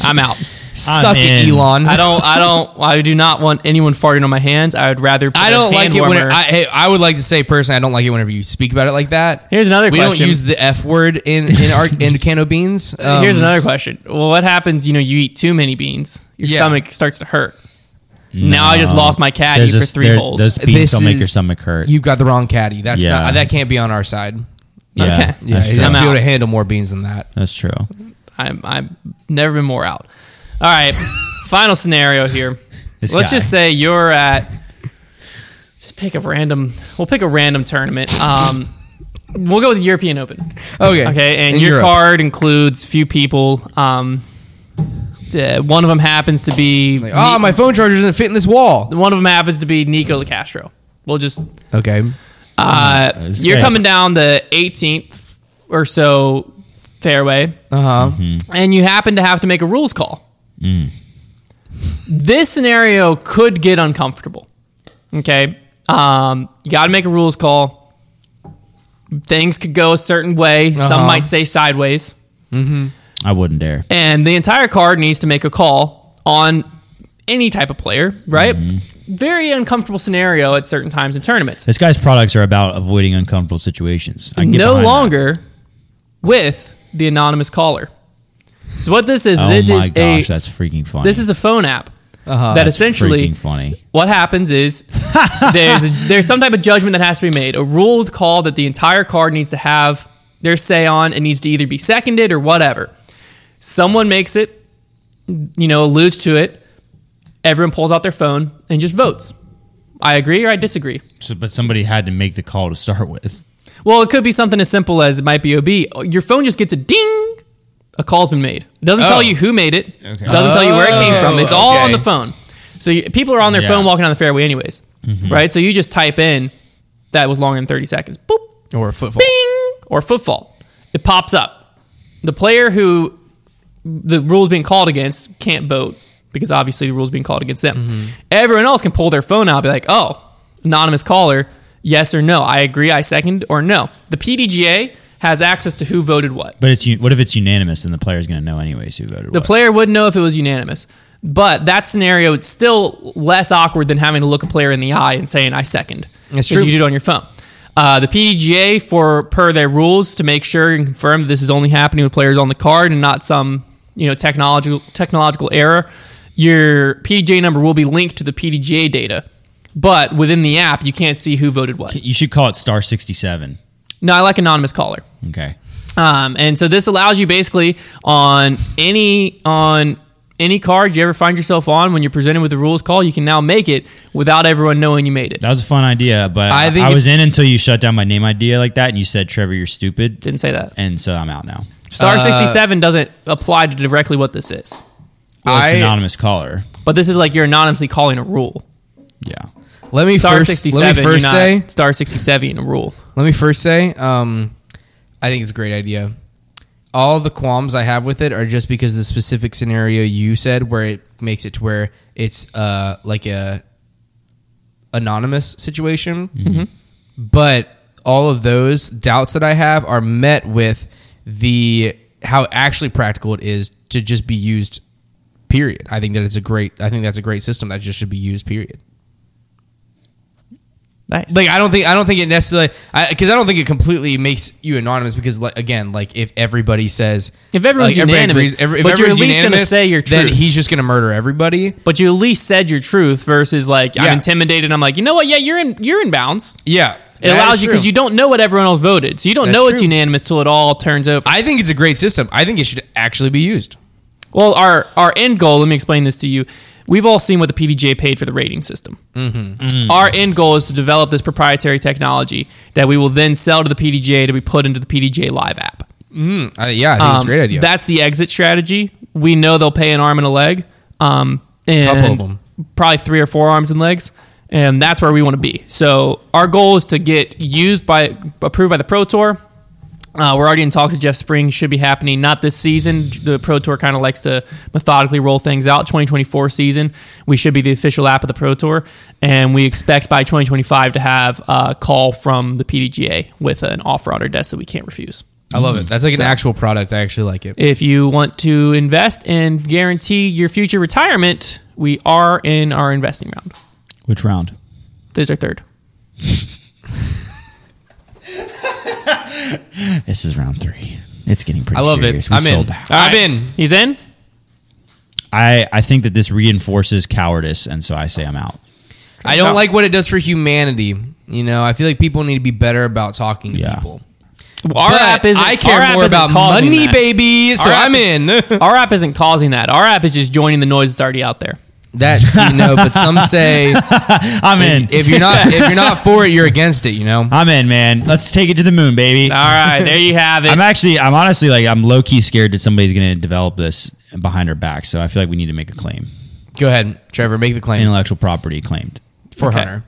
Speaker 1: I'm out.
Speaker 2: Suck it,
Speaker 3: in.
Speaker 2: Elon.
Speaker 1: I don't. I don't. I do not want anyone farting on my hands. I would rather. Put
Speaker 2: I
Speaker 1: a
Speaker 2: don't
Speaker 1: hand
Speaker 2: like it when
Speaker 1: warmer-
Speaker 2: I, hey, I would like to say personally I don't like it whenever you speak about it like that.
Speaker 1: Here's another
Speaker 2: we
Speaker 1: question.
Speaker 2: don't use the f word in in our in cano beans. Um,
Speaker 1: Here's another question. Well, what happens? You know, you eat too many beans, your
Speaker 2: Yeah.
Speaker 1: stomach starts to hurt. Now I just lost my caddy
Speaker 3: There's
Speaker 1: for
Speaker 3: this-
Speaker 1: three
Speaker 3: there-
Speaker 1: holes.
Speaker 3: Those beans
Speaker 2: This
Speaker 3: don't make your
Speaker 2: is-
Speaker 3: stomach hurt.
Speaker 2: You got the wrong caddy. That's
Speaker 3: Yeah.
Speaker 2: not that can't be on our side.
Speaker 3: yeah,
Speaker 1: okay.
Speaker 2: Yeah,
Speaker 3: that's,
Speaker 2: you
Speaker 3: true.
Speaker 2: must be
Speaker 1: I'm
Speaker 2: able
Speaker 1: out.
Speaker 2: to handle more beans than that.
Speaker 3: that's true.
Speaker 1: I'm. I've never been more out. All right. final scenario here.
Speaker 3: This
Speaker 1: Let's
Speaker 3: guy.
Speaker 1: just say you're at. just Pick a random. We'll pick a random tournament. Um, we'll go with the European Open.
Speaker 2: Okay,
Speaker 1: Okay, and
Speaker 2: In
Speaker 1: your
Speaker 2: Europe.
Speaker 1: card includes few people. Um, uh, one of them happens to be
Speaker 2: Like, oh, my phone charger doesn't fit in this wall.
Speaker 1: one of them happens to be Nico Castro. We'll just
Speaker 2: Okay,
Speaker 1: uh,
Speaker 3: this
Speaker 1: you're
Speaker 3: guy-
Speaker 1: coming down the 18th or so fairway,
Speaker 2: uh huh.
Speaker 1: and you happen to have to make a rules call. This scenario could get uncomfortable. Okay, um, you got to make a rules call. Things could go a certain way. Some
Speaker 2: Uh-huh.
Speaker 1: might say sideways.
Speaker 3: I wouldn't dare.
Speaker 1: and the entire card needs to make a call on any type of player, right? Very uncomfortable scenario at certain times in tournaments.
Speaker 3: This guy's products are about avoiding uncomfortable situations. I can get
Speaker 1: No
Speaker 3: behind that.
Speaker 1: longer with the anonymous caller. So what this is,
Speaker 3: Oh
Speaker 1: it
Speaker 3: my
Speaker 1: is a
Speaker 3: gosh, that's freaking funny.
Speaker 1: this is a phone app
Speaker 2: Uh-huh.
Speaker 1: that essentially
Speaker 3: freaking funny.
Speaker 1: what happens is there's a, there's some type of judgment that has to be made, a ruled call that the entire card needs to have their say on. It needs to either be seconded or whatever. Someone makes it, you know, alludes to it. Everyone pulls out their phone and just votes. I agree or I disagree.
Speaker 3: So, but somebody had to make the call to start with.
Speaker 1: Well, it could be something as simple as it might be OB. Your phone just gets a ding. A call's been made. It doesn't
Speaker 2: Oh.
Speaker 1: tell you who made it. Doesn't tell you where it came from. It's all
Speaker 2: okay.
Speaker 1: on the phone. So you, people are on their
Speaker 3: Yeah.
Speaker 1: phone walking down the fairway, anyways, right? So you just type in that was longer than thirty seconds. Boop,
Speaker 2: Or a football.
Speaker 1: bing, or footfall. It pops up. The player who the rule's being called against can't vote because obviously the rule's being called against them. Everyone else can pull their phone out and be like, oh, anonymous caller, yes or no. I agree, I second, or no. The PDGA has access to who voted what.
Speaker 3: But it's u- what if it's unanimous? Then the player's going to know anyways who voted.
Speaker 1: The
Speaker 3: what.
Speaker 1: player would know if it was unanimous. But that scenario, it's still less awkward than having to look a player in the eye and saying, I second.
Speaker 2: That's
Speaker 1: 'Cause
Speaker 2: true.
Speaker 1: You do it on your phone. Uh, the PDGA, for per their rules, to make sure and confirm that this is only happening with players on the card and not some you know technological technological error, your PDJ number will be linked to the PDGA data, but within the app, you can't see who voted what.
Speaker 3: You should call it star sixty seven.
Speaker 1: No, I like anonymous caller.
Speaker 3: Okay.
Speaker 1: Um, and so this allows you basically on any on any card you ever find yourself on when you're presented with the rules call, you can now make it without everyone knowing you made it.
Speaker 3: That was a fun idea, but
Speaker 2: I
Speaker 3: I,
Speaker 2: think
Speaker 3: I was in until you shut down my name idea like that, and you said, "Trevor, you're stupid,"
Speaker 1: Didn't say that.
Speaker 3: and so I'm out now.
Speaker 2: Uh,
Speaker 1: Star 67 doesn't apply to directly what this is.
Speaker 3: Well, it's
Speaker 2: I-
Speaker 3: anonymous caller.
Speaker 1: But this is like you're anonymously calling a rule.
Speaker 3: Yeah.
Speaker 2: Let me
Speaker 1: Star
Speaker 2: first.
Speaker 1: 67
Speaker 2: let me first
Speaker 1: you're not
Speaker 2: say.
Speaker 1: star 67 a rule.
Speaker 2: Let me first say. Um, I think it's a great idea. All the qualms I have with it are just because of the specific scenario you said, where it makes it to where it's uh like a anonymous situation. But all of those doubts that I have are met with the how actually practical it is to just be used. Period. I think that it's a great. I think that's a great system that just should be used. Period.
Speaker 1: Nice.
Speaker 2: Like I don't think I don't think it necessarily because I, don't think it completely makes you anonymous because like again like if everybody says
Speaker 1: If everyone's
Speaker 2: everybody
Speaker 1: unanimous,
Speaker 2: every-
Speaker 1: but you're at least
Speaker 2: everybody's
Speaker 1: gonna
Speaker 2: unanimous,
Speaker 1: say your
Speaker 2: then
Speaker 1: truth.
Speaker 2: he's just gonna murder everybody.
Speaker 1: but you at least said your truth versus like
Speaker 2: Yeah.
Speaker 1: I'm intimidated. I'm like, you know what? Yeah, you're in you're in bounds.
Speaker 2: Yeah,
Speaker 1: It allows you because you don't know what everyone else voted, so you don't
Speaker 2: That's
Speaker 1: know it's
Speaker 2: true.
Speaker 1: unanimous till it all turns over.
Speaker 2: I think it's a great system. I think it should actually be used.
Speaker 1: Well, our our end goal. Let me explain this to you. We've all seen what the PDJ paid for the rating system. Our end goal is to develop this proprietary technology that we will then sell to the PDJ to be put into the PDJ Live app.
Speaker 2: Uh, yeah, I think it's a
Speaker 1: Um,
Speaker 2: great idea.
Speaker 1: That's the exit strategy. We know they'll pay an arm and a leg. Um, and
Speaker 2: Couple of 'em.
Speaker 1: Probably three or four arms and legs. And that's where we want to be. So our goal is to get used by, approved by the Pro Tour. Uh, we're already in talks with Jeff Spring. Should be happening not this season. The Pro Tour kind of likes to methodically roll things out. 2024 season, we should be the official app of the Pro Tour, and we expect by 2025 to have a call from the PDGA with an offer on our desk that we can't refuse
Speaker 2: I love it. That's like an actual product. I actually like it.
Speaker 1: if you want to invest and guarantee your future retirement, we are in our investing round.
Speaker 3: Which round?
Speaker 1: This is our third.
Speaker 3: This is round three. It's getting pretty
Speaker 2: I love
Speaker 3: serious.
Speaker 2: it.
Speaker 3: We
Speaker 2: I'm in.
Speaker 3: sold out.
Speaker 2: I'm in.
Speaker 1: He's in.
Speaker 3: I, I think that this reinforces cowardice, and so I say I'm out.
Speaker 2: I don't
Speaker 1: No.
Speaker 2: like what it does for humanity. You know, I feel like people need to be better about talking to
Speaker 3: Yeah.
Speaker 2: people.
Speaker 1: Our
Speaker 2: But
Speaker 1: app isn't.
Speaker 2: I care
Speaker 1: our app
Speaker 2: more
Speaker 1: isn't
Speaker 2: about
Speaker 1: causing
Speaker 2: money,
Speaker 1: that.
Speaker 2: baby. So
Speaker 1: Our app-
Speaker 2: I'm in.
Speaker 1: Our app isn't causing that. Our app is just joining the noise that's already out there.
Speaker 2: That's you know, but some say
Speaker 3: I'm in.
Speaker 2: if you're not if you're not for it, you're against it. You know,
Speaker 3: I'm in, man. Let's take it to the moon, baby.
Speaker 1: All right, there you have it.
Speaker 3: I'm actually, I'm honestly like, I'm low key scared that somebody's going to develop this behind our back. So I feel like we need to make a claim,
Speaker 2: go ahead, Trevor, make the claim
Speaker 3: intellectual property claimed
Speaker 2: for
Speaker 1: Okay.
Speaker 2: Hunter.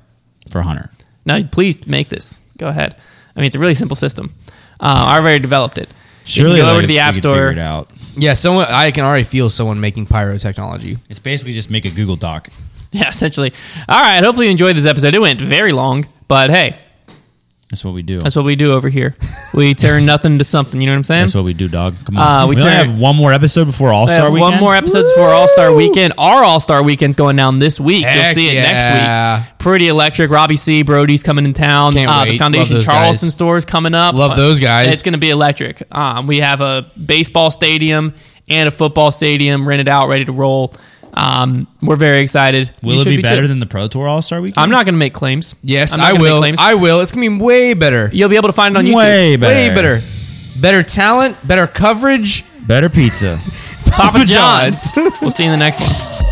Speaker 3: for Hunter.
Speaker 1: No, please make this. Go ahead. I mean, it's a really simple system. Uh, I already developed it. you can go
Speaker 3: like,
Speaker 1: over to
Speaker 3: if
Speaker 1: the
Speaker 3: we
Speaker 1: App
Speaker 3: could figure
Speaker 1: Store.
Speaker 3: it out.
Speaker 2: Yeah, someone I can already feel someone making pyrotechnology.
Speaker 3: It's basically just make a Google Doc.
Speaker 1: Yeah, essentially. All right. Hopefully, you enjoyed this episode. It went very long, but hey,
Speaker 3: That's what we do.
Speaker 1: that's what we do over here. We turn nothing to something. You know what I'm saying?
Speaker 3: That's what we do, dog. Come on.
Speaker 1: Uh, we
Speaker 3: we only
Speaker 1: turn-
Speaker 3: have one more episode before All
Speaker 1: We have
Speaker 3: Star Weekend.
Speaker 1: One more episode for All Star Weekend. Our All Star Weekend's going down this week. You'll
Speaker 2: Heck
Speaker 1: see it
Speaker 2: yeah.
Speaker 1: next week. Pretty electric. Robbie C. Brody's coming in town.
Speaker 2: Can't
Speaker 1: uh, The
Speaker 2: wait.
Speaker 1: Foundation
Speaker 2: Love those
Speaker 1: Charleston
Speaker 2: guys.
Speaker 1: stores coming up. Uh,
Speaker 2: Love those guys.
Speaker 1: It's going to be electric. Um, we have a baseball stadium and a football stadium rented out, ready to roll. Um, we're very excited.
Speaker 3: Will
Speaker 1: You
Speaker 3: it
Speaker 1: should
Speaker 3: be better
Speaker 1: too.
Speaker 3: than the Pro Tour All Star Weekend?
Speaker 1: I'm not going to make claims.
Speaker 2: Yes,
Speaker 1: I'm not
Speaker 2: I
Speaker 1: gonna make
Speaker 2: will.
Speaker 1: claims.
Speaker 2: I will. It's gonna be way better.
Speaker 1: You'll be able to find it on YouTube.
Speaker 3: Way better.
Speaker 2: Way better. Better talent. Better coverage.
Speaker 3: Better pizza.
Speaker 1: Papa John's. we'll see you in the next one.